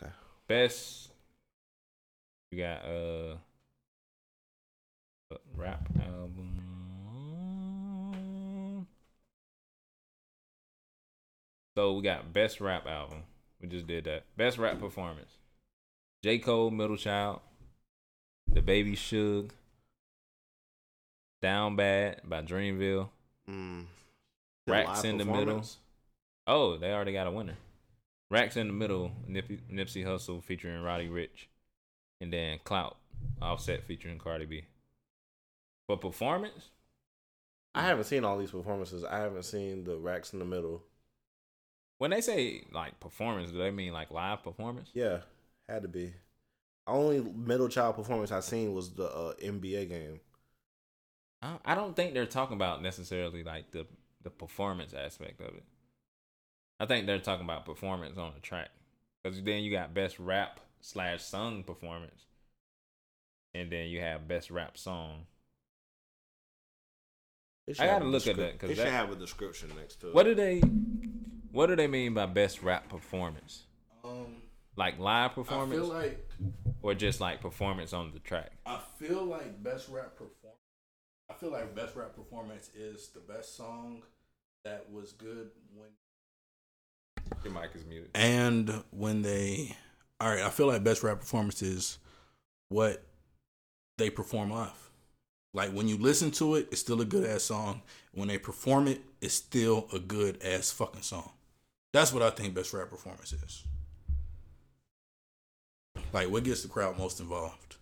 A: Okay.
B: Best. You got uh a rap album. So we got best rap album. We just did that. Best rap performance. J. Cole, Middle Child, The Baby Suge, Down Bad by Dreamville.
A: Mm.
B: Racks
A: Live
B: in the middle.
A: performance?
B: Oh, they already got a winner. Racks in the middle, Nip- Nipsey Hussle featuring Roddy Rich, and then Clout Offset featuring Cardi B. For performance,
A: I haven't seen all these performances. I haven't seen the racks in the middle.
B: when they say like performance, do they mean like live performance?
A: Yeah, had to be. Only middle child performance I seen was the uh, NBA game.
B: I I don't think they're talking about necessarily like the the performance aspect of it. I think they're talking about performance on the track because then you got best rap slash sung performance, and then you have best rap song.
A: It should
B: I
A: have a
B: gotta look at
A: descrip-
B: that because
A: It should have a description next to it.
B: What do they what do they mean by best rap performance?
C: Um,
B: Like live
C: I
B: performance
C: feel like
B: or just like performance on the track?
C: I feel like best rap performance. I feel like best rap performance is the best song that was good when
B: Your mic is muted.
C: and when they all right. I feel like best rap performance is what they perform live. Like when you listen to it, it's still a good ass song. When they perform it, it's still a good ass fucking song. That's what I think best rap performance is. Like what gets the crowd most involved?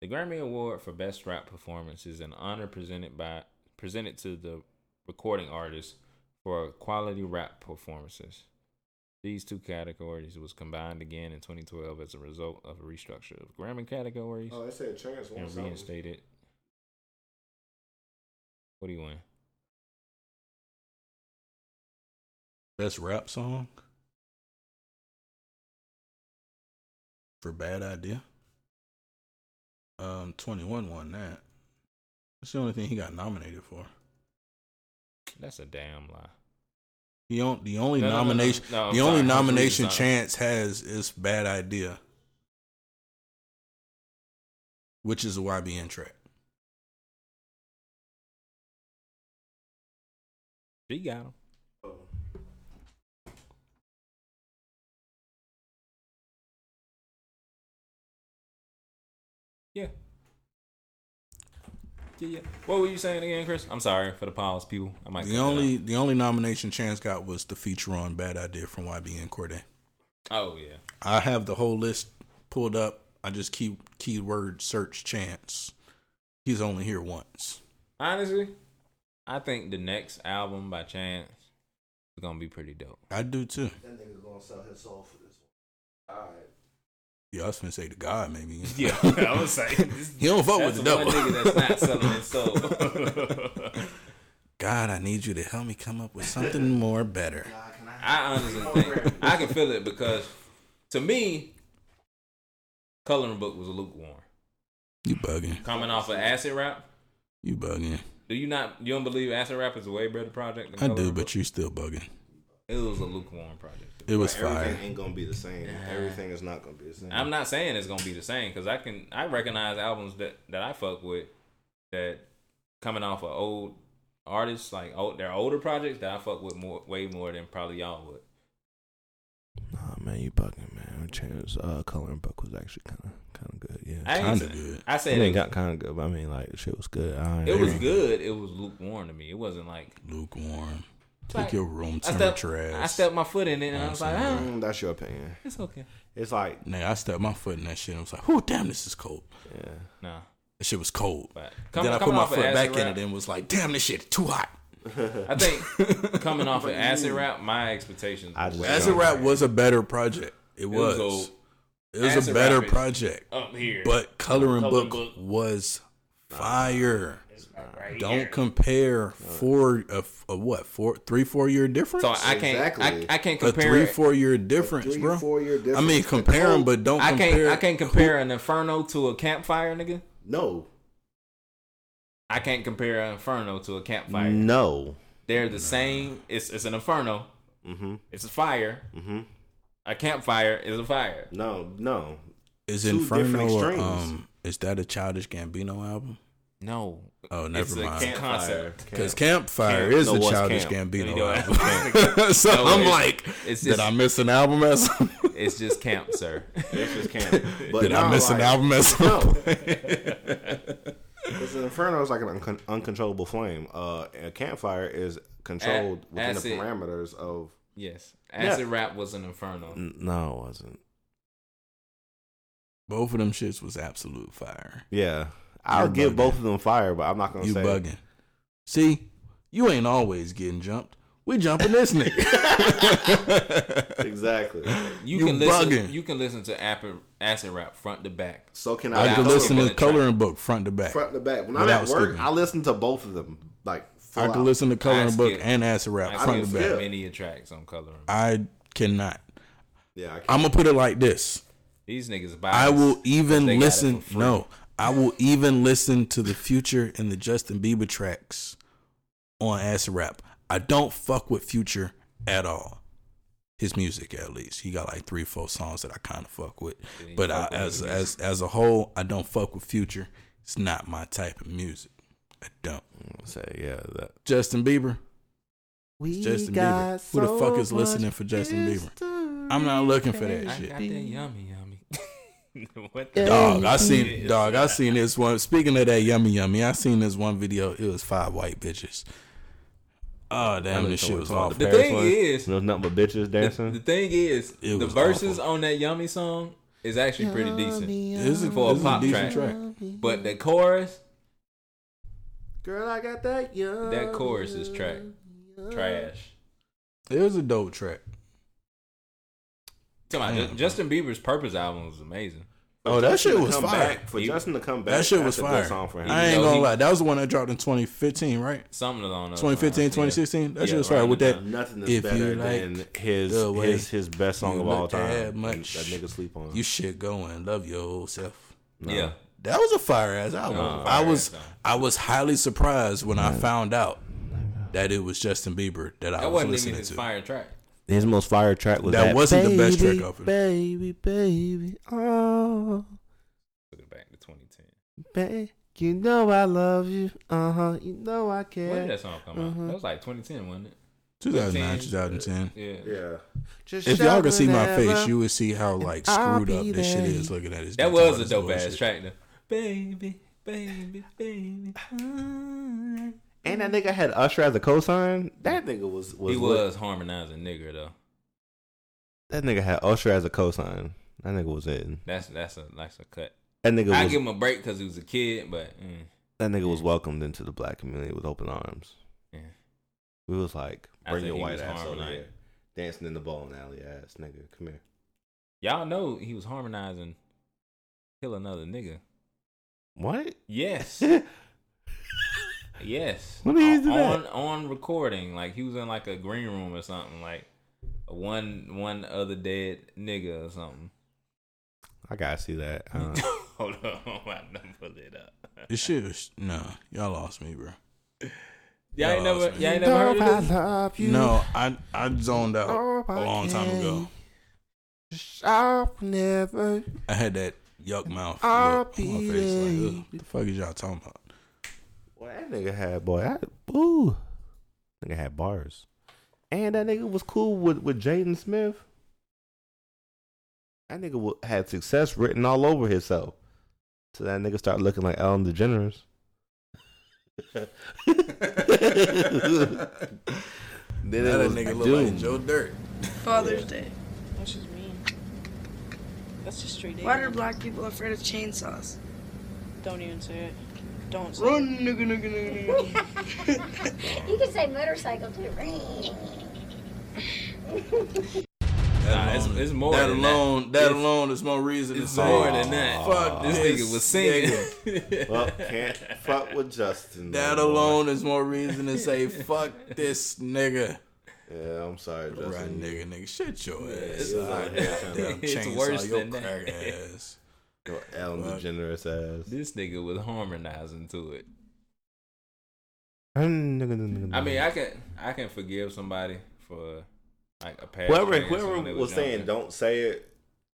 B: The Grammy Award for Best Rap Performance is an honor presented by presented to the recording artist for quality rap performances. These two categories was combined again in 2012 as a result of a restructure of Grammy categories
A: Oh, they said Chance won
B: and
A: something.
B: reinstated. What do you want?
C: Best rap song for Bad Idea. Um, Twenty One won that. That's the only thing he got nominated for.
B: That's a damn lie.
C: The, on, the only
B: No, no, no, no.
C: nomination,
B: No, I'm
C: the only
B: sorry. I'm
C: nomination
B: reading something.
C: Chance has is Bad Idea, which is a YBN track.
B: She got him. Yeah. Yeah, yeah. What were you saying again, Chris? I'm sorry for the pause, people. I might. cut
C: The
B: that
C: only,
B: out.
C: the only nomination Chance got was the feature on Bad Idea from YBN Cordae.
B: Oh yeah.
C: I have the whole list pulled up. I just keep keyword search chance. He's only here once.
B: Honestly, I think the next album by Chance is gonna be pretty dope.
C: I do too.
A: That nigga gonna sell his soul for this one. All right.
C: Yeah, I was gonna say the God maybe.
B: Yeah, <laughs> I was saying, this-
C: <laughs> he don't fuck
B: That's
C: with the
B: the one
C: devil.
B: nigga that's not selling his
C: <laughs>
B: soul.
C: God, I need you to help me come up with something more better.
B: I honestly think I can feel it because to me, coloring book was lukewarm.
C: You bugging.
B: Coming off of acid rap,
C: You bugging.
B: do you not you don't believe acid rap is a way better project? Than
C: I
B: Coloring
C: do,
B: Book?
C: but you still bugging.
B: it was a lukewarm project.
C: It was
A: Everything
C: fire.
A: ain't gonna be the same.
B: Nah.
A: Everything is not gonna be the same.
B: I'm not saying it's gonna be the same because I can I recognize albums that that I fuck with that coming off of old artists like old their older projects that I fuck with more way more than probably y'all would.
A: Nah, man, you bugging, man. Chance uh, coloring book was actually kind of kind of good. Yeah,
B: I ain't
C: Kinda
B: saying-
C: good.
B: I
A: it
B: said
A: ain't
B: it,
A: got kind of good, but I mean, like, shit was good. I ain't-
B: it was good. It was lukewarm to me. It wasn't like
C: Lukewarm.
B: Like,
C: Take your room
B: I stepped,
C: temperature
B: I
C: ass.
B: stepped my foot in it and I was like, ah,
A: Mm, that's your opinion.
B: it's okay.
A: It's like,
C: Nigga, I stepped my foot in that shit. I was like, "Whoo, damn, this is cold."
A: yeah,
B: Nah.
C: That shit was cold.
B: But
C: then
B: coming,
C: I
B: coming
C: put my
B: off of
C: foot back
B: acid
C: in
B: rap,
C: it and was like, "Damn, this shit too hot."
B: I
C: <laughs>
B: think coming off of acid rap, my expectations.
A: I just
B: were
C: Acid
A: Yeah.
C: Rap was a better project. It
B: It was
C: was. It
B: a-
C: was
B: Acid
C: a better
B: Rap is-
C: project.
B: up here.
C: But Coloring
B: Coloring Book.
C: Book was fire.
B: right
C: Don't
B: here.
C: compare four a, a what four three four year difference.
B: So I can't.
A: Exactly.
B: I, I can't
C: a
B: compare.
C: three
B: it.
C: four year difference,
A: three,
C: bro.
A: four-year
C: I mean,
A: difference.
C: compare them, but don't
B: I
C: compare.
B: can't. I can't compare an inferno to a campfire, nigga.
A: no,
B: I can't compare an inferno to a campfire.
A: no.
B: They're the same. It's it's an inferno.
A: Mm-hmm.
B: It's a fire.
A: Mm-hmm.
B: A campfire is a fire.
A: No, no.
C: Is
A: Two different
C: Inferno or,
A: extremes.
C: um is that a Childish Gambino album?
B: No,
C: Oh, never
B: it's
C: mind.
B: a concept.
C: Because Campfire
B: Camp.
C: is
B: No,
C: a
B: what's
C: Childish
B: Camp?
C: Gambino
B: There you go. <laughs>
C: album. <laughs> so
B: No,
C: I'm
B: it's-
C: like,
B: it's
C: did
B: just-
C: I miss an album at some?
B: It's just camp, sir.
A: This <laughs> is camp. But
C: did I
A: no,
C: miss
A: like,
C: an album at some? <laughs>
A: No. Because an inferno is like an uncon- uncontrollable flame. Uh, a campfire is controlled
B: A-
A: within the
B: acid.
A: parameters of.
B: Yes, acid rap was an inferno.
A: No, it wasn't.
C: Both of them shits was absolute fire.
A: Yeah, I'll
C: You're
A: give
C: bugging.
A: both of them fire, but I'm not gonna
C: You
A: say.
C: bugging? See, you ain't always getting jumped. We jumping
A: <laughs>
C: this nigga.
A: Exactly.
B: You,
C: You
B: can listen.
C: bugging.
B: You can listen to acid, acid rap front to back.
A: So can I?
C: I can
B: Without
C: listen to
B: skipping a track.
C: Coloring Book front to back.
A: front to back. When I'm
C: Without
A: at work,
C: skipping.
A: I listen to both of them. Like full
C: I can
A: out.
C: listen to Coloring
B: I
C: Book
B: skip.
C: and Acid Rap
B: I
C: front
B: front
C: to
B: skip
C: back.
B: many tracks on coloring.
C: I cannot.
A: Yeah, I can.
C: I'm gonna put it like this.
B: These niggas.
C: I
B: biased.
C: will even
B: they got it
C: listen.
B: for free.
C: No, I will even listen to the Future and the Justin Bieber tracks on Acid Rap. I don't fuck with Future at all. His music, at least, he got like three, four songs that I kind of fuck with. But I, as as as a whole, I don't fuck with Future. It's not my type of music. I don't.
A: say yeah. That
C: Justin Bieber.
D: We
C: Justin
D: got
C: Bieber. Who the fuck
D: so
C: is listening for
D: much
C: Justin Bieber?
D: history.
C: I'm not looking for that
B: I
C: shit.
B: got that yummy, <laughs> yummy. what the?
C: Dog, I
B: Yes.
C: seen dog, I seen this one. Speaking of that yummy yummy, I seen this one video. It was five white bitches. Oh damn, this shit was awful.
B: The thing is,
A: there's nothing <laughs> but bitches dancing.
B: the thing is,
C: It
B: the
C: was
B: verses on that yummy song is actually pretty decent,
C: This is
B: For a
C: this is
B: pop
C: decent
B: track. but the chorus,
A: Girl, I got that young.
B: that chorus is trash. Trash.
C: It was a dope track.
B: Come on,
C: Damn.
B: Ju- Justin Bieber's Purpose album was amazing.
C: Oh, that shit
A: to
C: was
A: come
C: fire.
A: Back, for
B: He-
A: Justin to come back,
C: That shit was
A: that's a good
C: fire.
A: Song for him.
C: I ain't
B: Though
C: gonna
B: he-
C: lie. That was the one that dropped in 2015, right?
B: Something along those
C: 2015,
B: lines, Uh, yeah.
C: 2016. That shit was
B: right
C: fire with
B: in
C: that.
B: the-
A: Nothing is
C: If you
A: better
C: like
A: than his
C: the way
A: his his best song
C: you
A: of all
C: look
A: time.
C: that much.
A: That nigga sleep on.
C: You shit going. Love yourself.
A: No.
B: Yeah,
C: That was a fire ass album.
B: Nah,
C: I
B: fire
C: was
B: ass album.
C: I was highly surprised when I found out that it was Justin Bieber that I
B: that
C: was
B: wasn't even
C: listening
B: his
C: to.
B: fire track.
A: His most fire track was
C: That,
A: that.
C: wasn't the best track
D: Baby,
C: off it.
D: baby, baby, oh,
B: Took it back to 2010.
D: baby, you know I love you, uh huh, you know I
B: When did
D: care.
B: that song come out? That was like 2010, wasn't it?
C: 2009,
B: 15.
C: 2010.
B: Yeah.
A: yeah.
D: Just
C: If y'all
D: shout
C: could see my
D: whenever.
C: face, you would see how like
D: I'll
C: screwed up
D: be
C: this shit
D: there.
C: is. Looking at his.
B: That
C: guitar,
B: was a
C: this
B: dope ass
C: bullshit.
B: track though. Baby, baby, baby.
A: And that nigga had Usher as a cosign. That nigga was was
B: he
A: lit.
B: was harmonizing nigger though.
A: That nigga had Usher as a cosign. That nigga was in.
B: That's that's a that's a cut.
A: That nigga
B: I
A: was
B: give him a break because he was a kid, but mm,
A: that nigga was welcomed into the black community with open arms.
B: yeah.
A: We was like,
B: I
A: bring
B: think
A: your
B: he
A: white
B: was
A: ass over
B: harmonizing.
A: here, dancing in the bowling alley, ass nigga, come here.
B: y'all know he was harmonizing. Kill another nigga.
A: What? <laughs>
B: Yes, yes.
A: Let me
B: on,
A: do that.
B: on on recording, like he was in like a green room or something, like one one other dead nigga or something. <laughs>
A: I gotta see that. Uh,
B: Hold on, <laughs> I done pulled it up.
C: This shit was no. Y'all lost me, bro.
B: Y'all ain't
C: Y'all
B: never,
C: awesome.
B: y'all ain't never heard
D: know I
B: of this.
D: love you.
C: No, I I zoned out
D: Oh,
C: a
D: I
C: long time
D: can't.
C: ago.
D: Just I'll never.
C: I had that yuck mouth
D: I'll
C: look on my
D: be
C: face. Like,
D: there.
C: "Ugh, the fuck is y'all talking about?
A: well, that nigga had boy, I, ooh, nigga had bars, and that nigga was cool with with Jaden Smith. That nigga wa- had success written all over himself. So that nigga started looking like Ellen DeGeneres. <laughs> then it
C: Now that
A: was
C: nigga look like
A: doomed.
C: Joe Dirt.
H: Father's Day.
G: That's just mean. That's just straight.
H: Why are
G: ignorant.
H: black people afraid of chainsaws?
G: Don't even say it. Don't say it.
H: Run, nigga, nigga, nigga, nigga.
I: You can say motorcycle too.
C: That
B: Nah, it's-
C: alone-
B: it's more
C: That
B: than
C: alone,
B: that.
C: that
B: It's-
C: alone is more reason to
B: It's
C: say
B: more than that.
C: Fuck
B: this nigga was singing. <laughs>
C: nigga.
A: Well,
C: <laughs>
A: can't fuck with Justin. no
C: That
A: more.
C: alone is more reason to say <laughs> fuck this nigga.
A: Yeah, I'm sorry, Justin.
C: Right, nigga, nigga, shit your ass.
A: It's
C: I
A: like, yeah,
C: <laughs> damn
B: <laughs> It's
C: chainsaw
B: worse
C: your
B: than that.
C: <laughs> crack ass.
A: your Ellen DeGeneres ass.
B: This nigga was harmonizing to it.
D: I
C: Mm-hmm.
B: I
D: mean,
B: mean, I can I can forgive somebody for like a past.
A: Whoever
B: experience
A: whoever
B: when they
A: was
B: was
A: saying
B: younger.
A: don't say it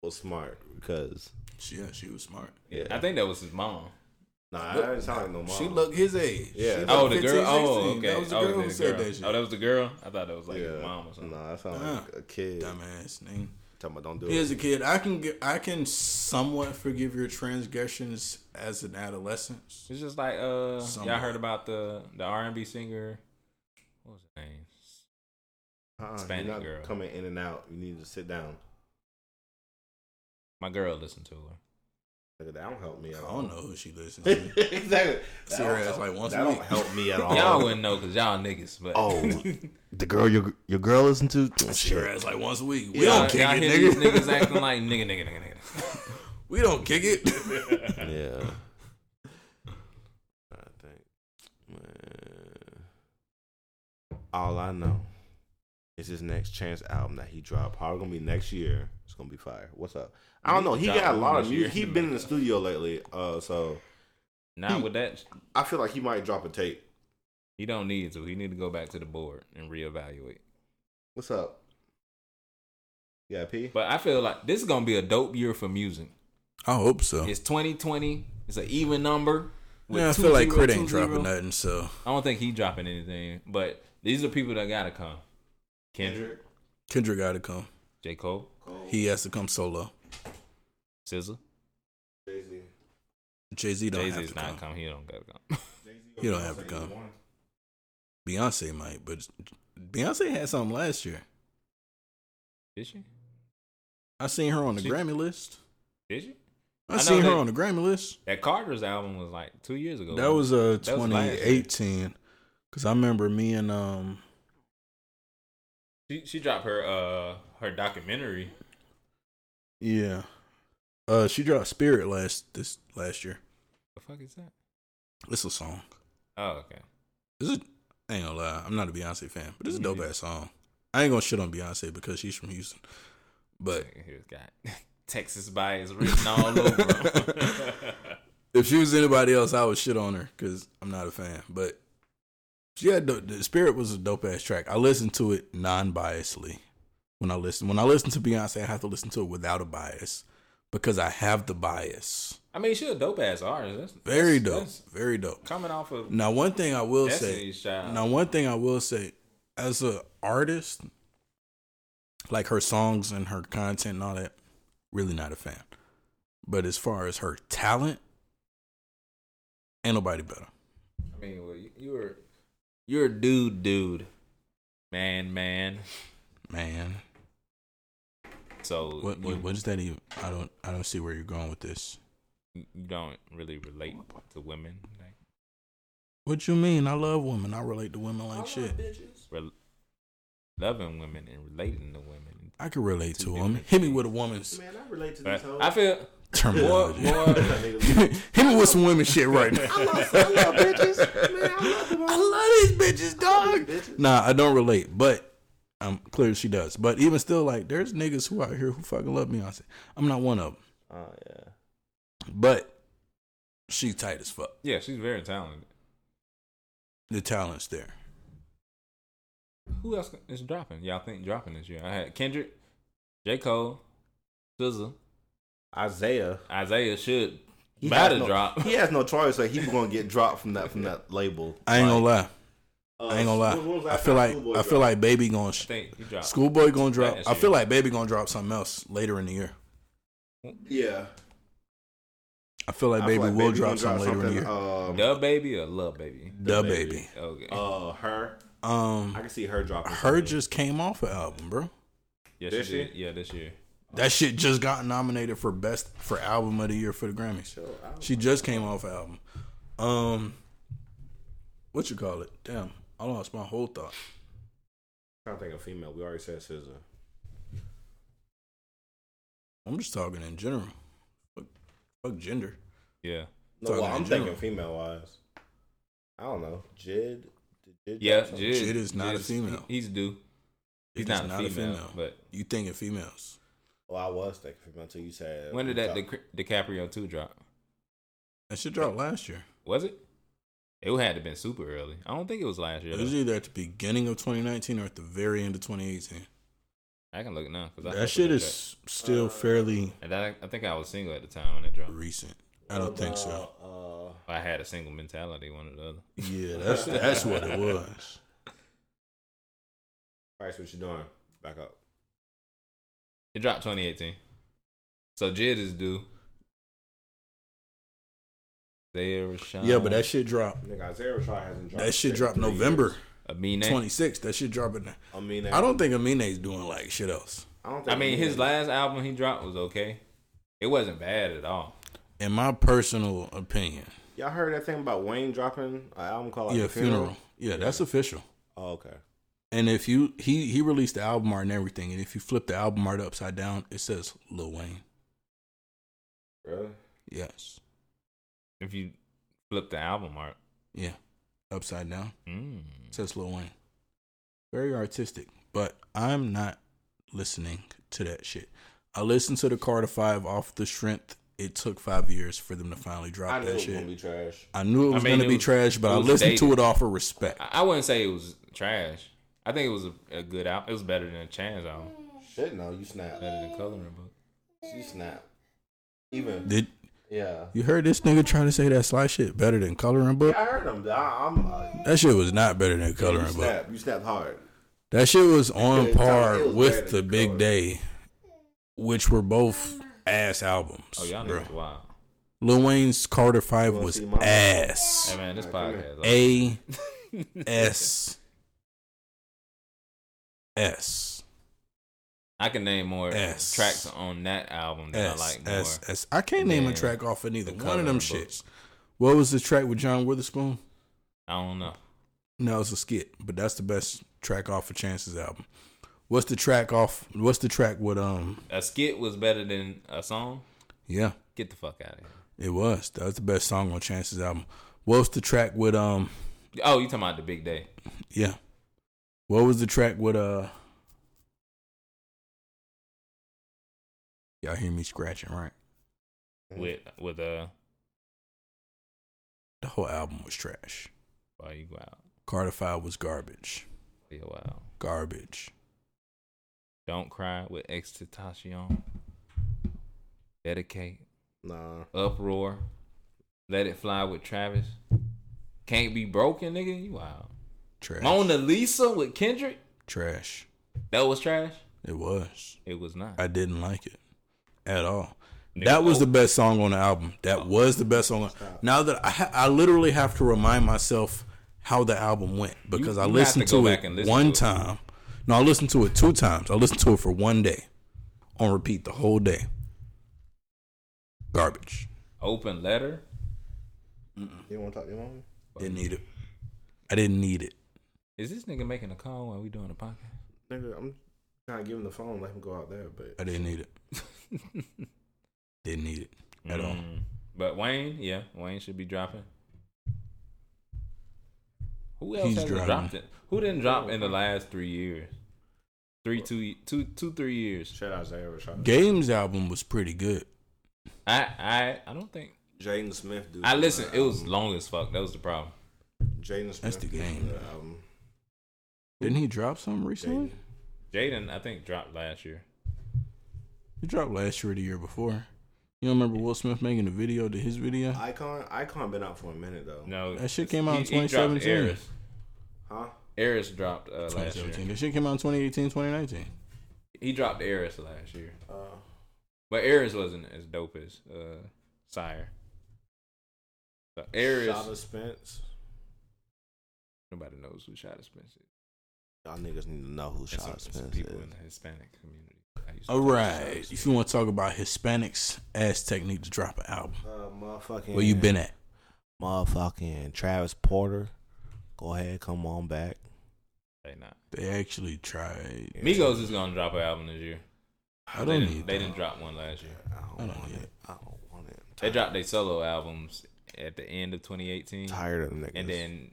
A: was smart because
C: She, yeah, she was smart.
A: yeah,
B: I think that was his mom.
A: nah,
C: Look,
A: I didn't sound like no mom.
C: She looked his age.
A: Yeah.
C: She looked
B: Oh, the
C: 15,
B: girl. Oh,
C: 16.
B: okay.
C: That was the
B: oh,
C: girl
B: the
C: who said
B: girl.
C: that shit.
B: Oh, that was the girl. I thought that was like
A: yeah,
B: his mom or something.
A: Nah, I sound like a kid.
C: Dumbass name.
B: Mm,
A: Talking about don't do
C: Here's
A: it.
C: a kid. I can get, I can somewhat forgive your transgressions as an adolescent.
B: It's just like uh, y'all
C: Somewhat.
B: heard about the the R and B singer. What was her name?
A: Uh-uh,
B: Hispanic
A: you're not
B: girl.
A: coming in and out. You need to sit down.
B: My girl listened to her.
A: Nigga, that don't help me
C: I
A: at all.
C: don't know who she
B: <laughs>
C: listens
A: <laughs>
C: to.
A: exactly. That
C: See her
A: don't
C: ass
A: help-
C: like once
A: That
C: a
A: don't
C: week.
A: help me
C: Oh.
A: at all.
B: Y'all wouldn't know because y'all niggas. But <laughs>
D: Oh, the girl your your girl listen to.
C: She her ass like once a week. We
B: y'all,
C: don't kick
B: y'all
C: it,
B: hear
C: nigga.
B: these niggas acting like nigga, nigga, nigga, nigga.
C: <laughs> We don't kick it.
B: <laughs>
C: <laughs>
A: Yeah. I think. Man. All I know is his next chance album that he dropped. Probably gonna be next year. It's gonna be fire. What's up? I don't know. He got a lot of music. He been in the studio lately. Uh, so
C: Hmm.
B: Not with that.
A: I feel like he might drop a tape.
B: He don't need to. He need to go back to the board and reevaluate.
A: What's up? Yeah, P.
B: But I feel like this is gonna be a dope year for music.
C: I hope so.
B: It's 2020. It's an even number. with
C: Yeah, I feel like
B: 20,
C: Crit ain't
B: 20.
C: dropping nothing, so
B: I don't think he dropping anything. But these are people that gotta come. Kendrick,
C: Kendrick got to come.
B: J. Cole,
C: He has to come solo.
B: SZA.
C: Jay Z don't
B: Jay
C: have to
B: Z's
C: come.
B: not come. He don't gotta come. <laughs>
C: He don't have to come. Beyonce might, but Beyonce had something last year.
B: Did she?
C: I seen her on the
B: She-
C: Grammy list.
B: Did she?
C: I,
B: I know
C: seen her
B: that-
C: on the Grammy list.
B: That Carter's album was like two years ago.
C: That was uh
B: That was last year.
C: 2018. Cause I remember me and um
B: she, she dropped her uh her documentary.
C: yeah, uh she dropped Spirit last this last year.
B: The fuck is that?
C: It's a song.
B: Oh okay.
C: This is I ain't gonna lie. I'm not a Beyonce fan, but it's a dope ass song. I ain't gonna shit on Beyonce because she's from Houston, but
B: Here's got <laughs> Texas bias written all over. him. <laughs>
C: if she was anybody else, I would shit on her because I'm not a fan. But she had the, the Spirit was a dope ass track. I listened to it non biasedly when I listen when I listen to Beyonce. I have to listen to it without a bias because I have the bias.
B: I mean, she a dope ass artist. That's,
C: Very
B: that's-
C: dope,
B: that's
C: very dope.
B: Coming off of
C: Now one thing I will say,
B: Destiny's Child.
C: now one thing I will say, as a artist, like her songs and her content and all that, really not a fan. But as far as her talent, ain't nobody better.
B: I mean, well, you, you were you're a dude, dude, man, man.
C: Man,
B: So
C: what
B: you,
C: what what is that even? I don't I don't see where you're going with this.
B: you don't really relate to women. Like,
C: What you mean? I love women. I relate to women like shit.
B: rel loving women and relating to women.
C: I can relate
B: Two
C: to
B: different
C: women. Hit me
B: things.
C: with a woman's
A: Man, I relate to
B: But
A: these hoes.
B: I feel more
C: terminology.
B: more.
C: <laughs> Hit me with some women shit right now.
A: <laughs> I love bitches. Man, I love them.
C: I love these bitches, dog. Nah, I don't relate, but I'm clear she does. But even still, like, there's niggas who out here who fucking love Beyonce. I'm not one of them,
A: Oh yeah.
C: but she's tight as fuck.
B: Yeah, she's very talented.
C: The talent's there.
B: Who else is dropping? Y'all think dropping this year? I had Kendrick, J. Cole, SZA,
A: Isaiah.
B: Isaiah should
A: He
B: about
A: has
B: to
A: no-
B: drop.
A: He has no choice. Like he's gonna get dropped from that from that label.
C: I ain't gonna lie.
A: Uh,
C: I ain't gonna
A: when was the
C: lie. I
A: last
C: feel
A: time
C: like
A: Schoolboy
C: I feel
A: dropped?
C: like baby
B: <laughs>
C: gonna
B: I
C: sh-
B: think he dropped.
C: schoolboy gonna drop.
B: Last
C: I
B: year.
C: feel like baby gonna drop something else later in the year.
A: yeah.
C: I feel like
A: I feel
C: baby
A: like
C: will
A: Baby
C: drop
A: gonna
C: something later in the year.
A: something,
B: Dub baby or love baby?
C: The baby.
B: Okay.
A: Um, uh, her. I
C: Um,
A: can see her dropping.
C: her
A: something.
C: just came off an album, bro.
B: yeah,
A: this
B: she did.
A: shit?
B: Yeah, this year.
C: That shit just got nominated for best for album of the year for the Grammys. She just came off album. Um, what you call it? Damn, I lost my whole thought.
A: I'm trying to think of female. We already said SZA.
C: I'm just talking in general. Fuck, fuck gender.
B: Yeah.
A: No, well,
C: Talking
A: I'm
C: in general.
A: thinking female wise. I don't know. Jid. Did Jid
B: Yeah,
A: drop something?
B: Jid,
C: Jid is not a
B: Jid's-
C: female.
B: he- he's due. He's
C: It
B: not,
C: is
B: a, female, But
C: you thinking females?
A: Well, Oh, I was thinking female until you said.
B: when did that
A: Drop-
B: Di- DiCaprio two drop?
C: That shit dropped last year.
B: Was it? It would had to been super early. I don't think it was last year.
C: It was
B: though.
C: either at the beginning of 2019 or at the very end of 2018.
B: I can look now 'cause I fuck
C: That
B: with
C: shit
B: that
C: is still fairly
B: track. And that, I think I was single at the time when it dropped.
C: recent. I don't think so.
A: uh,
E: so.
B: I had a single mentality, one or the other.
C: Yeah, that's that's
B: <laughs>
C: what it was.
A: Price, what you doing? Back up.
B: It dropped 2018. So Jid is due. There, Rashawn.
C: Yeah, but that shit dropped.
A: Nigga, Isaiah Rashad hasn't dropped.
C: That shit
A: in
C: dropped
A: three
C: November
A: years.
B: I mean, that-
C: 26th. That shit dropping.
A: I mean,
C: I don't think Amine's doing like shit else.
A: I don't.
B: I mean, his
A: last.
B: last album he dropped was okay. It wasn't bad at all.
C: In my personal opinion,
A: Y'all heard that thing about Wayne dropping an album called Oh, like,
C: yeah,
A: The funeral?
C: funeral. Yeah, that's official.
A: Oh, okay.
C: And if you he he released the album art and everything, and if you flip the album art upside down, it says Lil Wayne.
A: Really?
C: Yes.
B: If you flip the album art,
C: Yeah. Upside down.
B: mm.
C: It says Lil Wayne. Very artistic. But I'm not listening to that shit. I listened to the Carter Five off the strength. It took five years for them to finally drop
A: I knew it
C: that
A: was
C: shit.
A: gonna be trash.
C: I knew it
B: I
C: was
B: mean,
C: gonna
B: it
C: be
B: was-
C: trash, but
B: it
C: I
B: was
C: listened to
B: dated.
C: it all for respect.
B: I, I wouldn't say it was trash. I think it was a, a good album. It was better than a Chance album,
A: Shit, no, you snap.
B: better than Coloring Book.
A: You snap. Even
C: Did
A: yeah.
C: you heard this nigga try to say that sly shit better than coloring book?
A: I heard him. I, am uh,
C: That shit was not better than
A: you
C: coloring book.
A: snap. You snap hard.
C: That shit was on
A: It was
C: par
A: better
C: with
A: than
C: the Big
A: Colour.
C: Day, which were both ass albums.
B: Oh, y'all
C: bro.
B: niggas wild.
C: Lil Wayne's Carter Five
A: wanna
C: was
A: see my-
B: Hey
C: ass.
B: man, this
A: Alright, come
B: podcast. like- <laughs>
C: A S S
B: I can name more
C: S.
B: tracks on that album that I
C: S
B: like more.
C: S S. I can't name a
B: than
C: track off of neither
B: the
C: one of them
B: Colour Book.
C: shits. What was the track with John Witherspoon?
B: I don't know.
C: No, it's a skit, but that's the best track off of Chance's album. What's the track off? What's the track with um?
B: A skit was better than a song.
C: Yeah,
B: Get the fuck out of here.
C: it was. That was the best song on Chance's album. What's the track with um?
B: Oh, you talking about the big day?
C: Yeah. What was the track with uh? Y'all hear me scratching, right?
B: with with uh
C: The whole album was trash.
B: why you go out
C: Carter Five was garbage.
B: be a while.
C: Garbage.
B: Don't cry with Excitation. Dedicate.
A: Nah.
B: Uproar. Let it fly with Travis. Can't be broken, nigga. You wild.
C: Trash.
B: Mona Lisa with Kendrick.
C: Trash.
B: That was trash.
C: It was.
B: It was not.
C: I didn't like it at all.
B: Nigga,
C: That was
B: oh.
C: the best song on the album. That was the best song. on- Now that I, ha- I literally have to remind myself how the album went because
B: you
C: I
B: have
C: listened
B: to go
C: to
B: back
C: it
B: and listen
C: one
B: to it.
C: time. No, I listened to it two times. I listened to it for one day on repeat the whole day. Garbage.
B: Open letter.
A: You want to talk to your mom?
C: Didn't need it. I didn't need it.
B: Is this nigga making a call while we doing the podcast?
A: Nigga, I'm trying to give him the phone. Let him go out there, but
C: I didn't need it.
B: <laughs>
C: Didn't need it at all.
B: Mm. But Wayne, yeah, Wayne should be dropping. Who else
C: He's
B: hasn't
C: dropping.
B: dropped it? Who didn't drop in the last three years? Three, two, two, two, three years.
A: shout out Isaiah
B: Mm.
A: Rashad.
C: Game's album was pretty good.
B: I, I, I don't think
A: Jaden Smith, dude.
B: I listened. It was long as fuck. That was the problem.
A: Jaden Smith.
C: That's the
A: did
C: game.
A: that album.
C: Didn't he drop something recently?
A: Jaden.
B: Jaden, I think dropped last year.
C: He dropped last year or the year before. You don't remember Will Smith making a video to his video?
A: Icon, Icon been out for a minute though.
B: No,
C: That shit came out in
B: he- he dropped
C: 2017.
B: Eris.
A: Huh?
B: Eris dropped uh, last year.
C: 2017. That shit came out in 2018, 2019.
B: He dropped Eris last year,
A: Uh,
B: but Eris wasn't as dope as uh, Sire. So Eris,
A: Shada Spence.
B: nobody knows who Shada Spence is.
A: Y'all niggas need to know who
B: There's some-
A: Shada
B: some
A: Spence is.
B: people in the Hispanic community. I used to
C: All
B: talk to
C: right.
B: Shada
C: If you
B: Spence.
C: want to talk about Hispanics, ass technique to drop an album.
A: Uh, motherfucking.
C: Where you been at?
A: Motherfucking Travis Porter. Go ahead, come on back.
B: They not.
C: They actually tried.
B: Migos is gonna drop an album this year.
C: I
B: they
C: don't
B: didn't,
C: need
B: they
C: that.
B: didn't drop one last year.
A: I don't,
C: I don't
A: want
C: need
A: it.
C: it.
A: I don't want it. I'm
B: They
A: tired-
B: dropped their solo albums at the end of 2018,
A: Tired of niggas.
B: and then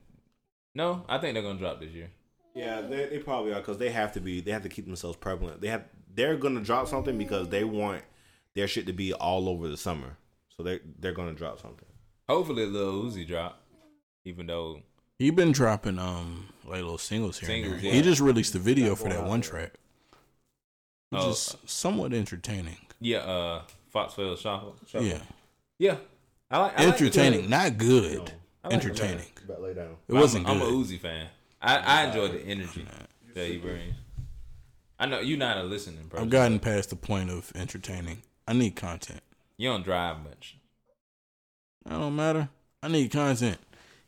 B: no, I think they're gonna drop this year.
A: Yeah, they, they probably are because they have to be. They have to keep themselves prevalent. They have. They're gonna drop something because they want their shit to be all over the summer. So they they're gonna drop something.
B: Hopefully, Lil Uzi drop. Even though
C: He been dropping um like little singles here.
B: Singles,
C: and there.
B: yeah.
C: He just released the video for that one track, which
B: Oh.
C: is somewhat entertaining.
B: yeah, uh Foxwell Shuffle. Shuffle.
C: Yeah,
B: Yeah. I like I like the
C: entertaining,
B: track.
C: not good.
B: I like the track.
C: entertaining.
A: You better lay down.
C: It wasn't
B: I'm,
C: good.
B: I'm a Uzi fan. I, I enjoy the energy that he brings. I know you're not a listening person.
C: I've gotten past the point of entertaining. I need content.
B: You don't drive much. <laughs>
C: It don't matter. I need content.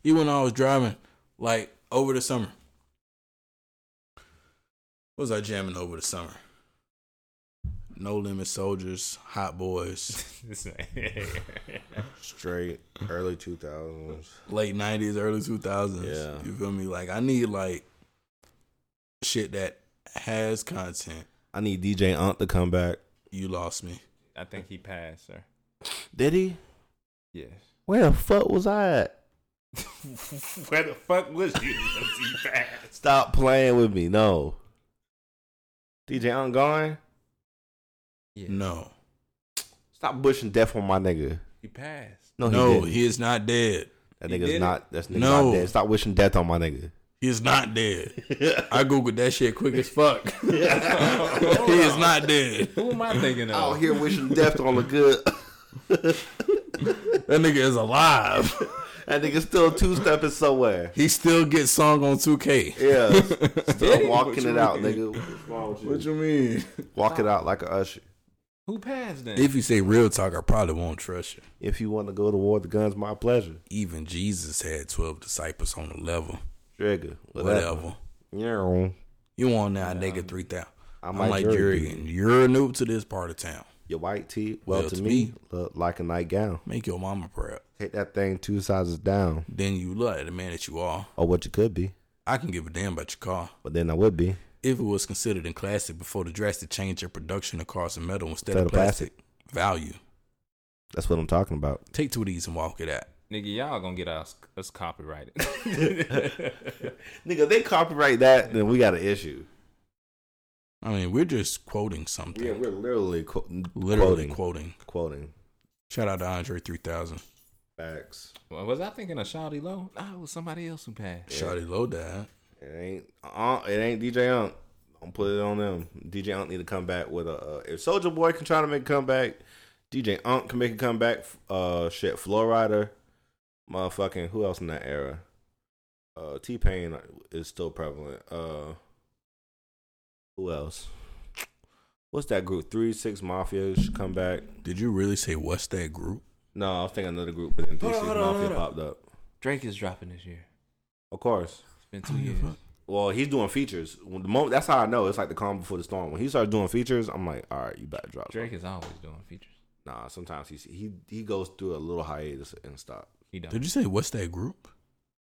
C: Even when I was driving, like over the summer. What was I jamming over the summer? No Limit Soldiers, Hot Boys,
D: <laughs>
A: Straight early two thousands.
C: late nineties, early two thousands.
A: Yeah.
C: You feel me? Like I need like shit that has content.
A: I need DJ Aunt to come back.
C: You lost me.
B: I think he passed, sir.
D: Did he?
B: Yes.
D: Where the fuck was I
A: <laughs>
D: at?
B: Where the fuck was you? he passed.
D: Stop playing with me. No.
A: DJ Aunt gone.
C: No.
D: Stop bushing death on my nigga.
B: He passed.
D: No, he
C: no,
D: didn't.
C: he is not dead.
D: that
B: he
D: nigga's
B: didn't?
D: not. That's nigga
C: No.
D: not dead. Stop wishing death on my nigga.
C: He is not dead.
D: <laughs>
C: I googled that shit quick as fuck. he is not dead.
B: <laughs> Who am I thinking
D: Out
B: of?
D: here wishing death on the good.
C: That nigga is alive.
D: that nigga's still two stepping
A: <laughs>
D: somewhere.
C: <laughs> He still gets song on 2K.
D: Yeah, still walking it out, nigga.
C: What you mean?
D: Walk it out like a usher.
B: Who passed then?
C: If you say real talk, I probably won't trust you.
D: If you want to go to war, the gun's my pleasure.
C: Even Jesus had 12 disciples on the level.
D: Trigger, whatever.
C: Whatever.
D: Yeah.
C: You on now, nigga, 3,000.
D: I
C: I'm
D: might
C: like,
D: jury
C: you're,
D: duty.
C: you're new to this part of town.
D: Your white tee, well, to, me, look like a nightgown.
C: Make your mama proud.
D: Take that thing two sizes down,
C: Then you look at the man that you are.
D: or what you could be.
C: I can give a damn about your car.
D: But then I would be.
C: If it was considered in classic before the drastic change in production of cars and metal instead
D: Instead
C: of
D: of plastic.
C: plastic, value.
D: That's what I'm talking about.
C: Take two of these and walk it out.
B: Nigga, y'all gonna get us, us
C: <laughs>
B: copyrighted.
D: Nigga, they copyright that, then we got an issue.
C: I mean, we're just quoting something.
A: Yeah, we're literally qu-
C: Literally
A: quoting,
C: quoting.
A: quoting
C: Shout out to Andre 3000.
A: facts.
B: Well, was I thinking of Shawty Low? No, it was somebody else who passed.
C: Shawty Low died.
A: It ain't uh, it ain't DJ Unk. Don't put it on them. DJ Unk need to come back with a. Uh, if Soldier Boy can try to make a comeback, DJ Unk can make a comeback. Uh, shit, Flow Rider, motherfucking who else in that era? Uh, T Pain is still prevalent. Uh, who else? What's that group? Three Six Mafia should come back.
C: Did you really say what's that group?
A: No, I was thinking another group, but then Three Six Mafia popped up.
B: Drake is dropping this year.
A: Of course.
B: It's been
C: Oh,
B: two years.
A: Well, he's doing features. When the moment that's how I know it's like the calm before the storm. When he starts doing features, I'm like, all right, you better drop.
B: Drake is always doing features.
A: Nah, sometimes he he he goes through a little hiatus and stop.
B: He don't.
C: Did you say what's that group?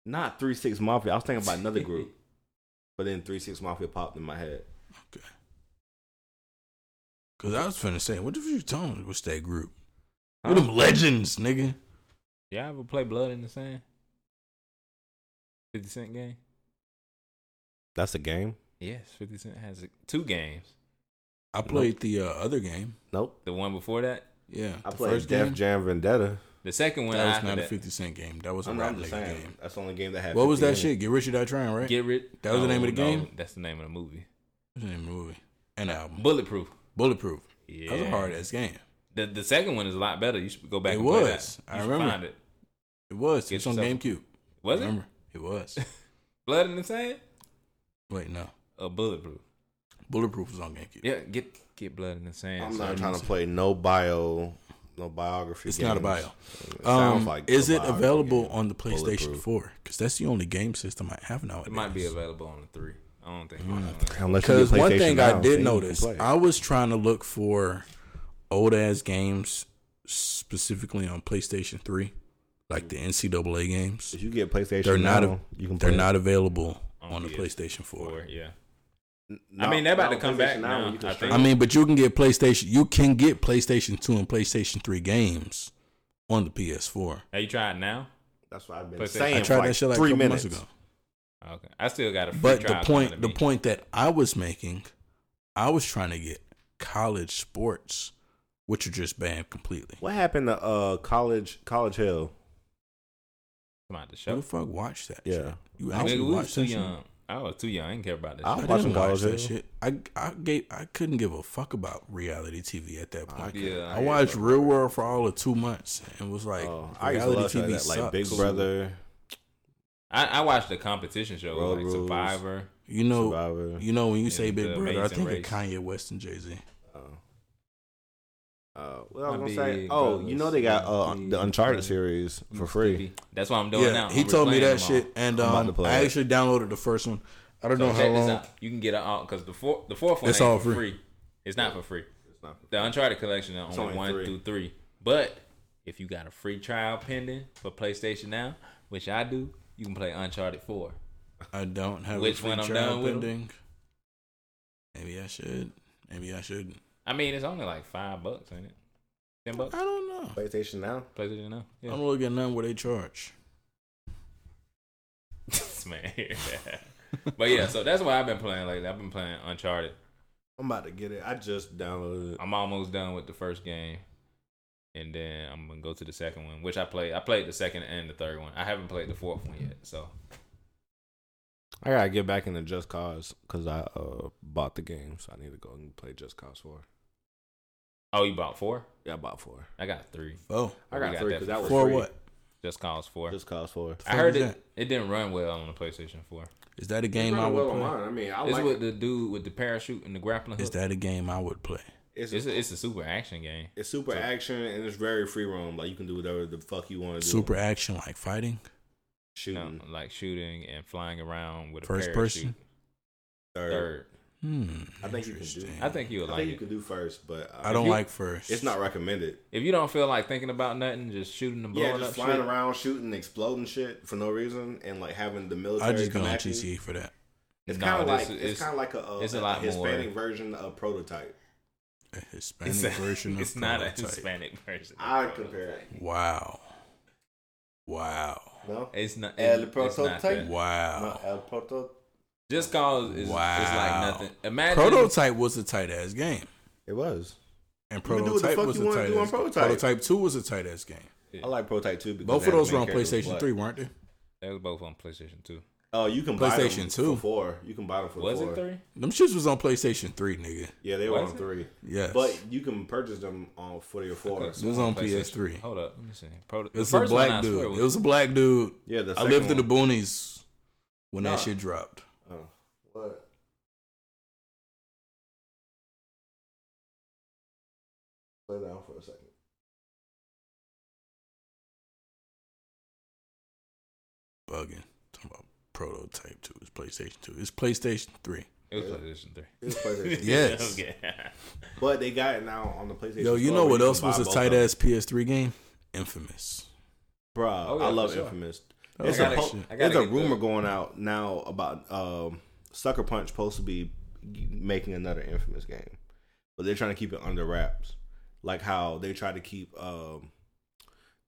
A: Not three six mafia. I was thinking about another
C: <laughs>
A: group, but then three six mafia popped in my head.
C: Okay. Cause I was finna say, what if you telling me what's that group? What them legends, nigga?
B: Y'all ever play Blood in the Sand? 50 Cent game?
A: That's a game.
B: Yes, 50 Cent has a, two games.
C: I played the uh, other game.
A: Nope.
B: The one before that,
C: Yeah,
A: I
C: the
A: played Def
C: game.
A: Jam Vendetta.
B: the second one
C: That was
B: after
C: not a
B: that.
C: Fifty Cent game. That was a
A: I'm,
C: rap
A: I'm just
C: nigga
A: saying
C: game.
A: that's the only game that had.
C: What was
A: 50
C: that
A: in it.
C: shit? Get rich or die trying, right?
B: Get rid.
C: That was the name of the game?
B: That's the name of the movie.
C: What's the name of the movie? An album.
B: Bulletproof.
C: Bulletproof.
B: Yeah.
C: That was a hard ass game.
B: The the second one is a lot better. You should go back.
C: It
B: and play
C: was.
B: That.
C: I
B: You should
C: remember.
B: Find it.
C: It was.
B: Get
C: it's on
B: yourself-
C: GameCube.
B: Was
C: I
B: it
C: remember.
B: <laughs>
C: It was.
B: Blood in the Sand?
C: Wait, no.
B: Or Bulletproof?
C: Bulletproof was on GameCube.
B: Yeah. Get get Blood in the Sand.
A: I'm
B: So
A: not
B: you-
A: trying to play no bio, no biography.
C: It's not a
A: games.
C: bio.
A: It sounds
C: Um,
A: like
C: is
A: a
C: it
A: biography
C: available
A: game.
C: on the PlayStation
A: Bulletproof.
C: 4? Because that's the only game system I have nowadays.
B: It might be available on the three. I don't think.
A: Unless you get
C: Because one
A: PlayStation
C: thing
A: Now,
C: I
A: then you
C: did
A: can
C: notice,
A: play it.
C: I was trying to look for old ass games specifically on PlayStation 3, like the NCAA games.
A: If you get PlayStation,
C: They're not.
A: Now,
C: a-
A: you can.
C: they're
A: play it.
C: not available on the
B: PS4.
C: PlayStation 4.
B: Or, yeah.
A: No,
B: I mean, they're about
A: no,
B: to come
A: PlayStation
B: back
A: Now,
B: now,
A: you can
B: I
A: stream
B: think.
C: I mean, but you can get PlayStation. You can get PlayStation 2 and PlayStation 3 games on the PS4.
B: Have you tried now?
A: That's what I've been
B: PlayStation.
A: saying.
C: I tried that shit like
A: three
C: three couple
A: minutes
C: months ago.
B: Okay. I still got a. Free
C: But the
B: trial coming
C: point,
B: to
C: the
B: me.
C: point that I was making, I was trying to get college sports, which are just banned completely.
A: What happened to uh college College Hill?
B: Come out the
C: Who
B: show.
C: the fuck watched that?
A: Yeah.
C: shit? you
B: Nigga,
C: actually
B: we was
C: watched
B: too
C: that shit?
B: young. I was too young. I didn't care about this.
A: I
B: shit.
C: I
A: Watching
C: didn't watch
A: College
C: that
A: Hill.
C: shit. I I gave I couldn't give a fuck about reality TV at that point.
B: yeah, I
C: I, watched Real World for all of two months and was like,
A: Oh, I used to
C: reality
A: love
C: TV
A: TV that,
C: sucks.
A: like Big Brother,
B: I, I watched the competition show
A: Road
B: like
A: Rules.
B: Survivor.
C: You know,
A: Survivor.
C: you know when you say
B: And,
C: Big
B: uh,
C: Brother, I
B: Amazing
C: think
B: Race.
C: of Kanye West and Jay Z.
A: Uh, what I was
B: My
A: gonna say?
B: Big
A: Oh,
B: Brothers,
A: you know they got uh,
B: Big
A: the Uncharted
B: Brother.
A: series for free.
B: That's what I'm doing
C: Yeah,
B: now.
C: he
B: I'm
C: told
B: replaying
C: me that
B: them all.
C: shit, and
A: I'm about
C: um,
A: to play
C: I
A: it.
C: actually downloaded the first one. I don't
B: So
C: know how
B: check this
C: long.
B: out. You can get it all because the four, the fourth one
C: It's
B: ain't
C: all
B: for
C: free.
B: free. It's not for free.
A: It's not for
B: The Uncharted collection are only
A: only
B: one
A: three.
B: through three. But if you got a free trial pending for PlayStation now, which I do, you can play Uncharted Four.
C: I don't have
B: Which
C: a free
B: one I'm
C: trial
B: done with 'em?
C: pending. Maybe I should. Maybe I shouldn't.
B: I mean, it's only like five bucks, ain't it? Ten bucks.
C: I don't know.
A: PlayStation now.
B: PlayStation now.
C: I'm
B: Yeah.
C: looking at none where they charge.
B: This <laughs> man. here. but yeah, so that's what I've been playing lately. I've been playing Uncharted.
A: I'm about to get it. I just downloaded it.
B: I'm almost done with the first game, and then I'm gonna go to the second one, which I played. I played the second and the third one. I haven't played the fourth one yet, so
A: I gotta get back into Just Cause because I uh bought the game, so I need to go and play Just Cause Four.
B: Oh, you bought four?
A: Yeah, I bought four.
B: I got three.
C: Oh,
A: I
B: We
A: got,
B: got
A: three because
B: that for
A: that was
C: for
A: free.
C: what?
B: Just Cause Four.
A: Just Cause Four.
B: I
C: fuck
B: heard
C: is
B: it.
C: that?
B: It didn't run well on the PlayStation Four.
C: Is that a game I would play?
A: I mean, I
B: It's with the dude with the parachute and the grappling hook.
C: Is that a game I would play?
A: It's,
B: it's, a, it's a super action game.
A: it's super action and it's very free roam. Like you can do whatever the fuck you want to do.
C: Super action like fighting?
B: You know,
A: shooting
B: like shooting and flying around with a
C: First
B: parachute.
C: person?
A: third.
B: Third.
C: Hmm.
A: I think you can do
C: interesting.
B: I think you'll
A: I
B: like
A: think you
B: it.
A: can do first, but uh,
C: I don't
B: you-
C: like first.
A: It's not recommended.
B: If you don't feel like thinking about nothing, just shooting and blowing
A: yeah, just
B: up
A: flying
B: shit.
A: around, shooting, exploding shit for no reason, and like having the military.
C: I just got on
A: come at you.
C: GTA E for that.
A: It's
B: No,
A: kind of
B: this
A: like
B: is-
A: it's,
B: it's-
A: kind of like a, uh
B: it's a
A: a,
B: lot
A: Hispanic
B: more-
A: version of prototype.
C: A Hispanic
B: It's, a,
C: version
B: <laughs>
C: of
B: it's not a
C: Prototype.
B: Hispanic version.
A: I compare it.
C: Wow. Wow.
A: No,
B: It's not.
A: El
B: It, it's not
A: prototype?
B: that.
C: Wow.
A: no El Proto.
B: Just Cause is, is like
C: Wow.
B: nothing. Imagine
C: Prototype was a tight ass game.
A: It was.
C: And
A: can do what the
C: Prototype
A: fuck
C: was
A: you
C: a
A: wanna
C: tight
A: do on
C: ass
A: Prototype.
C: Prototype 2 was a tight ass game.
A: I like prototype too. Because
C: Both
A: they
C: of
A: had
C: those
A: the
C: were on
A: main character was
C: PlayStation
A: black.
C: 3, weren't they?
B: They was both on PlayStation Two.
A: Oh, you can buy them
C: PlayStation 2.
A: for four. You can buy them for
B: Was
A: four.
B: it three?
C: Them shits was on PlayStation 3, nigga.
A: Yeah, they were
B: Was
A: on
B: it?
A: three.
C: Yes.
A: But you can purchase them on forty or four.
B: It
C: It was on PS3.
B: Hold up, let me see. Proto-
C: It
B: the
C: was a
B: first one,
C: black
B: I swear,
C: dude. It was a black dude.
A: Yeah, the
C: I lived in
A: second
C: the boonies when
A: Nah.
C: that shit dropped.
A: Oh, what? Lay down for a second.
C: Bugging. Talking about Prototype 2. It's PlayStation 2. It's PlayStation 3
B: It was PlayStation Three.
A: It was
B: <laughs>
A: PlayStation.
C: Yes.
B: okay.
A: but they got it now on the PlayStation.
C: Yo, you
A: Store
C: know
A: where
C: what
A: can
C: else
A: buy
C: was a
A: both
C: tight
A: of them.
C: ass PS3 game? Infamous.
A: Bruh,
B: Oh, yeah,
A: I love
B: for sure.
A: Infamous.
C: That
A: It's
C: was
A: a,
C: some
A: po-
C: shit.
B: I gotta
A: there's a
B: get the-
A: rumor going out now about um, Sucker Punch supposed to be making another Infamous game, but they're trying to keep it under wraps, like how they tried to keep um,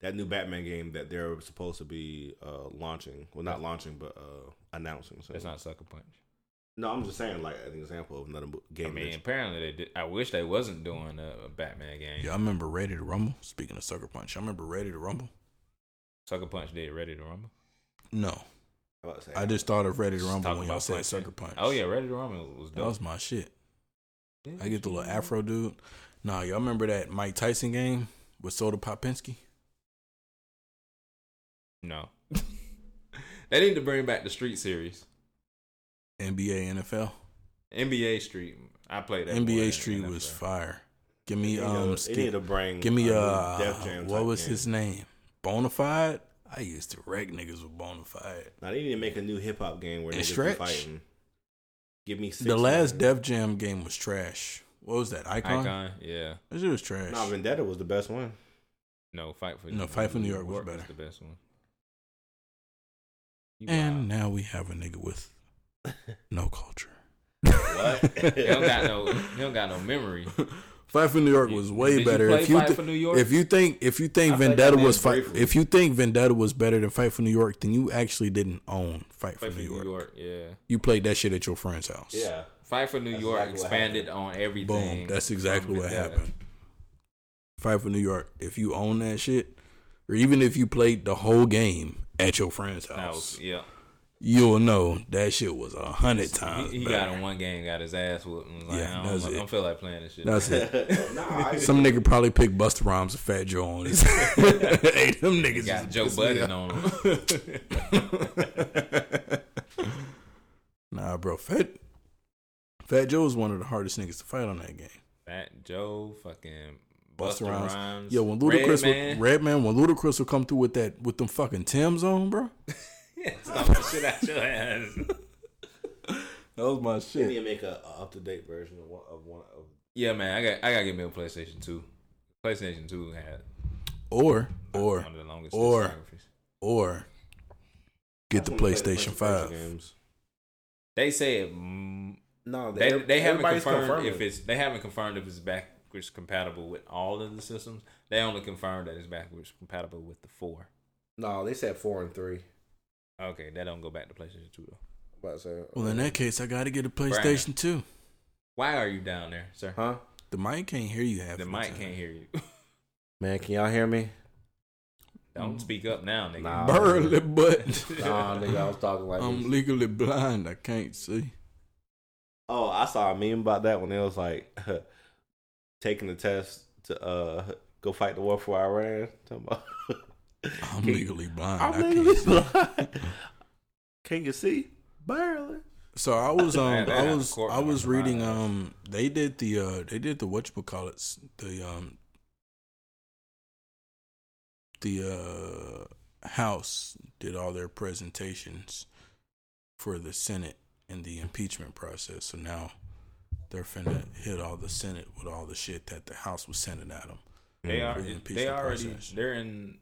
A: that new Batman game that they're supposed to be uh, launching. Well, not launching, but uh, announcing. soon.
B: That's not Sucker Punch.
A: No, I'm just saying like an example of another bo-
B: I
A: game.
B: mean,
A: that's-
B: apparently they did. I wish they wasn't doing a, a Batman game.
C: Yeah, I remember Ready to Rumble. Speaking of Sucker Punch, I remember Ready to Rumble.
B: Sucker Punch did Ready to Rumble.
C: No,
A: I'm about to say.
C: I just thought of Ready to
B: Just
C: Rumble
B: talking
C: when y'all
B: about
C: said
B: punching.
C: Sucker Punch.
B: Oh yeah, Ready to Rumble was
C: that
B: dope.
C: was my shit. I get the little Afro dude. Nah, y'all remember that Mike Tyson game with Soda Popinski?
B: No. <laughs> they need to bring back the Street series,
C: NBA, NFL.
B: NBA Street. I played that. one in
C: NBA Street was
B: NFL.
C: fire. Give me
A: They need
C: um,
A: to- they need
C: skip,
A: to bring
C: give me
A: a new
C: uh,
A: Def Jam
C: what
A: type
C: was
A: game.
C: his name? Bonafide. I used to wreck niggas with Bonafide.
A: Now they need to make a new hip hop game where
C: And
A: they just be
C: stretch.
A: fighting. Give me six
C: The last
A: man.
C: Def Jam game was trash. What was that? Icon.
B: Icon. Yeah.
C: That shit was trash.
A: Nah, Vendetta was the best one. <laughs>
B: No fight for
C: No, Fight for New York was better.
B: the best one. You
C: and
B: wild.
C: now we have a nigga with <laughs> no culture.
A: What?
B: he don't
A: <laughs>
B: got no he don't got no
C: <laughs>
B: memory.
C: Fight for New York
B: Did-
C: was way
B: did you
C: better.
B: play
C: if you
B: Fight
C: thi-
B: for New York?
C: if you think if you think
A: I played
C: Vendetta
A: that
C: was
A: game
C: fight,
A: briefly.
C: if you think Vendetta was better than Fight for New York, then you actually didn't own Fight for,
B: Fight for
C: New, York.
B: yeah.
C: You played that shit at your friend's house.
A: yeah.
B: Fight for New
A: That's
B: York
A: exactly what
B: expanded on everything.
C: Boom. That's
B: from
C: exactly what
B: Vendetta.
C: happened. Fight for New York. If you own that shit, or even if you played the whole game at your friend's
B: That
C: house,
B: was yeah.
C: you'll know that shit was a hundred
B: He,
C: times.
B: he
C: better.
B: got in one game, got his ass whooped. And was like,
C: Yeah,
B: I, don't,
C: that's
B: I
C: it.
B: don't feel like playing this shit. <laughs>
C: That's it.
A: <laughs> Nah,
C: <laughs>
A: I,
C: Some nigga probably picked Buster Rhymes and Fat Joe on
B: <laughs>
C: his. hey, them niggas
B: got
C: is-
B: Joe Budden on him.
C: <laughs> Nah, bro, Fat Fat Joe was one of the hardest niggas to fight on that game.
B: Fat Joe, fucking
C: Busta
B: Buster
C: Rhymes.
B: Rhymes.
C: Yo, when Ludacris,
B: Redman.
C: would, Redman, when Ludacris would come through with that with them fucking Tim's on, bro.
B: <laughs> Stomp the shit out your ass.
C: That was my
A: they
C: shit.
A: need to make a, up to date version of one of one of.
B: Yeah, man, I got I gotta get me a PlayStation Two. PlayStation Two had
C: Or or
B: one of the longest
C: or-
B: discographies.
C: or get the
A: That's when you play
C: PlayStation Five.
A: games.
B: They say it, mm,
A: No,
B: they they haven't
A: everybody's
B: confirmed
A: confirming.
B: if it's they haven't confirmed if it's backwards compatible with all of the systems. They only confirmed that it's backwards compatible with the four.
A: no. They said four and three.
B: Okay, that don't go back to PlayStation Two though.
A: I'm about to say, uh,
C: Well, in that case, I gotta get a PlayStation Two.
B: Why are you down there, sir?
A: huh?
C: The mic can't hear you half
B: The
C: of
B: mic
C: time.
B: can't hear you.
A: Man, can y'all hear
C: <laughs>
A: me?
B: don't speak up now, nigga.
A: Nah.
C: Burly
B: <laughs>
C: butt.
A: Nah, nigga, I was talking like this.
C: I'm legally blind. I can't see.
A: Oh, I saw a meme about that when it was like <laughs> taking the test to uh go fight the war for Iran. Talking about, <laughs>
C: I'm legally blind.
A: I'm
C: I
A: legally
C: can't see.
A: blind. Can you see? Barely.
C: So I was um
B: Man, they
C: I
B: had
C: was
B: a court
C: I was
B: on the
C: reading
B: bylaws.
C: um they did the uh they did the what you call it the um the uh House did all their presentations for the Senate in the impeachment process. So now they're finna hit all the Senate with all the shit that the House was sending at them.
B: They are.
C: Really
B: They
C: impeachment
B: already.
C: process.
B: They're in.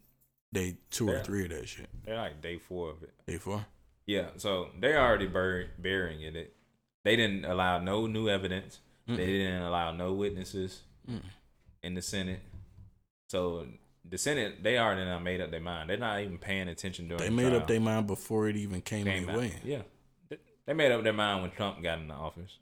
C: They two or
B: Yeah.
C: three of that shit.
B: They're like day four of it.
C: Day four.
B: Yeah. So they're already bur- burying it. it. They didn't allow no new evidence. They didn't allow no witnesses
C: Mm.
B: in the Senate. So the Senate, they already done made up their mind. They're not even paying attention during.
C: They
B: the
C: made
B: trial.
C: up their mind before it even came,
B: Came
C: their
B: out.
C: way.
B: Yeah. They- They made up their mind when Trump got in the office.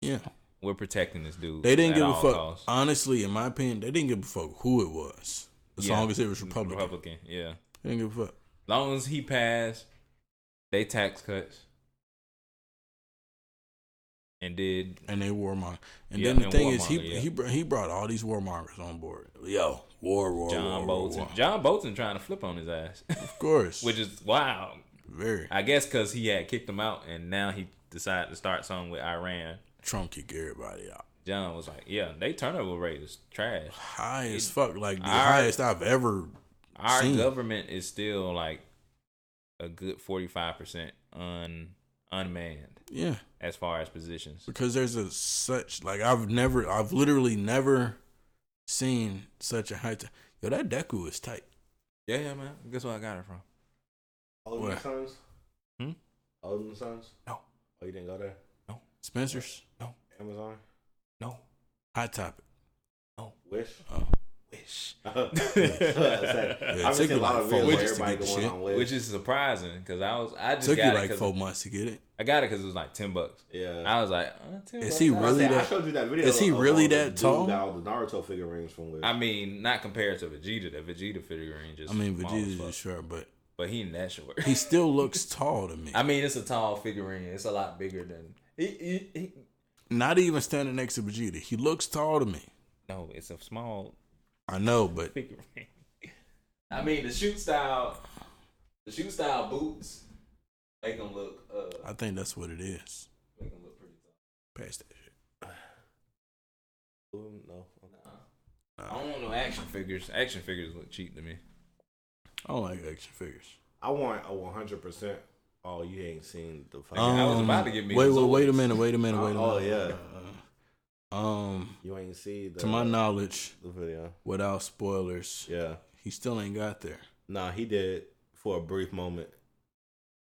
C: yeah.
B: We're protecting this dude.
C: They didn't
B: at
C: give a
B: all
C: fuck. Uh,
B: costs.
C: Honestly, in my opinion, they didn't give a fuck who it was, as
B: Yeah. Mm,
C: long as it was Republican.
B: Republican. Yeah.
C: They didn't give a fuck.
B: long as he passed, they tax cuts and did
C: And they warmonger. And
B: Yeah,
C: then the
B: and
C: thing is, he
B: warmonger, yeah.
C: he br- he brought all these warmongers on board. Yo, war, war, war,
B: John
C: war,
B: Bolton.
C: war.
B: John Bolton trying to flip on his ass, <laughs>
C: Of course,
B: which is wow.
C: very
B: I guess because he had kicked him out, and now he decided to start something with Iran.
C: Trump kick everybody out
B: John was like, "Yeah, they turnover rate is trash.
C: high as fuck, like the
B: our-
C: highest I've ever.
B: Our
C: Seen.
B: government is still like a good forty five percent un unmanned
C: Yeah,
B: as far as positions.
C: because there's a such like I've never, I've literally never seen such a high. T- Yo, that Deku is tight.
B: Yeah, yeah, man. Guess where I got it from?
A: Olden
C: Where?
A: Sons?
B: Hmm?
A: Olden Sons?
B: No.
A: Oh, you didn't go there?
C: Spencer's
A: Amazon?
B: No,
C: hot topic.
A: Wish?
C: Oh.
A: <laughs>
C: <laughs>
B: wish.
A: I've
C: took
A: seen a
C: you
A: lot
C: like
A: of
C: four
A: videos where
C: wishes to
A: everybody
C: get the
A: going
C: shit.
A: on Wish.
B: which is surprising because I was I just
C: Took you
B: got
C: like
B: it
C: four
B: because
C: months to get it.
B: I got it because it was like ten bucks.
A: yeah.
B: I was like, uh, 10
C: Is
B: bucks? I
C: he
A: I,
C: really
A: said, I
C: that-
A: showed you that video.
C: is he
A: of- of
C: really
A: all the
C: that
A: dude
C: tall?
A: Got all the Naruto figurines from Wish.
B: I mean, not compared to Vegeta. The Vegeta figurine just
C: I mean,
B: small as
C: Vegeta's
B: fuck.
C: just short, but
B: but he ain't that short.
C: he still looks tall to me.
B: <laughs> I mean, it's a tall figurine. It's a lot bigger than he, he, he,
C: Not even standing next to Vegeta, he looks tall to me.
B: No, it's a small <laughs>
C: I know, but
B: figurine. I mean, the shoot style, the shoot style boots make him look uh
C: I think that's what it is.
B: make him look pretty tall.
C: Past that shit.
A: no.
B: I don't want no action figures. Action figures look cheap to me.
C: I don't like action figures.
A: I want a 100%. Oh, you ain't seen the fucking.
C: Oh
B: I was about to give me
C: Wait,
B: some
C: wait, wait a
B: Zords.
C: minute, wait a minute, wait a minute.
A: Oh, yeah.
C: Um,
A: You ain't see the,
C: to my knowledge,
A: the video.
C: without spoilers,
A: Yeah.
C: he still ain't got there.
A: Nah, he did for a brief moment.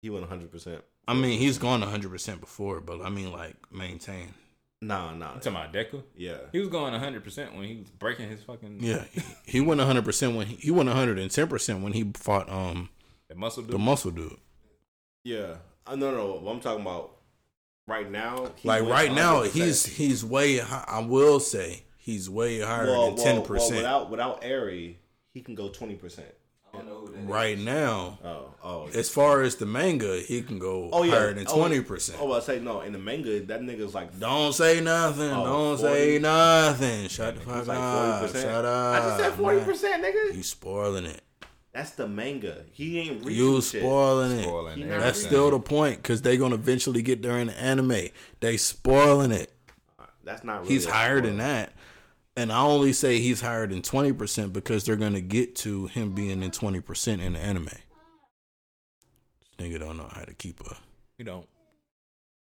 A: He went 100%.
C: I mean, he's gone 100% before, but I mean, like, maintain.
A: Nah, nah.
B: You talking about Deku?
A: Yeah.
B: He was going 100% when he was breaking his fucking
C: Yeah, he, he went 100% when he, he went 110% when he fought um
B: the muscle
C: the
B: dude.
C: muscle dude.
A: Yeah. I no, no. What I'm talking about right now. he
C: like
A: went
C: right now,
A: 100%.
C: he's he's way. High, I will say he's way higher
A: Well,
C: than
A: well,
C: ten
A: well,
C: percent.
A: without without Airy, he can go 20%.
B: don't know who that is.
C: Right now,
A: Oh, oh.
C: as far as the manga, he can go
A: Oh, yeah.
C: higher than
A: Oh,
C: twenty percent.
A: Oh, I say no. In the manga, that nigga's like
C: Don't say nothing.
A: Oh,
C: Don't
A: 40?
C: say nothing. Shut the fuck
A: It's like
C: up.
A: 40%.
C: Shut up.
A: I just said 40%, nigga.
C: You spoiling it.
A: That's the manga. He ain't reading
C: You
A: shit.
C: spoiling it.
B: Spoiling
H: He
B: it.
H: never
C: That's still the point because they're gonna eventually get there in the anime. They spoiling it.
A: That's not really
C: He's
A: a
C: higher
A: spoiler.
C: than that, and I only say he's higher than twenty percent because they're gonna get to him being in twenty percent in the anime. This nigga don't know how to keep a
B: You don't.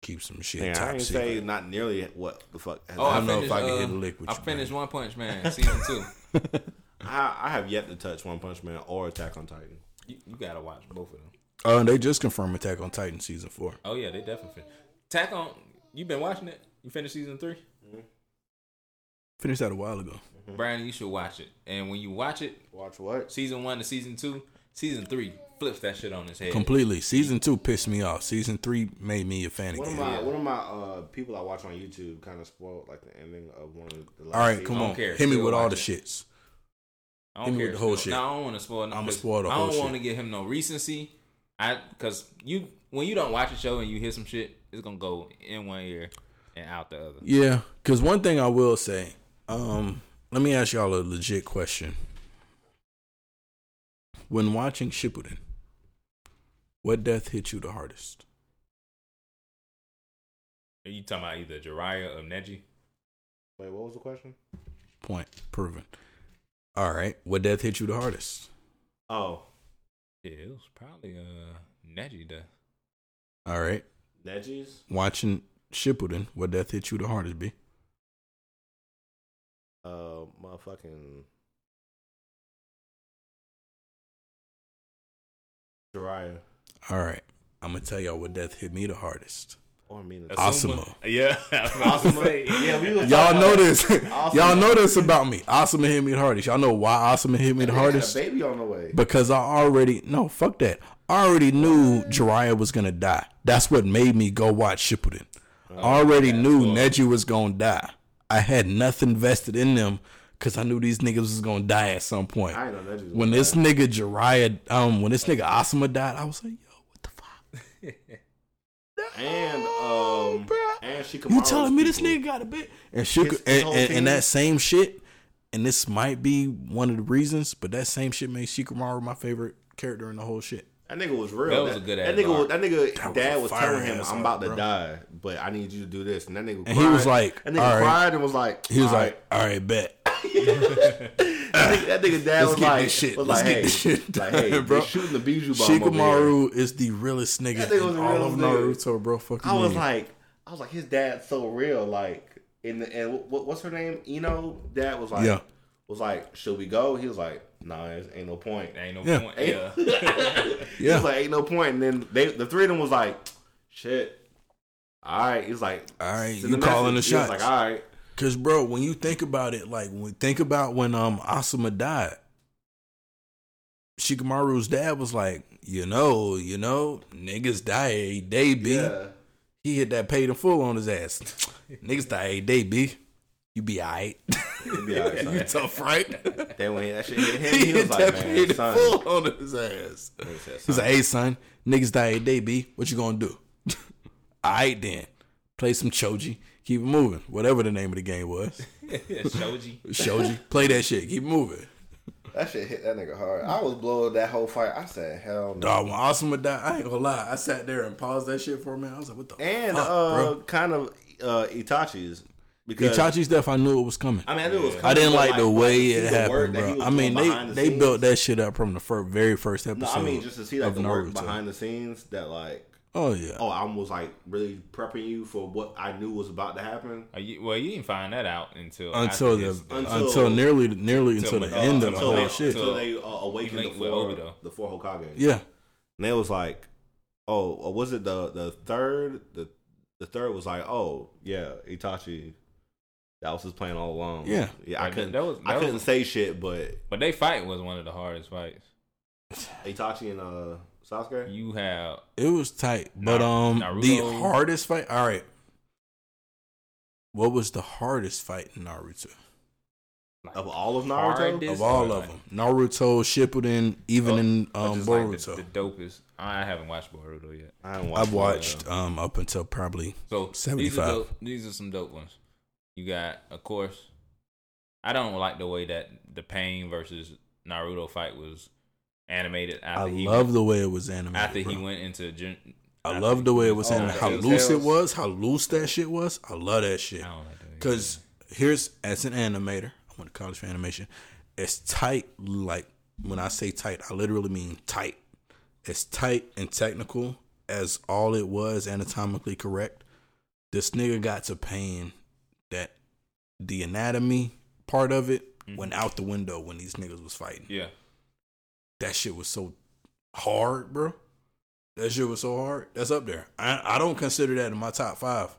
C: keep some shit
A: Yeah, I
C: top
A: ain't
C: secret.
A: say not nearly what the fuck. has
B: Oh, I,
A: happened.
C: don't know if
B: finished,
C: I can
B: uh,
C: hit a lick with
B: I
C: you,
B: finished
C: man.
B: One Punch Man <laughs> season two.
A: I, I have yet to touch One Punch Man or Attack on Titan.
B: You, you gotta watch both of them.
C: <laughs> Oh, and they just confirmed Attack on Titan season four.
B: Oh yeah, they definitely. Fin- Tack on. You been watching it? You finished season three?
C: Finished that a while ago.
B: Brian, you should watch it. And when you watch it,
A: Watch what?
B: season one to season two, season three flips that shit on his head.
C: Completely. Season two pissed me off. Season three made me a fan
A: One of
C: again.
A: my one of my uh, people I watch on YouTube kind of spoiled like the ending of one of the. Last
C: all right,
A: seasons.
C: come
B: don't
C: on.
B: care.
C: Hit me
B: Still
C: with all the
B: watch
C: shits.
B: I
C: Hit
B: don't
C: me
B: care.
C: with the whole shit.
B: No, I don't want to spoil. no-
C: I'ma
B: 'cause
C: spoil the
B: I
C: whole
B: don't
C: shit.
B: want to give him no recency. I because you when you don't watch a show and you hear some shit, it's gonna go in one ear and out the other.
C: Yeah, because one thing I will say, um, let me ask y'all a legit question. When watching Shippuden, what death hit you the hardest?
B: Are you talking about either Jiraiya or Neji?
A: Wait, what was the question?
C: Point proven. All right, what death hit you the hardest?
A: Oh,
B: Yeah, it was probably uh Neji. The
C: All right,
A: Neji's.
C: watching Shippuden, what death hit you the hardest? Be
A: Uh, motherfucking. Jiraiya
C: all right. I'm gonna tell y'all what death hit me the hardest.
A: or me.
C: Asuma.
B: Yeah, <laughs>
A: Awesome. yeah, we was
C: Y'all
A: talking
C: know
A: about-
C: this. <laughs>
A: Awesome.
C: Y'all know this about me. Asuma hit me the hardest. Y'all know why Asuma hit me
A: They
C: the
A: got a
C: hardest?
A: baby on the way.
C: because I already no fuck that. I already knew Jiraiya was gonna die. That's what made me go watch Shippuden.
A: Oh,
C: I already knew Neji was gonna die. I had nothing vested in them because I knew these niggas was gonna die at some point.
A: I ain't know Neji's.
C: When this nigga Jiraiya, um, when this nigga Asuma died, I was like, yo, what the fuck?
A: and um,
C: bruh.
A: and she
C: You telling me this nigga got a bit? And she
A: His- his
C: and,
A: whole
C: and, and
A: team.
C: that same shit. And this might be one of the reasons, but that same shit made Shikamaru my favorite character in the whole shit.
A: That nigga was real.
B: That was a good
A: That
B: ass
A: nigga.
B: arc.
A: Was, that nigga.
C: That was
A: dad
C: a
A: was
C: fire
A: telling him,
C: ass
A: "I'm
C: arc,
A: about to
C: bro.
A: die, but I need you to do this." And that nigga.
C: And he was
A: cried.
C: like,
A: "That nigga
C: "All right."
A: cried and was like,
C: He was
A: "All
C: like, "All right, bet."
A: right." that nigga, that nigga dad
C: Let's
A: was
C: get
A: like,
C: this shit.
A: was
C: Let's
A: like,
C: get
A: hey,
C: this shit
A: like, hey,
C: done,
A: bro,
C: bro."
A: shooting the bijou bomb over here."
C: Shikamaru is the realest nigga
A: That nigga was
C: in
A: the
C: all of
A: realest
C: Naruto, bro. Fuck you
A: I was
C: mean.
A: like, I was like, his dad's so real. Like, in the and what, what's her name? Eno. Dad was like,
C: Yeah.
A: was like, should we go? He was like, nah, there's- ain't no point.
B: ain't no
C: Yeah.
A: <laughs>
B: point. Yeah, <laughs>
A: He
C: yeah.
A: was like, ain't no point. And then they, the three of them was like, shit. All right. He's like,
C: All right,
A: send
C: you calling the
A: message. He was
C: shots.
A: Like, ah. all right.
C: Cause bro, when you think about it, like when think about when um Asuma died, Shikamaru's dad was like, you know, you know, niggas die every day, b.
A: Yeah.
C: He hit that paid in full on his ass. <laughs> niggas die every day, b. You be alright. <laughs>
A: He'd be like,
C: you
A: son. <laughs>
C: tough, right?
A: Then when that shit hit him,
C: <laughs> he
A: he, was
C: hit
A: like,
C: that
A: man,
C: paid in
A: son.
C: full on his ass.
A: He said,
C: He's
A: son.
C: like, hey, son, niggas die every day, B. What you gonna do? <laughs> All right, then. Play some Choji. Keep it moving. Whatever the name of the game was.
A: <laughs>
B: Shoji.
C: Shoji. Play that shit. Keep it moving.
A: that shit hit that nigga hard. I was blowing that whole fight. I said, hell no.
C: Dog, when Asuma died, I ain't gonna lie. I sat there and paused that shit for a minute. I was like, what the
A: And
C: fuck,
A: uh,
C: bro?
A: kind of uh, Itachi's. Because,
C: Itachi's death, I knew it was coming.
A: I mean, I knew it was coming.
C: I didn't
A: but,
C: like, the way
A: see
C: it
A: the work
C: happened,
A: that he
C: bro.
A: was
C: I mean,
A: doing behind
C: they,
A: the
C: they
A: scenes.
C: built that shit up from the fir- very first
A: No,
C: episode.
A: I mean, just to see like
C: of
A: the work
C: Naruto.
A: behind the scenes that like,
C: Oh, yeah.
A: oh, I was like really prepping you for what I knew was about to happen.
B: Are you, well, you didn't find that out until
C: until
B: after
C: the
B: his-
C: until,
A: Until-
C: nearly nearly
B: until
C: until, the
B: Ma-
C: end of the
A: until
C: whole
A: they,
C: shit.
A: Until they uh, awakened the
B: linked with
A: four,
B: Obito.
A: the four Hokage.
C: yeah,
A: And it was like, oh, or was it the the third? The the third was like, oh yeah, Itachi. That was his plan all along.
C: Yeah.
A: yeah. I
B: Right,
A: couldn't.
B: that was-
A: I
B: that
A: couldn't
B: was-
A: say shit, but
B: But they fight was one of the hardest fights.
A: Itachi and uh Sasuke.
B: You have
C: it was tight. But
B: Nar-
C: um,
B: Naruto.
C: the hardest fight. All right, what was the hardest fight in Naruto?
A: Of all of Naruto,
B: Hardest-
C: of all of them. Naruto, Shippuden, even in
B: Or Oh,
C: um,
B: just like the-
C: Boruto.
B: the, dopest. I haven't watched Boruto yet.
A: I haven't
C: I've
A: watched.
B: uh,
C: watched um, up until probably
B: So these are
C: 75.
B: dope, these are some dope ones. You got, of course. I don't like the way that the Pain versus Naruto fight was animated. After
C: I
B: he
C: love the way it was animated.
B: after he
C: bro.
B: went into. Gen-
C: I
B: after
C: love
B: he
C: the way it
B: went
C: was
B: into
C: animated.
B: the
C: How
B: details.
C: loose it was. How loose that shit was. I love that shit.
B: I don't like the way-
C: Cause here's as an animator, I went to college for animation. It's tight. Like when I say tight, I literally mean tight. It's tight and technical as all it was anatomically correct. This nigga got to pain that the anatomy part of it went out the window when these niggas was fighting.
B: yeah,
C: That shit was so hard, bro. That shit was so hard. That's up there. I, I don't consider that in my top five.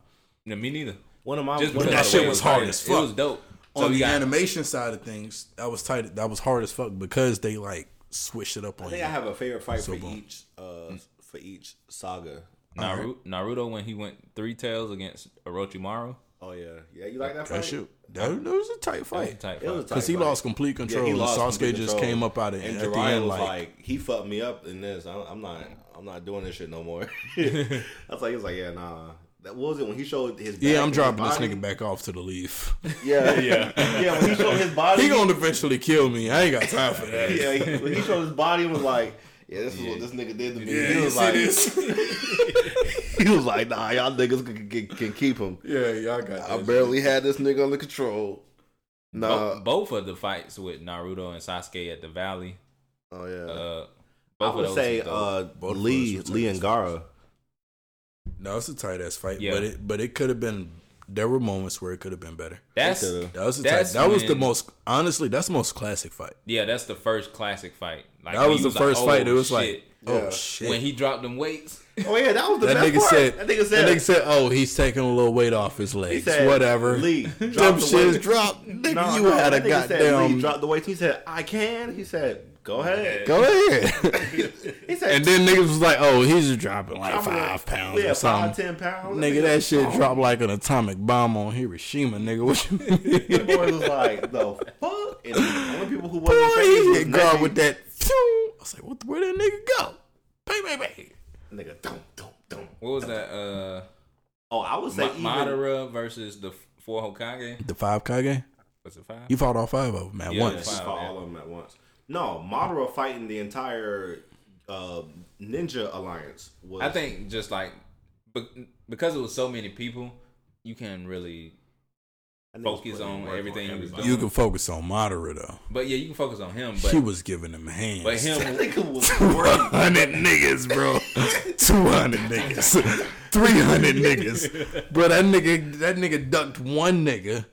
B: no, me neither.
A: One of my
B: Just
A: one
B: because
A: of my
B: of the
C: that
B: way it
C: shit
A: favorite-
C: was hard
B: written.
C: as
B: It
C: fuck.
B: was dope. So
A: Oh,
C: on
B: you
C: the
B: got
C: animation side of things, that was tight. That was hard as fuck because they like switched it up
A: I
C: on you.
A: think I have a favorite fight
C: So
A: for
C: boom.
A: each uh for each saga.
B: Naruto, Naruto when he went three tails against Orochimaru.
A: Oh yeah, yeah. You like that fight?
C: that shit. That, that was a tight
B: That was a
C: fight.
B: tight
A: It was a tight
B: fight.
C: Because he
A: fight.
C: lost complete control.
A: Yeah, he
C: and
A: lost
C: Sasuke
A: complete
C: just
A: control.
C: came up out of
A: And
C: at the
A: Jiraiya
C: end
A: was
C: like,
A: like, he fucked me up in this. I, I'm not, I'm not doing this shit no
C: <laughs>
A: more. <laughs> I was like, he was like, yeah, nah. That what was it when he showed his. back
C: yeah, I'm
A: and
C: dropping
A: his
C: this
A: body?
C: nigga back off to
A: <laughs>
C: the leaf. <laughs>
A: Yeah, yeah, yeah. When he showed his body,
C: he gonna eventually kill me. I ain't
A: <laughs>
C: got time for that.
A: yeah. He, when he showed his body, and was like, yeah, this is what this nigga did to me.
C: Yeah,
A: he
C: you
A: was
C: see
A: like,
C: this?
A: <laughs> he was like, nah, y'all niggas can, can, can keep him.
C: yeah, y'all got.
A: I
C: that.
A: barely had this nigga under control. Nah.
B: Bo- both of the fights with Naruto and Sasuke at the Valley.
A: oh yeah.
B: Uh,
A: I
B: both of
A: would
B: those
A: say
B: was dope.
A: uh,
C: Both of
A: Lee,
C: those were
A: Lee
C: tight
A: and Gara.
C: No, it's a tight ass fight.
B: Yeah.
C: But it, but it could have been. There were moments where it could have been better.
B: that's
A: could've.
C: That was a tight,
B: That's
C: that was the
B: when-
C: most honestly. That's the most classic fight.
B: yeah, that's the first classic fight. Like,
C: That
B: when
C: was
B: you
C: the first
B: like,
C: fight. It
B: "Oh,
C: was
B: shit."
C: like, oh
A: Yeah.
C: shit.
B: when he dropped them weights.
A: Oh yeah, that was the
C: that
A: best
C: nigga
A: part.
C: said,
A: that nigga said,
C: that nigga said, oh, he's taking a little weight off his legs.
A: said,
C: Whatever.
A: "Lee, drop
C: Them
A: the
C: shits
A: weight."
C: dropped. Nigga,
A: No,
C: you
A: no,
C: had a
A: that nigga Said, Lee
C: goddamn.
A: dropped the weights. He said, "I can." He said, "Go ahead."
C: Go ahead. <laughs>
A: He said,
C: and then niggas was like, oh, he's just dropping like
A: "I'm gonna-
C: five pounds
A: yeah,
C: or
A: five,
C: something.
A: ten pounds."
C: Nigga, that shit
A: <laughs>
C: dropped like an atomic bomb on Hiroshima, nigga. What you mean?
A: The boy was like, "The fuck!" And the only people who wasn't
C: <laughs> Boy,
A: famous
C: he
A: was
C: hit guard
A: Nike.
C: with that. I was like, what, the- where that nigga go? Bang, bang, bang.
A: Nigga, don't, don't, don't.
B: What was that? Uh,
A: Oh, I would say
B: Ma-
A: even.
B: Madara versus the f- four Hokage.
C: The five Kage?
B: Was it five?
C: You fought all five of them at
B: Yeah.
A: Yes,
C: once.
A: he
B: Wow,
A: fought
B: yeah.
A: all of them at once. No, Madara fighting the entire uh, Ninja Alliance. Was,
B: I think just like, but because it was so many people, you can really
A: I think it was
B: focus
A: putting
B: on
A: work
B: everything he was
A: everybody.
B: doing.
C: You can focus on Madara, though.
B: But yeah, you can focus on him.
C: he
B: But
C: was giving them hands.
B: but him
A: <laughs> That nigga was
C: 100 niggas, bro. 200 niggas. 300 niggas. Bro, that nigga, that nigga ducked one nigga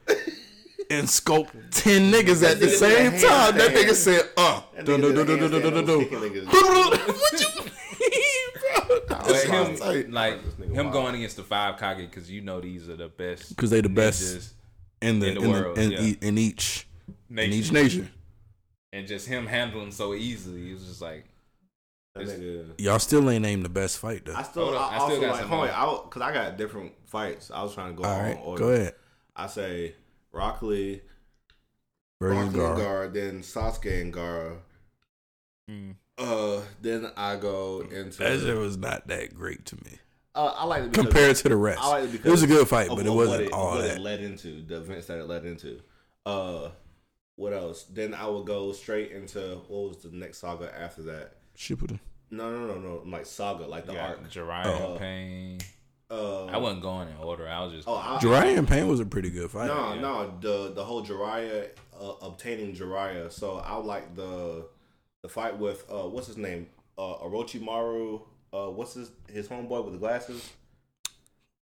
C: and scoped 10 niggas at the
A: That nigga
C: same
A: did a
C: time. That
A: handstand.
C: nigga said, uh.
A: That nigga
C: do- do-
A: did a
C: do- do- do-
A: handstand.
C: do- do-
A: I was kicking
C: do-
A: niggas.
C: What you mean, bro? <laughs>
B: but
A: That's why I
B: him
A: was like,
B: like
A: this nigga
B: him
A: wild.
B: going against the five Kage because you know these are the best.
C: 'Cause they the best.
B: ninjas
C: In the,
B: In
C: in,
B: the
C: the-
B: world,
C: in,
B: yeah.
C: e- in each, in each
B: nation.
C: nation.
B: and just him handling so easily. It was just like
A: That nigga.
C: Y'all still ain't named the best fight, though.
A: I still,
B: Hold up,
A: I,
B: I still
A: also
B: got
A: like,
B: some
A: hold on,
B: more.
A: I will- cause I got different fights. I was trying to go
C: All
A: all
C: right,
A: order.
C: go ahead.
A: I say Rock Lee, Rock Lee
C: Versus
A: and
C: Gar.
A: Gara, then Sasuke and Gara.
B: Hmm.
A: Uh, then I go
C: That shit
A: into.
C: was not that great to me
A: Uh, I like it because-
C: compared to the rest.
A: I like
C: it was a good fight,
A: of
C: but it
A: what
C: wasn't all
A: what
C: that.
A: It led into the events that it led into. Uh, what else? Then I would go straight into what was the next saga after that?
C: Shippuden.
A: No, no, no, no. Like saga, like the
B: yeah,
A: arc.
B: Jiraiya
A: Oh.
B: Pain.
A: Uh,
B: I wasn't going in order. I was just
A: oh, I,
C: Jiraiya and Payne was a pretty good fight.
A: No, no, the the whole Jiraiya uh, obtaining Jiraiya. So I like the the fight with uh what's his name? Uh Orochimaru, uh what's his his homeboy with the glasses?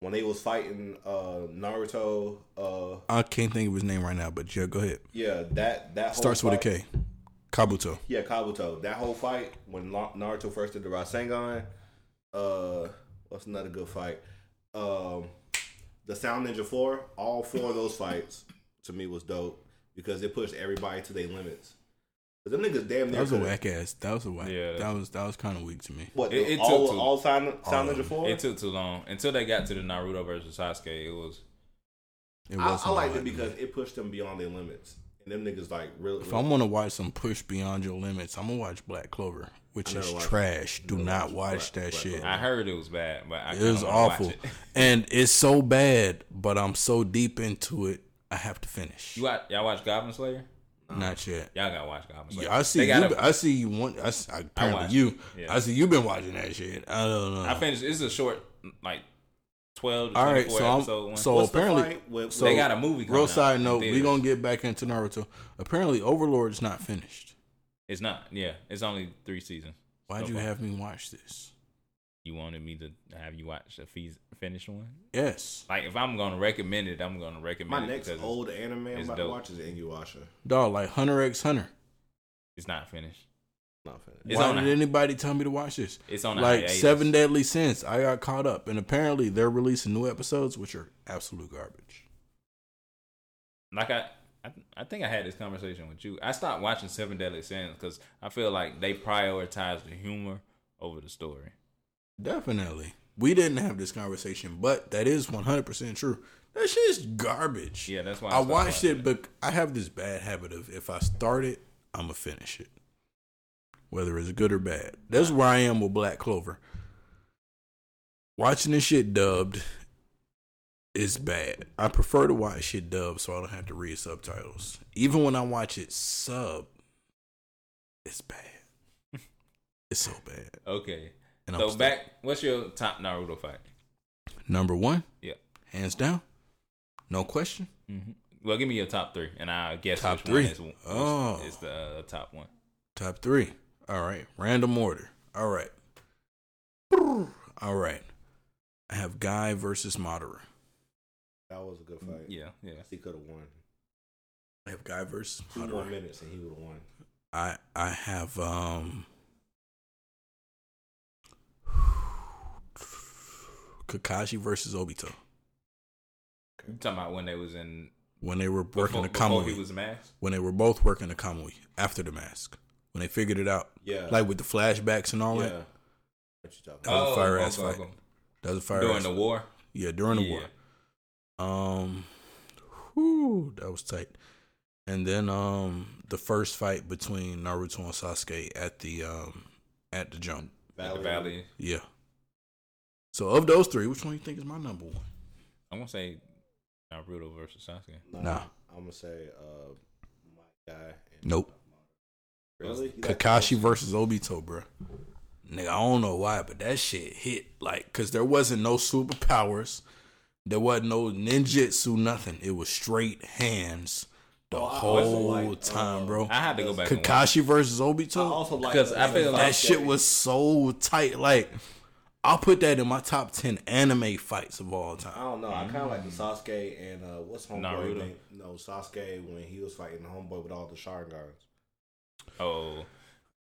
A: When they was fighting uh Naruto, uh
C: I can't think of his name right now, but yeah, go ahead.
A: yeah, that that whole
C: Starts with a
A: fight-
C: K. Kabuto.
A: Yeah, Kabuto. That whole fight when La- Naruto first did the Rasengan. Uh, what's another good fight? Um, the Sound Ninja Four. All four of those fights to me was dope because it pushed everybody to their limits. Cause them niggas damn
C: That
A: near.
C: was a
A: could've-
C: whack ass. That was a whack.
B: Yeah.
C: That was that was kind of weak to me.
A: What
B: It- it
A: all
B: took two.
A: all Sound, sound
C: All of
A: Ninja Four?
B: It took too long until they got to the Naruto versus Sasuke. It was
C: It
A: I,
C: wasn't
A: I liked
C: all
A: it
C: that to me.
A: because it pushed them beyond their limits. And them niggas like really.
C: If I'm gonna watch some push beyond your limits, I'm gonna watch Black Clover, which is trash. Do not watch that shit.
B: I heard it was bad, but I
C: It was awful,
B: Watch it.
C: <laughs>
B: <laughs>
C: and it's so bad. But I'm so deep into it, I have to finish.
B: You watch, y'all watch Goblin Slayer?
C: Not yet.
B: Y'all gotta watch Goblin Slayer.
C: Yeah, I see.
B: They
C: You,
B: got a-
C: I see you. One, I, see- apparently
B: watch
C: you.
B: it. Yeah.
C: I see you've been watching that shit. I don't know.
B: I finished. It's a short, like twelve. To
C: uh, All right,
B: 24
C: so I'm,
B: episode one.
C: so
A: What's the
C: apparently,
A: fight with-
C: so
B: They got a movie coming
C: Real
B: out
C: side
B: in
C: note, we
B: theaters.
C: gonna get back into Naruto. Apparently, Overlord's not finished.
B: it's not. Yeah, it's only three seasons.
C: Why'd
B: So
C: you
B: far.
C: have me watch this?
B: You wanted me to have you watch a fees, finished one.
C: Yes,
B: Like if I'm gonna recommend it, I'm gonna recommend
A: My
B: it
A: next
B: because it's-
A: old anime I'm
B: it's
A: about
B: dope.
A: to watch is Inuyasha.
C: dog. Like Hunter X Hunter.
B: it's not finished.
A: Not finished.
B: It's
C: Why
B: on
C: did
B: a-
C: anybody tell me to watch this?
B: It's on a
C: like
B: hiatus.
C: Seven Deadly Sins. I got caught up, and apparently they're releasing new episodes, which are absolute garbage.
B: Like I, I, I think I had this conversation with you. I stopped watching Seven Deadly Sins because I feel like they prioritize the humor over the story.
C: Definitely, we didn't have this conversation, but that is one hundred percent true. That shit's garbage.
B: Yeah, that's why I
C: I,
B: stopped
C: watched
B: watching
C: it,
B: it.
C: but I have this bad habit of if I start it, I'm gonna finish it, whether it's good or bad. That's where I am with Black Clover. Watching this shit dubbed is bad. I prefer to watch shit dubbed so I don't have to read subtitles. Even when I watch it sub,
B: <laughs>
C: it's bad. it's so bad.
B: Okay,
C: And I'm
B: so
C: still-
B: back. What's your top Naruto fight?
C: number one,
B: Yeah.
C: hands down, no question.
B: hmm Well, give me your top three, and I guess
C: Top
B: which
C: three?
B: one is, which
C: Oh.
B: is the uh, top one.
C: Top three. All right. Random order. All right. All right. I have Guy versus Madara.
A: That was a good fight.
B: Yeah, yeah.
A: He could have won.
C: I have Guy versus
A: Two more
C: Madara.
A: minutes and he would have won.
C: I I have um Kakashi versus Obito
B: You talking about when they was in
C: when they were
B: before,
C: working the
B: before he
C: Kamui.
B: was masked?
C: when they were both working the Kamui after the mask. When they figured it out.
A: Yeah.
C: Like with the flashbacks and all
A: yeah.
C: that.
A: What you talking
C: That was
B: Oh,
C: a fire
B: go,
C: ass
B: go,
C: fight.
B: go.
C: That was a fire
B: during
C: ass
B: the war.
C: Yeah, during the war.
B: Yeah.
C: Um, whew, that was tight. And then um, the first fight between Naruto and Sasuke at the um at the jump.
A: about?
B: At the valley.
C: Yeah. So of those three, which one you think is my number one?
B: I'm gonna say Naruto versus Sasuke.
C: Nah.
A: I'm gonna say uh, my guy. And
C: Nope.
A: Really? You like
C: Kakashi versus Obito, bruh. Nigga, I don't know why, but that shit hit like, cause there wasn't no superpowers, there wasn't no ninjutsu, nothing. It was straight hands the
B: Oh,
C: whole time, bro.
B: uh, I had to go back. and watch.
C: Kakashi versus Obito.
A: I also like
B: Because I feel
C: that
B: like
C: shit was so tight. Like, I'll put that in my top ten anime fights of
A: I
C: all time.
A: don't know. I kind of like the Sasuke and uh, what's homeboy
B: Mm. Naruto.
A: name? No, Sasuke when he was fighting the homeboy with all the Sharingans.
B: Oh,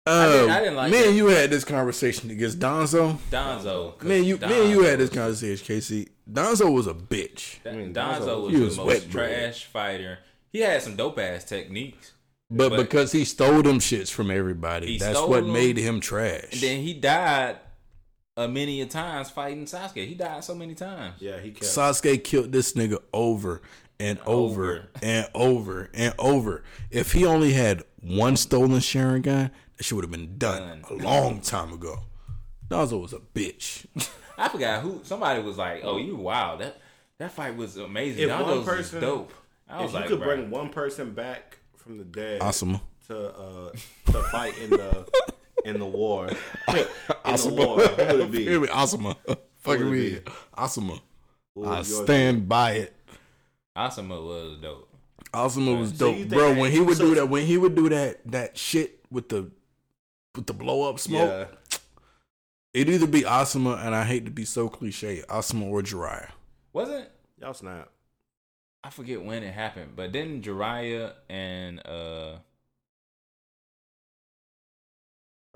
C: Uh,
B: didn't- I didn't like
C: me
B: it.
C: and you had this conversation against Donzo.
B: Donzo.
C: Me and you, me and you had this conversation, Casey. Donzo was a bitch,
B: That-
A: I mean,
B: Donzo
A: Donzo-
B: was
C: He
B: the
C: was
B: most
C: wet, bro.
B: trash fighter. He had some dope ass techniques,
C: but,
B: But-
C: because he stole them shits from everybody,
B: He
C: that's
B: stole
C: what
B: them,
C: made him trash.
B: and then he died a many a times fighting Sasuke. He died so many times.
A: Yeah, he kept.
C: Sasuke killed this nigga over and over,
B: Over.
C: and over and over. If he only had one stolen Sharingan, that shit would have been done,
B: Done.
C: a long time ago. Donzo was a bitch.
B: I forgot who. Somebody was like, "Oh, you wow that that fight was amazing.
A: If
B: Donzo
A: one
B: was
A: person-
B: dope." I was
A: if you
B: like,
A: could
B: "Bruh."
A: bring one person back from the dead
C: Awesome.
A: to uh, to fight in the in the war, <laughs> in
C: Awesome.
A: the war, who would
C: <laughs>
A: it be?
C: Hear me, Asuma. <laughs> Fucking
A: it
C: me.
A: be?
C: Asuma.
A: Who would
C: I
A: yours be?
C: stand by it.
B: Asuma was dope.
C: Asuma was
A: So you
C: dope,
A: think
C: bro.
A: that-
C: When he would
A: so-
C: do that, when he would do that, that shit with the with the blow up smoke,
A: Yeah,
C: it'd either be Asuma, and I hate to be so cliche, Asuma or Jiraiya.
B: Wasn't
A: y'all snap.
B: I forget when it happened, but then Jiraiya and uh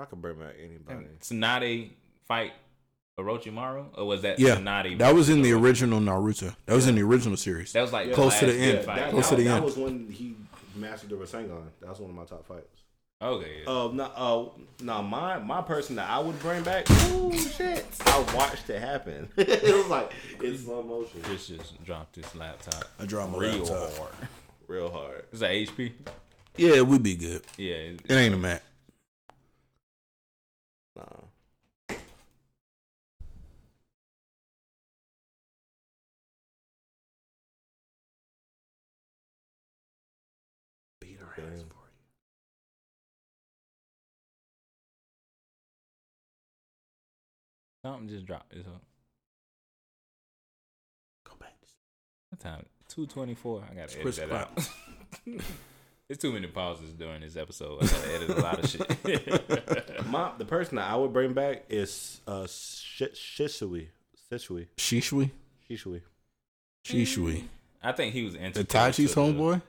A: I could bring back anybody.
B: Tsunade fight Orochimaru, or was that
C: Yeah,
B: Tsunade?
C: that was in the original Naruto. That was in the original series.
B: That was like
A: Yeah,
C: close to the
B: last
C: end.
B: big fight.
A: that,
C: Close
A: that,
C: to the
A: that
C: end.
A: was when he mastered the Rasengan. That was one of my top fights.
B: Okay, yeah.
A: Uh, no, uh, no, my my person that I would bring back. <laughs> Oh shit! I watched it happen. <laughs> it was like it's slow motion.
B: Chris just dropped his laptop.
C: I draw my
B: Real
C: laptop.
B: hard.
E: real hard.
B: Is that HP?
C: Yeah, we'd be good.
B: Yeah. it-
C: It ain't a Mac.
A: Nah. Beat her ass for you.
B: Something just dropped. It's up. What time? Two twenty four. I gotta
C: Chris
B: edit that out. <laughs> It's too many pauses during this episode. I gotta edit a lot of <laughs> shit.
A: My, the person that I would bring back is uh Sh- Shishui. Shishui.
C: Shishui?
A: Shishui. Mm.
C: Shishui.
B: I think he was integral.
C: Itachi's
B: to the-
C: homeboy?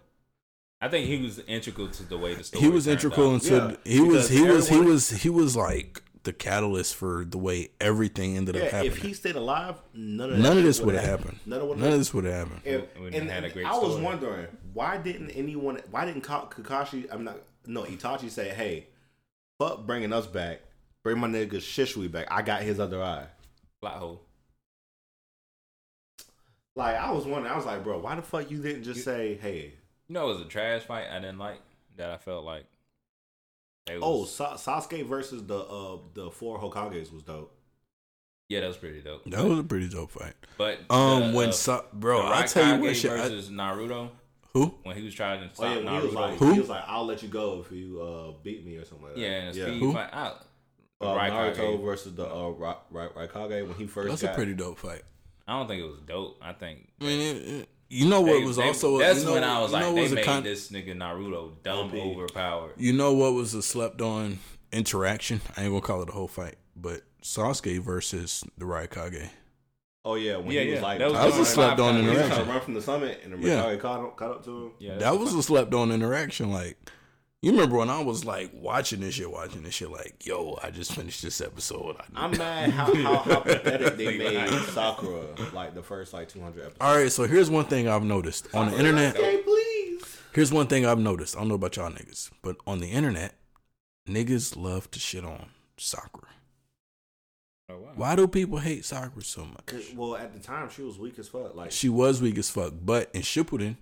B: I think he was integral to the way the story.
C: He was
B: turned
C: integral
B: out.
C: into
A: Yeah,
C: he
A: because
C: was he was he
A: everyone-
C: was he was like the catalyst for the way everything ended up
A: Yeah,
C: happening.
A: if he stayed alive, none of that
C: None of
A: shit
C: this would have
A: would've
C: happened.
A: None of what
C: None of this would have happened.
A: If,
B: We wouldn't
A: and,
B: have had a great
A: I was
B: story.
A: wondering why didn't anyone? Why didn't Ka- Kakashi? I'm not. No, Itachi say, "Hey, fuck bringing us back. Bring my nigga Shishui back. I got his other eye."
B: plot hole.
A: Like I was wondering. I was like, "Bro, why the fuck you didn't just say, hey,
B: You know, it was a trash fight. I didn't like that. I felt like. They was,
A: oh Sa- Sasuke versus the uh the four Hokages was dope."
B: yeah, that was pretty dope.
C: That was a pretty dope fight.
B: But
C: Um,
B: the,
C: when
B: uh,
C: Sa- bro,
B: the
C: I tell you
B: Raikage
C: what, shit. I-
B: versus Naruto
C: who?
B: when he was trying to
A: Oh yeah,
B: stop
A: when he was
B: Naruto.
A: like,
C: Who?
A: he was like, "I'll let you go if you uh beat me or something like that."
B: yeah, and
A: yeah.
B: speed
C: Who?
B: fight. out.
A: Uh,
B: Raikage.
A: Naruto versus the uh Ra- Ra- Raikage when he first.
C: That's a
A: got,
C: pretty dope fight.
B: I don't think it was dope. I think
C: I mean, it, it- you know what
B: They-
C: was
B: they-
C: also a-
B: that's
C: you know,
B: when I was
C: you know
B: like,
C: what
B: they
C: was a
B: made
C: con-
B: this nigga Naruto dumb,
A: OP.
B: overpowered.
C: You know what was a slept on interaction? I ain't gonna call it a whole fight, but Sasuke versus the Raikage.
A: Oh yeah, when
B: Yeah,
A: he
B: yeah,
A: was like,
B: that was
C: I was a slept on
B: Raikage.
A: He was trying
C: interaction.
A: to run from the summit, and the
C: Yeah.
A: Raikage caught, up- caught up to him.
B: Yeah,
C: That was a slept on interaction. Like you remember when I was like watching this shit, watching this shit, like yo, I just finished this episode. I
A: I'm mad how, how, how pathetic they made Sakura like the first like 200 episodes.
C: all right, so here's one thing I've noticed on the internet.
A: Okay, please.
C: Here's one thing I've noticed. I don't know about y'all niggas, but on the internet, niggas love to shit on Sakura.
B: Oh, wow.
C: Why do people hate Sakura so much?
A: 'Cause- Well, at the time she was weak as fuck. Like
C: She was weak as fuck, but in Shippuden,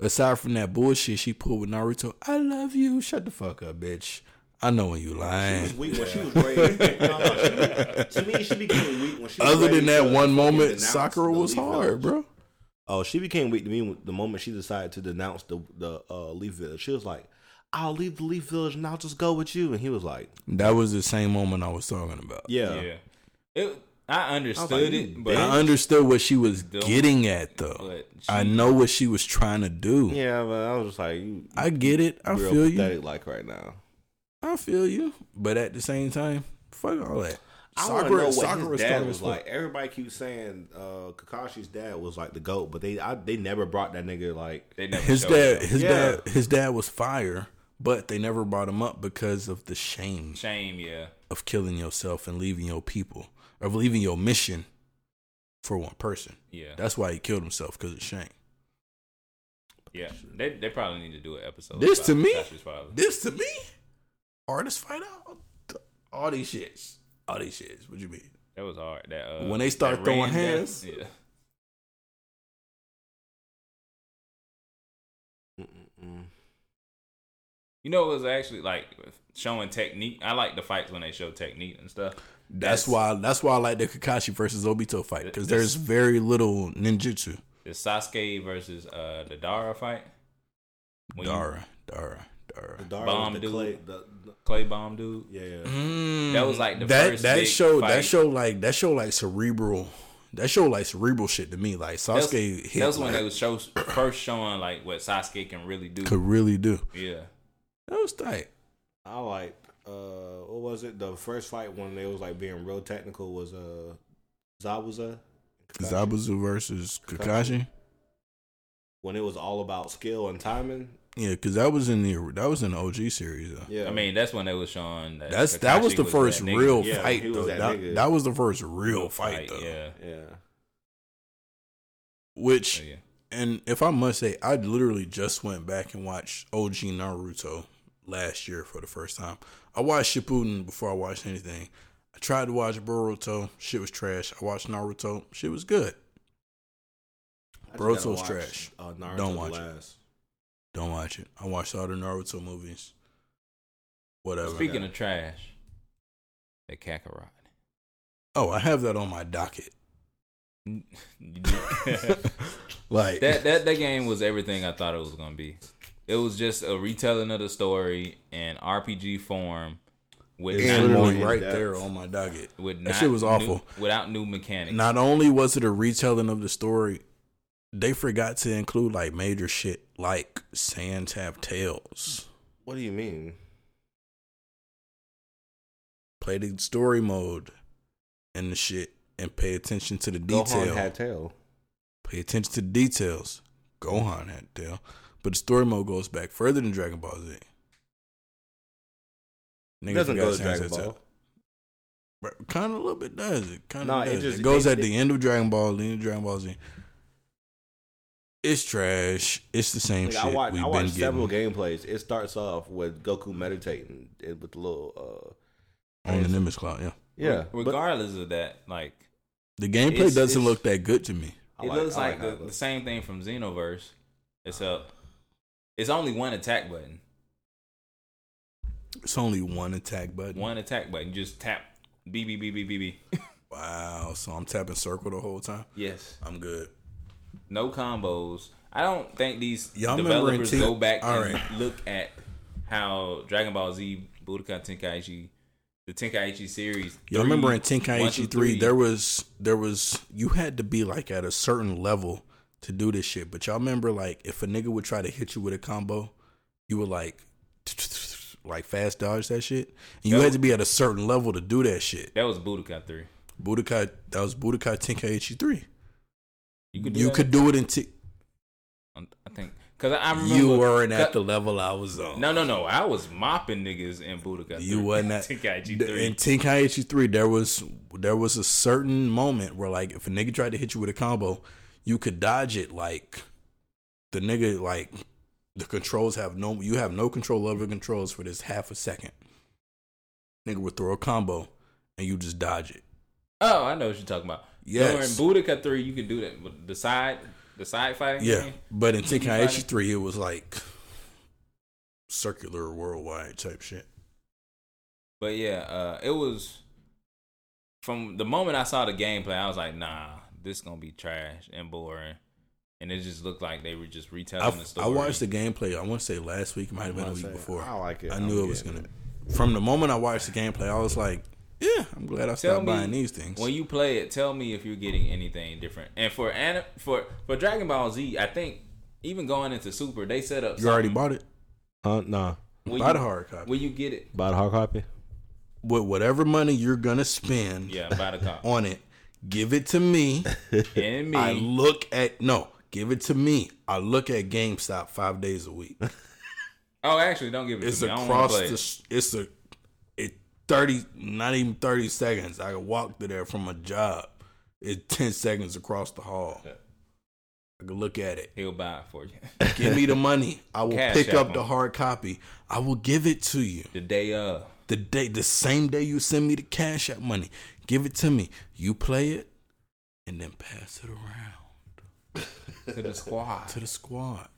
C: aside from that bullshit she pulled with Naruto, I love you. Shut the fuck up, bitch. I know when you
A: she was
C: lying.
A: weak when she was brave. No, no, she, to me, she became weak when she. was
C: Other
A: ready
C: than that
A: to
C: one
A: fucking
C: moment,
A: denounce
C: Sakura
A: the
C: was
A: Leaf
C: hard,
A: Village.
C: bro.
A: Oh, she became weak to me the moment she decided to denounce the the uh, Leaf Village. She was like, "I'll leave the Leaf Village and I'll just go with you," and he was like,
C: That was the same moment I was talking about.
A: "Yeah."
B: yeah. It, I understood it,
A: you
B: but
C: I understood what she was
B: Don't-
C: getting at, though.
B: but
C: I know what she was trying to do.
A: Yeah, but I was just like, you
C: I get it. I
A: real
C: feel you.
A: pathetic like right now.
C: I feel you, but at the same time, fuck all that.
A: I want to know what
C: was
A: his dad
C: strong as
A: was
C: fuck.
A: like. Everybody keeps saying uh, Kakashi's dad was like the goat, but they I, they never brought that nigga like.
B: they never
C: His
B: showed
C: dad,
B: up.
C: his
A: Yeah.
C: dad, his dad was fire, but they never brought him up because of the shame
B: Shame, yeah.
C: of killing yourself and leaving your people, of leaving your mission for one person.
B: Yeah.
C: That's why he killed himself because of shame.
B: yeah. They, they probably need to do an episode.
C: This
B: about
C: to me?
B: Tasha's father.
C: This to me, hardest fight out. All these shits, all these shits. What you mean?
B: That was hard. That uh,
C: When they start
B: that
C: throwing
B: rain
C: hands.
B: death- Yeah.
A: Mm-mm-mm.
B: You know, it was actually like showing technique. I like the fights when they show technique and stuff.
C: That's, why. That's why I like the Kakashi versus Obito fight because
B: Th-
C: there's very little ninjutsu.
B: The Sasuke versus uh, the Dara fight. When you-
C: Dara, Dara, Dara.
A: The Dara
B: Bomb
A: was the
B: dude.
A: clay. The, the-
B: Clay Bomb dude.
A: yeah, yeah.
B: That was like the
C: that
B: first
C: that
B: big
C: show that
B: fight.
C: show like that show like cerebral that show like cerebral shit to me like
B: That's,
C: Sasuke hit
B: that's when
C: like,
B: they was show, first showing like what Sasuke can really do.
C: could really do
B: Yeah.
C: that was tight
A: <clears throat> I like. Uh, what was it? The first fight when they was like being real technical was uh, Zabuza. Kakashi.
C: Zabuza versus Kakashi
A: When it was all about skill and timing.
C: yeah because that was in the that was in the OG series though
A: Yeah,
B: I mean, that's when they was showing that.
C: that's that was
B: Kakashi
C: the first
B: that nigga.
C: real
A: Yeah,
C: fight
A: he was
C: though
A: that
C: that,
A: nigga.
C: that, was the first real fight, though
B: Yeah.
A: yeah.
C: which
B: So, yeah.
C: and if I must say I literally just went back and watched OG Naruto last year for the first time I watched Shippuden before I watched anything. I tried to watch Boruto. Shit was trash. I watched Naruto. Shit was good.
A: I just
C: Boruto's
A: gotta watch,
C: trash.
A: Uh, Naruto
C: Don't watch it.
A: last.
C: Don't watch it. I watched all the Naruto movies. Whatever.
B: Speaking of trash, the Kakarot. <laughs>
C: oh, I have that on my docket. Like <laughs>
B: that that that game was everything I thought it was gonna be. It was just a retelling of the story in RPG form with
C: it's
A: And
B: not,
A: more
C: literally
A: in
C: right
A: depth.
C: there on my docket.
B: with
C: that
B: not
C: shit was
B: new-
C: awful.
B: without new mechanics.
C: Not only was it a retelling of the story, they forgot to include like major shit like Sans Have Tales.
A: What do you mean?
C: Play the story mode and the shit and pay attention to the
A: Gohan
C: detail.
A: had tail.
C: Pay attention to the details. Gohan had tail. But the story mode goes back further than Dragon Ball Z.
A: It doesn't
C: forgot
A: go to
C: Sans
A: Dragon
C: Have
A: Ball.
C: Tales. Kind of a little bit does it? Kind of
A: Nah, it
C: does. It,
A: just-
C: goes
A: they-
C: at
A: they-
C: the end of Dragon Ball, the end of Dragon Ball Z. It's trash. It's the same
A: Like,
C: shit
A: I watched,
C: we've
A: I
C: been
A: watched several
C: getting
A: gameplays. It starts off with Goku meditating and with the little. uh
C: on the Nimbus Cloud. Yeah,
A: Yeah,
B: Re- regardless of that, like
C: the gameplay
B: It's-
C: doesn't
B: it's-
C: look that good to me.
A: I
B: it
A: like-
B: looks
A: I
B: like,
A: like how
B: the,
A: it
B: the
A: looks.
B: same thing from Xenoverse. It's up. It's only one attack button.
C: It's only one attack button.
B: One attack button. You just tap B B B B B B.
C: Wow. So I'm tapping circle the whole time.
B: Yes.
C: I'm good.
B: No combos. I don't think these
C: Y'all remember in
B: developers
C: T-
B: go back
C: All
B: and
C: right.
B: look at how Dragon Ball Z, Budokai Tenkaichi, the Tenkaichi series.
C: Y'all remember in
B: three- one through
C: Tenkaichi three, there was there was you had to be like at a certain level to do this shit. But y'all remember like if a nigga would try to hit you with a combo, you would like like fast dodge that shit, and you
B: That
C: had
B: was-
C: to be at a certain level to do that shit.
B: that was Budokai three.
C: Budokai that was Budokai Tenkaichi three.
B: You could do
C: You
B: that?
C: could do it in T.
B: Um, I think because I remember
C: You weren't
B: cut-
C: at the level I was on.
B: No, no, no. I was mopping niggas in Budokai. 3. <laughs>
C: You wasn't at
B: Tenkaichi
C: th-
B: three.
C: in Tenkaichi three. There was there was a certain moment where like if a nigga tried to hit you with a combo, you could dodge it. Like the nigga like the controls have no you have no control over the controls for this half a second. Nigga would throw a combo and you just dodge it.
B: oh, I know what you're talking about.
C: Yes.
B: No, in Budokai three, you could do that. But the side, the side fighting.
C: Yeah,
B: game,
C: but in
B: You
C: Tenkaichi
B: fighting?
C: three, it was like circular worldwide type shit.
B: But yeah, uh, it was from the moment I saw the gameplay, I was like, nah, this gonna be trash and boring. And it just looked like they were just retelling
C: I,
B: the
C: I
B: story.
C: watched the gameplay. I want to say last week, it might have been
A: I'm
C: the
A: about
C: week
A: to say,
C: before.
A: I like it.
C: I
A: I'm
C: knew it was
A: getting
C: gonna. From the moment I watched the gameplay, I was like, "Yeah, I'm glad I stopped buying these things."
B: When you play it, tell me if you're getting anything different. And for anim- for for Dragon Ball Z, I think even going into Super, they set up.
C: You already
B: something
C: bought it.
A: Uh, nah,
B: where
C: buy
B: you-
C: the hard copy.
B: Where you get it?
A: buy the hard copy.
C: With whatever money you're gonna spend
B: Yeah, buy the copy.
C: <laughs> on it, give it to me.
B: and
C: I
B: me,
C: look at no, give it to me. I look at GameStop five days a week.
B: oh, actually, don't give it
C: It's
B: to me. I don't wanna
C: across
B: play
C: the.
B: it.
C: s- It's a. It thirty, not even thirty seconds. I could walk to there from a job. It's ten seconds across the hall. I could look at it.
B: He'll buy it for you <laughs>
C: Give me the money. I will
B: Cash
C: pick
B: app
C: up
B: him.
C: the hard copy. I will give it to you
B: the day of.
C: the day, the same day you send me the cash app money. Give it to me. You play it, and then pass it around
B: To the
C: <laughs>
B: squad.
C: to the squad.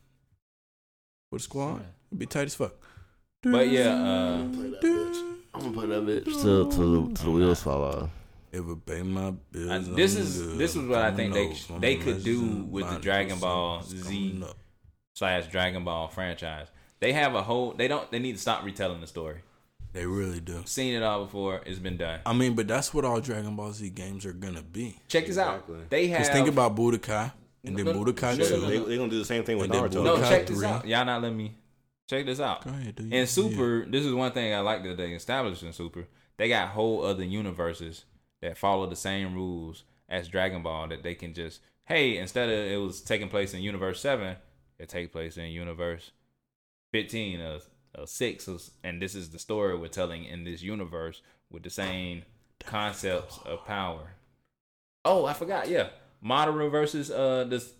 C: With the squad, it'd be tight as fuck.
B: But yeah, uh,
A: I'm gonna put that bitch till till, till the wheels fall off.
C: It would pay my bills.
B: I- this
C: I'm
B: is
C: good.
B: this is what I think they
C: Coming over.
B: they could
C: Let's
B: do
C: just
B: with
C: buy
B: the Dragon Ball
C: something.
B: Z
C: Coming up.
B: slash Dragon Ball franchise. They have a whole. They don't. They need to stop retelling the story.
C: They really do.
B: Seen it all before. It's been done.
C: I mean, but that's what all Dragon Ball Z games are gonna be.
B: Check this
A: Exactly.
B: out. They have.
C: Because think about Budokai, and then
B: No, no, no,
C: Budokai
B: no,
C: two.
B: no,
A: They they gonna do the same thing with
C: And then
A: Naruto.
B: No,
C: Budokai
B: check this
C: three.
B: out. Y'all not let me. Check this out.
C: Go ahead, do you-
B: In Super, this is one thing I like that they established in Super. They got whole other universes that follow the same rules as Dragon Ball that they can just hey, instead of it was taking place in Universe Seven, it takes place in Universe fifteen or, or six, or s- and this is the story we're telling in this universe with the same concepts of power. Oh, I forgot. Yeah, Madara versus uh this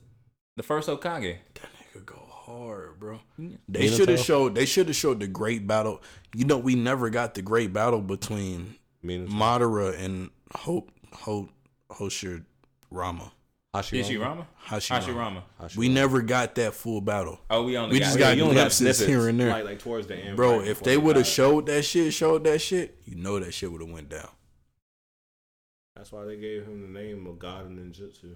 B: the first Okage.
C: That nigga go hard, bro. They should have
A: Minato?
C: showed. They should have showed the great battle. You know, we never got the great battle between
A: Minato.
C: Madara and Hope Hope Hoshir Rama.
B: Hashirama?
C: Hashirama.
B: Hashirama.
C: We never got that full battle.
B: Oh, we only
C: We
B: got
C: just
B: yeah,
C: got
B: you only
C: glimpses here and there.
E: Like, like towards the end,
C: Bro,
E: right
C: if
E: before
C: they
E: he
C: would have
E: died.
C: showed that shit, showed that shit, you know that shit would have went down.
E: that's why they gave him the name of God of Ninjutsu.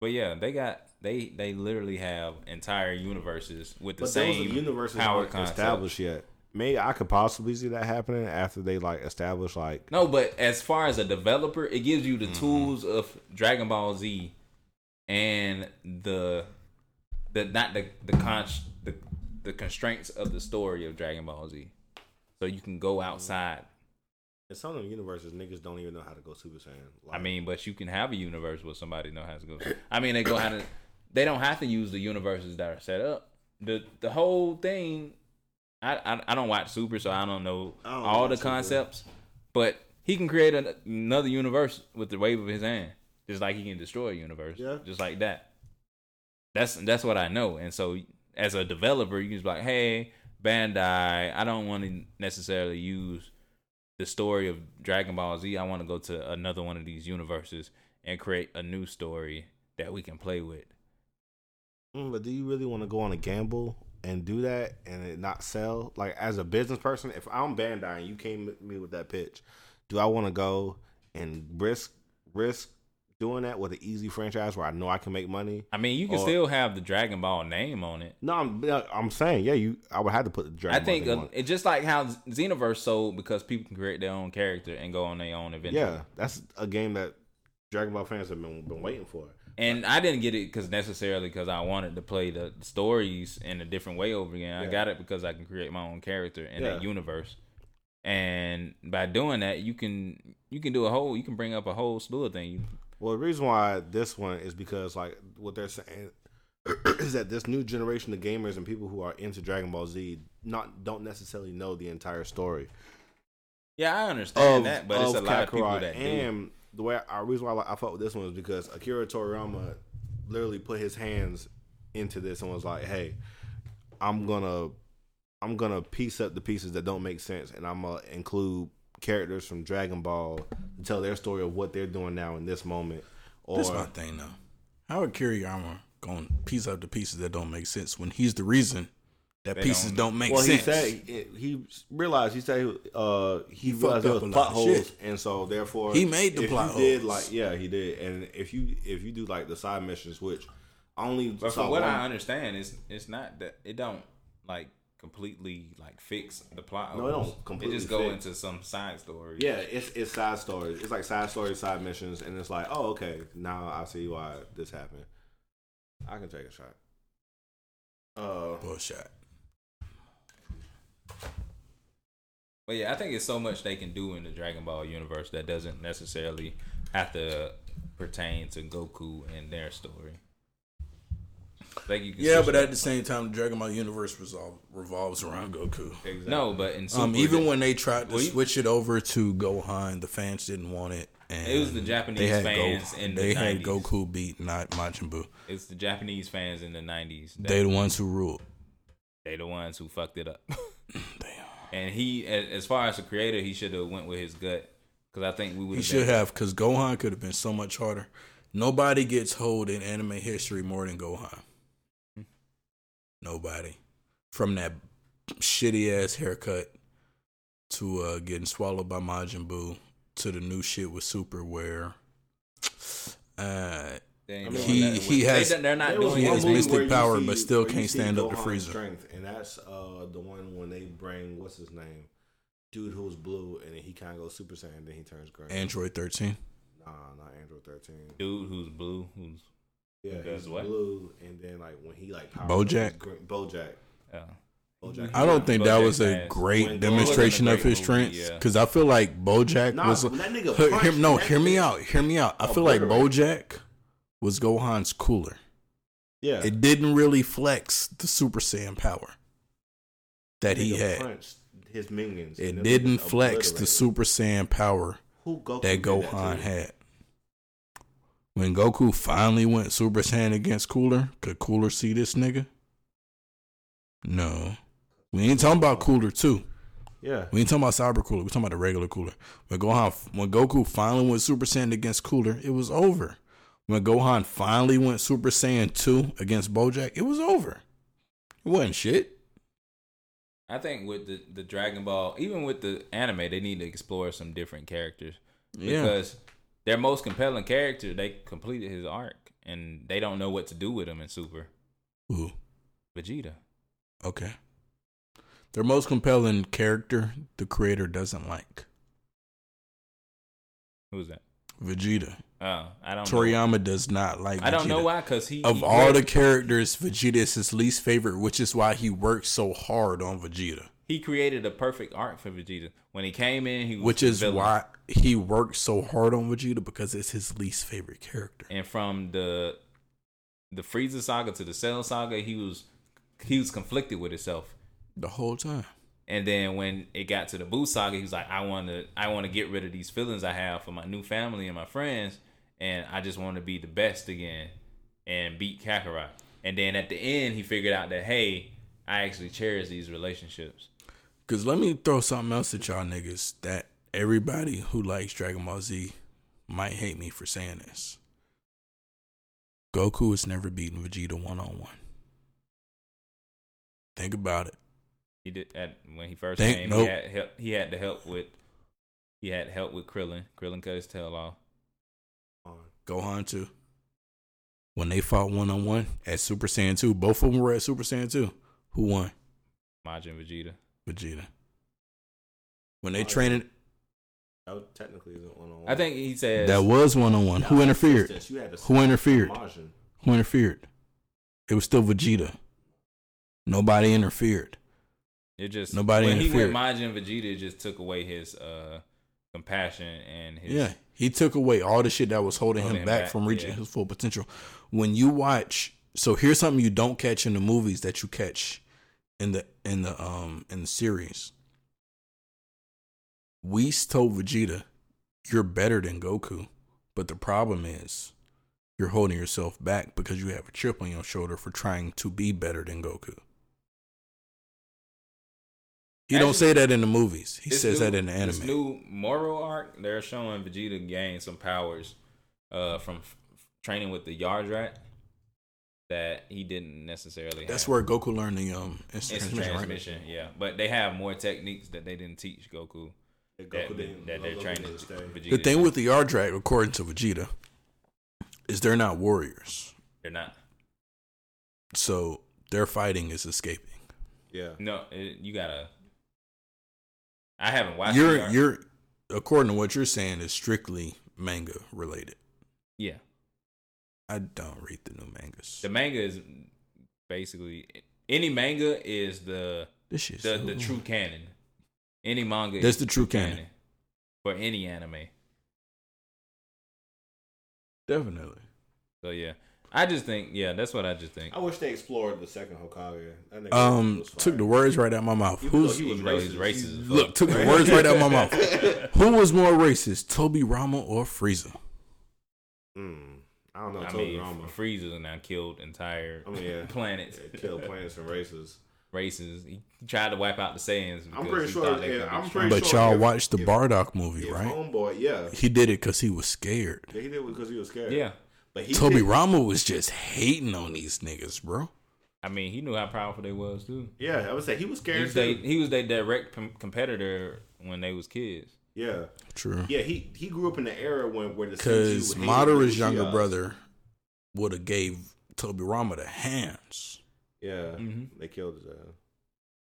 B: But yeah, they got they they literally have entire universes with the
E: But those
B: same
E: universes
B: power
E: aren't
B: concept.
A: established yet. Maybe I could possibly see that happening after they like establish like
B: No, but as far as a developer, it gives you the
E: Mm-hmm.
B: tools of Dragon Ball Z and the the not the the con the, the constraints of the story of Dragon Ball Z. So you can
E: Mm-hmm.
B: go outside.
E: In some of the universes, niggas don't even know how to go Super Saiyan.
B: I
E: Like,
B: mean, but you can have a universe where somebody know how to go. I mean, they go how to. They don't have to use the universes that are set up. the The whole thing. I I, I don't watch Super, so I don't know
E: I don't
B: all
E: watch
B: the
E: Super.
B: concepts. But he can create an, another universe with the wave of his hand, just like he can destroy a universe,
E: Yeah.
B: just like that. That's that's what I know. And so, as a developer, you can just be like, hey, Bandai, I don't want to necessarily use the story of Dragon Ball Z, I want to go to another one of these universes and create a new story that we can play with.
A: Mm, but do you really want to go on a gamble and do that and it not sell? Like as a business person, if I'm Bandai and you came at me with that pitch, do I want to go and risk risk doing that with an easy franchise where I know I can make money?
B: I mean, you can
A: Or-
B: still have the Dragon Ball name on it.
A: No, I'm I'm saying yeah, you. I would have to put the
B: I
A: Dragon
B: think
A: Ball name
B: uh,
A: on it.
B: it's just like how Xenoverse sold because people can create their own character and go on their own adventure.
A: yeah, that's a game that Dragon Ball fans have been been waiting for.
B: And I didn't get it because necessarily because I wanted to play the stories in a different way over again. I
A: Yeah.
B: got it because I can create my own character in that
A: Yeah.
B: universe. And by doing that, you can you can do a whole you can bring up a whole slew of things.
A: Well, the reason why this one is because like what they're saying <clears throat> is that this new generation of gamers and people who are into Dragon Ball Z not don't necessarily know the entire story
B: Yeah, I understand
A: of,
B: that, but it's a
A: of
B: lot of people
A: Kakarot.
B: that do.
A: and the way I, reason why I, like, I fought with this one is because Akira Toriyama literally put his hands into this and was like, "Hey, I'm gonna I'm gonna piece up the pieces that don't make sense, and I'm gonna include characters from Dragon Ball to tell their story of what they're doing now in this moment." Or
C: That's my thing though. How would Kiriyama going to piece out the pieces that don't make sense when he's the reason that
B: They
C: pieces
B: don't-
C: don't, make
A: well,
C: sense?
A: he said he, he realized he said uh, he,
C: He fucked
A: realized there
C: up
A: was
C: a
A: plot
C: lot of
A: holes,
C: shit.
A: and so therefore
C: He made the
A: if
C: plot
A: you Did
C: holes.
A: like yeah, he did. And if you if you do like the side missions, which I only
B: But
A: saw
B: from what
A: one-
B: I understand, it's it's not that it don't like completely like fix the plot.
A: No, it don't
B: holes.
A: completely
B: just go
A: fix.
B: into some side story.
A: yeah, it's it's side stories. It's like side stories, side missions, and it's like oh okay, now I see why this happened. I can take a shot. Uh,
C: Bullshit.
B: But yeah, I think it's so much they can do in the Dragon Ball universe that doesn't necessarily have to pertain to Goku and their story. I think you can
C: Yeah,
B: switch
C: but
B: it
C: at the same time, the Dragon Ball universe resolve, revolves around Goku.
B: up. no, but in Super,
C: Um, even when they tried to
B: Well, you-
C: switch it over to Gohan, the fans didn't want it. And
B: It was the Japanese
C: they had
B: fans
C: Goku-
B: in the
C: they had
B: 90s.
C: Goku beat, not Majin Buu.
B: it's the Japanese fans in the '90s. That
C: They the ones who ruled.
B: they the ones who fucked it up.
C: <coughs> Damn.
B: And he, a- as far as the creator, he should have went with his gut because I think we would.
C: He should have, because Gohan could have been so much harder. Nobody gets hold in anime history more than Gohan. Nobody. From that shitty ass haircut to uh, getting swallowed by Majin Buu to the new shit with Super, where uh,
B: They
A: I mean,
C: he he has
B: They, are not
A: There was
B: doing
C: he
A: one
C: has
A: movie
C: mystic
A: where you
C: power, but still
A: where you
C: can't
A: see
C: stand up to
A: Gohan's
C: Frieza.
A: Strength, and that's uh, the one when they bring what's his name, dude who's blue, and then he kind of goes Super Saiyan, then he turns gray.
C: Android 13.
A: nah, not Android thirteen.
B: dude who's blue, who's
A: Yeah,
B: Because
A: he's
B: what?
A: blue, and then like when he like powers
C: Bojack?
A: up, he's green- Bojack.
B: uh,
A: Bojack.
C: I don't think that
B: Bojack's
C: was a
B: ass.
C: great
A: When Gohan-
C: demonstration
B: Wasn't a
C: of
B: great
C: his
B: movie,
C: strengths
B: yeah.
C: because I feel like Bojack
A: Nah,
C: was.
A: that nigga
C: Hear-
A: punched
C: hear- no,
A: that
C: hear me
A: nigga.
C: out. Hear me out. I feel like
A: Obliterated.
C: Bojack was Gohan's cooler.
A: Yeah,
C: It didn't really flex the Super Saiyan power that he
A: Nigga
C: had.
A: punched his minions. and
C: It
A: them
C: didn't
A: niggas
C: flex the
A: obliterated.
C: Super Saiyan power
A: Who Goku
C: that
A: did
C: Gohan
A: to?
C: had. When Goku finally went Super Saiyan against Cooler, could Cooler see this nigga? No. We ain't talking about Cooler too.
A: Yeah,
C: We ain't talking about Cyber Cooler. We talking about the regular Cooler. When Gohan, when Goku finally went Super Saiyan against Cooler, it was over. When Gohan finally went Super Saiyan 2 against Bojack, it was over. It wasn't shit.
B: I think with the, the Dragon Ball, even with the anime, they need to explore some different characters
C: Yeah.
B: because their most compelling character they completed his arc and they don't know what to do with him in Super
C: Ooh,
B: Vegeta.
C: okay. Their most compelling character, the creator doesn't like
B: Who's that?
C: Vegeta.
B: Oh, I don't. know.
C: Toriyama does not like.
B: I don't know
C: Vegeta.
B: why because he
C: Of
B: he
C: all the
B: created-
C: characters, Vegeta is his least favorite, which is why he works so hard on Vegeta.
B: he created a perfect arc for Vegeta when he came in. He was
C: Which
B: the
C: is
B: villain.
C: why he works so hard on Vegeta because it's his least favorite character.
B: and from the the Frieza saga to the Cell saga, he was he was conflicted with himself.
C: The whole time.
B: And then when it got to the Boo saga, he was like, "I want to, I want to get rid of these feelings I have for my new family and my friends, and I just want to be the best again and beat Kakarot." And then at the end, he figured out that hey, I actually cherish these relationships.
C: Cause let me throw something else at y'all niggas that everybody who likes Dragon Ball Z might hate me for saying this. Goku has never beaten Vegeta one on one. Think about it.
B: He did at when he first
C: Think-
B: came.
C: nope.
B: He had help. He had to help with. He had help with Krillin. Krillin cut his tail off.
C: Gohan too. When they fought one on one at Super Saiyan 2, both of them were at Super Saiyan 2. Who won?
B: Majin Vegeta.
C: Vegeta. When they trained,
E: That was technically isn't one on one.
B: I think he says
C: that was one on one. Who interfered?
E: You had to
C: Who interfered?
E: Majin.
C: Who interfered? It was still Vegeta. Nobody interfered.
B: It just
C: Nobody
B: when
C: interfered.
B: he went Majin Vegeta, it just took away his uh compassion and his
C: Yeah, he took away all the shit that was holding
B: Holding
C: him
B: him
C: back,
B: back,
C: from reaching
B: yeah.
C: his full potential. When you watch, so here's something you don't catch in the movies that you catch in the in the um in the series. Whis told Vegeta, "You're better than Goku, but the problem is." You're holding yourself back because you have a chip on your shoulder for trying to be better than Goku. He don't
B: Actually,
C: say that in the movies. He
B: This
C: says
B: new-
C: that in the anime.
B: This new moral arc, they're showing Vegeta gain some powers uh from f- f- training with the Yardrat that he didn't necessarily
C: That's
B: have.
C: where Goku learned the um instant
B: it's
C: transmission,
B: transmission,
C: right?
B: yeah. But they have more techniques that they didn't teach Goku.
E: That
B: That,
E: Goku didn't-
B: that they're
E: Goku
B: training
E: didn't stay.
B: Vegeta.
C: The thing with the Yardrat, according to Vegeta, is they're not warriors,
B: they're not.
C: so their fighting is escaping.
E: Yeah.
B: No, it, you gotta. I haven't watched. the
C: You're
B: arc.
C: you're according to what you're saying is strictly manga related.
B: yeah.
C: I don't read the new mangas.
B: The manga is basically any manga is the
C: This shit's
B: the,
C: so-
B: the true canon. Any manga
C: That's
B: is
C: the true canon.
B: for any anime.
C: <laughs> Definitely.
B: So yeah, I just think yeah, that's what I just think.
E: I wish they explored the second Hokage. That nigga
C: Um,
E: was fire.
C: took the words right out of my mouth.
E: Even though
C: Who's
E: he was
B: Even though he's
E: racist,
B: racist
E: he's-
B: as fuck. <laughs>
C: look? Took the words right out of my mouth. Who was more racist, Toby Rama or Frieza?
E: Mm, I don't know.
B: I
E: Toby <laughs>
B: mean,
E: Rama.
B: Frieza now killed entire
E: I mean, Oh, yeah.
B: <laughs> planets,
E: They killed <laughs> planets and
C: <laughs>
E: races.
B: <laughs> races. He tried to wipe out the Saiyans.
E: I'm
B: because
E: pretty
B: he
E: sure
B: thought they
E: it-
B: could be
E: I'm
B: strong.
E: pretty
C: But
E: sure
C: y'all
E: if-
C: watched the
E: if-
C: Bardock movie,
E: Yeah,
C: right?
E: homeboy, yeah.
C: He did it because he was scared.
E: Yeah, he did it because he was scared.
B: Yeah,
E: But he
C: Toby
E: did-
C: Rama was just hating on these niggas, bro.
B: I mean, he knew how powerful they was too.
E: Yeah, I would say he was
B: He
E: scared
B: was they,
E: too.
B: he was their direct com- competitor when they was kids.
E: Yeah.
C: True.
E: Yeah, he he grew up in the era when where the CG
C: Because
E: hated
C: Madara's
E: the
C: younger
E: Uchiha.
C: brother would have gave Toby Rama the hands,
E: Yeah.
B: Mhm.
E: They killed his ass.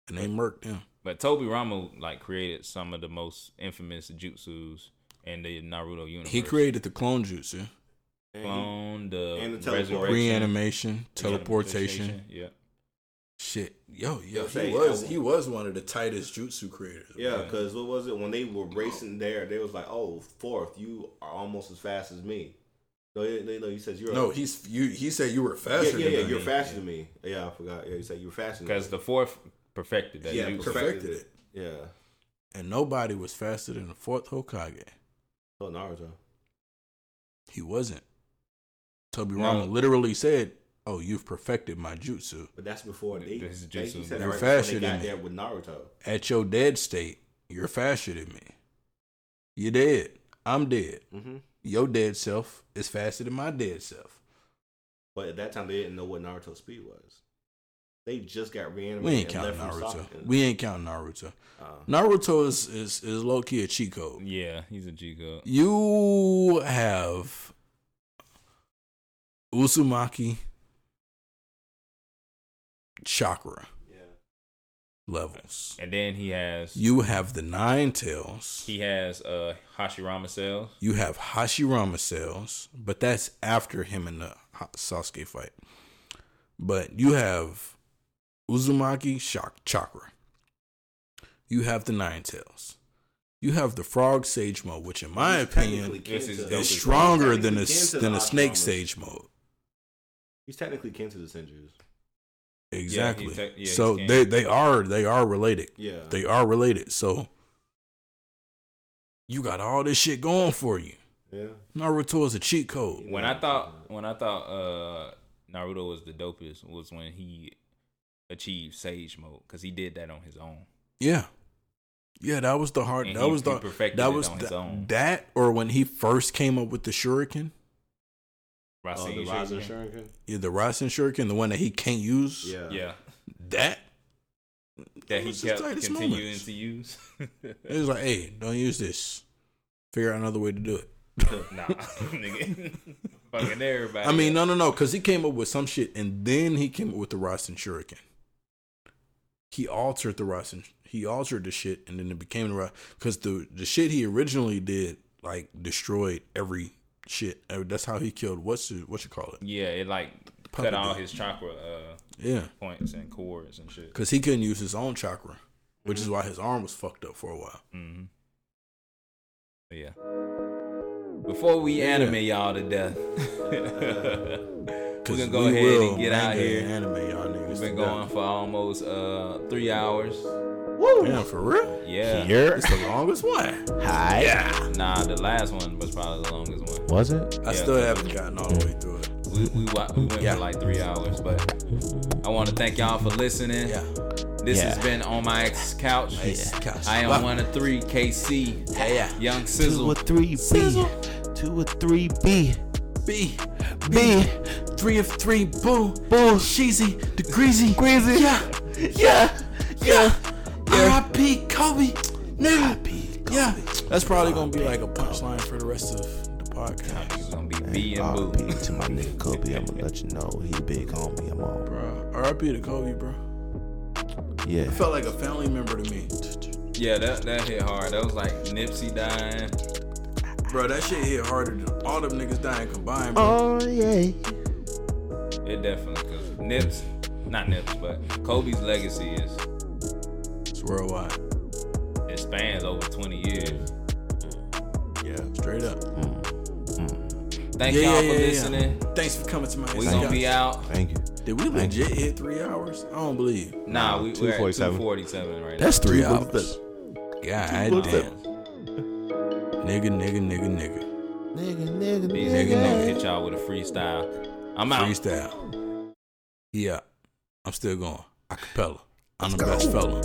C: and they murked him.
B: But Toby Rama like created some of the most infamous jutsus in the Naruto universe.
C: He created the clone jutsu,
E: And he-
B: clone the,
E: and the teleport.
B: resurrection,
C: reanimation, teleportation.
B: Yeah,
C: Shit, yo, yo,
E: Yo, say,
C: he was
E: yo.
C: he was one of the tightest jutsu creators. bro.
E: Yeah, because what was it when they were racing there? They was like, "Oh, fourth, you are almost as fast as me." No, they, they, no, you said you're
C: No, he's you. He said you were
E: yeah,
C: faster.
E: yeah, yeah,
C: than
E: you're
C: him.
E: faster than me. Yeah, I forgot. Yeah, you said you were faster. than
B: because
E: me.
B: the fourth perfected that.
E: yeah,
B: jutsu.
E: perfected
C: perfected
E: it.
C: it.
E: Yeah,
C: And nobody was faster than the fourth Hokage.
E: so Naruto.
C: He wasn't. Toby
B: No.
C: Rama literally said, "Oh, you've perfected my jutsu."
E: But that's before they.
B: This
E: they
B: is just
E: you
B: a-
E: said that
C: You're
E: right before
C: faster
E: they got
C: than me.
E: there with Naruto.
C: at your dead state, you're faster than me. You're dead. I'm dead.
E: Mm-hmm.
C: your dead self is faster than my dead self.
E: But at that time, they didn't know what Naruto speed was. They just got reanimated.
C: We ain't
E: and
C: counting
E: left from
C: Naruto.
E: Sasuke.
C: We ain't counting Naruto.
E: Uh,
C: Naruto is is, is low key a cheat code.
B: Yeah, he's a G code.
C: You have Usumaki chakra levels.
B: And then he has
C: You have the nine tails.
B: he has uh Hashirama cells.
C: You have Hashirama cells, but that's after him and the Ha- Sasuke fight. But you have Uzumaki Shak- Chakra. You have the Nine Tails. You have the Frog Sage Mode, which, in my
E: he's technically
C: opinion,
E: kin
B: this is
E: to-
B: dope
C: is
B: as
C: stronger
E: he's
C: than a
E: technically kin to
C: than
E: the
C: a Snake
E: Hashiramas.
C: Sage Mode.
E: He's technically kin to the Senjus.
C: Exactly.
B: tec- yeah,
C: so
B: he's kin.
C: they they are they are related.
E: Yeah.
C: They are related. So you got all this shit going for you.
E: yeah.
C: Naruto is a cheat code.
B: When I thought when I thought uh Naruto was the dopest was when he achieved sage mode because he did that on his
C: Oh,
B: own.
C: Yeah. Yeah, that was the hard.
B: And
C: that
B: he-
C: was
B: he
C: the
B: perfected
C: that
B: it
C: was
B: on
C: the-
B: his own.
C: that or when he first came up with the shuriken,
E: Uh, the
B: Rasen
E: Rising
B: Shuriken.
E: Shuriken.
C: yeah, the Rasen shuriken, the one that he can't use.
E: Yeah.
B: Yeah,
C: that
B: that
C: It
B: he
C: was his
B: kept
C: tightest
B: continuing
C: moments.
B: to
C: <laughs>
B: use. <laughs>
C: it was like, hey, don't use this. Figure out another way to do it.
B: nah, nigga, <laughs> fucking everybody.
C: I mean, no, no, no, because he came up with some shit, and then he came up with the Rasen shuriken. He altered the Rasen. He altered the shit, and then it became the because the the shit he originally did like destroyed every shit. Uh, That's how he killed what's it- what you call it.
B: Yeah, it like cut
C: Puppet
B: all
C: dog.
B: his chakra uh,
C: Yeah,
B: points and cords and shit.
C: because he couldn't use his own chakra, which is why his arm was fucked up for a while.
B: Mm-hmm. yeah. Before we
C: Yeah.
B: animate y'all to death, <laughs>
C: Because
B: gonna go ahead and get out here.
C: Anime, y'all niggas.
B: we've been going for almost uh three hours.
C: Woo! Damn, for real.
B: Yeah.
C: It's the longest one. Hi. Yeah.
B: Nah, the last one was probably the longest one.
D: Was it?
B: Yeah.
C: I still haven't gotten all the way through it.
B: We, we, wa- we went
C: Yeah.
B: for like three hours, but I want to thank y'all for listening.
C: Yeah.
B: This
D: Yeah.
B: has been on my ex's couch.
C: Ex's couch.
B: I am
C: Wow.
B: one of three KC,
C: Hey, yeah.
B: Young
D: Two
B: Sizzle,
D: or three B. Two or three B.
C: B.
D: B.
C: Three of three. Boo.
D: Boo.
C: Sheezy. The greasy.
D: Greasy.
C: Yeah.
D: Yeah. Yeah.
C: R.I.P. Kobe. Nigga. Yeah. That's probably gonna be like a punchline for the rest of the podcast.
B: It's gonna be B and Boo.
D: R.P. to my nigga Kobe. I'ma let you know he big on me. I'm on.
C: Bro, R.I.P. to Kobe, bro.
D: Yeah.
C: Felt like a family member to me.
B: <laughs> Yeah, that that hit hard. That was like Nipsey dying.
C: Bro, that shit hit harder than all them niggas dying combined, bro.
D: Oh yeah.
B: It definitely because Nips, not Nips, but Kobe's legacy is
C: It's worldwide.
B: it spans over 20 years.
C: Yeah. Straight up.
B: Thank
C: Yeah,
B: y'all
C: yeah,
B: for
C: yeah, yeah.
B: listening.
C: Thanks for coming to my
B: We
C: Instagram.
B: gonna be out.
D: Thank you.
C: Did we legit hit three hours? I don't believe. you.
B: Nah, we, we're at
E: 247.
B: 247 right now.
C: That's three
D: Look at
C: hours.
D: that.
C: God damn. Nigga, nigga, nigga, nigga.
D: Nigga, nigga,
B: These
D: nigga.
B: niggas gonna hit y'all with a freestyle. I'm out.
C: Freestyle. Yeah. I'm still going. Acapella. I'm the best fella.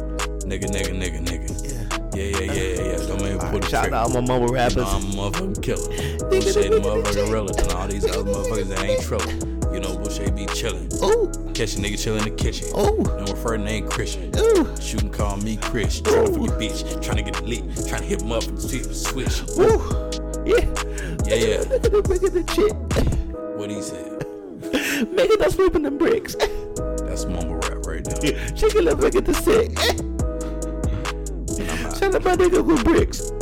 C: Nigga, nigga, nigga, nigga. Yeah, yeah, yeah, yeah, yeah. Don't make me put a
D: Shout
C: trigger.
D: out my mama
C: You
D: rappers.
C: know, I'm a motherfucking killer. Boucher the motherfucking realer than all these other motherfuckers that ain't trillin'. You know, Boucher be chillin'.
D: Ooh,
C: Catch a nigga chillin' in the kitchen.
D: Ooh.
C: Don't refer to name Christian.
D: Oh. ooh,
C: You can call me Chris. Tryna fuck your bitch. Tryna get lit. Tryna hit motherfuckers. see if it Switch.
D: ooh. Yeah.
C: Yeah, yeah.
D: Look at the look at <laughs> the
C: What he said.
D: shit. Make it not sweeping them bricks.
C: That's mumble rap right now.
D: Shake it up, look at the sick. Shout out my nigga with bricks.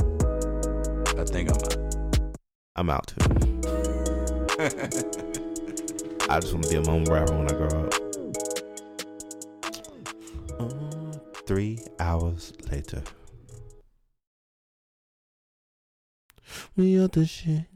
C: I think I'm out.
D: I'm <laughs> out too. I just want to be a mom rapper when I grow up. Uh, Three hours later. We out the shit.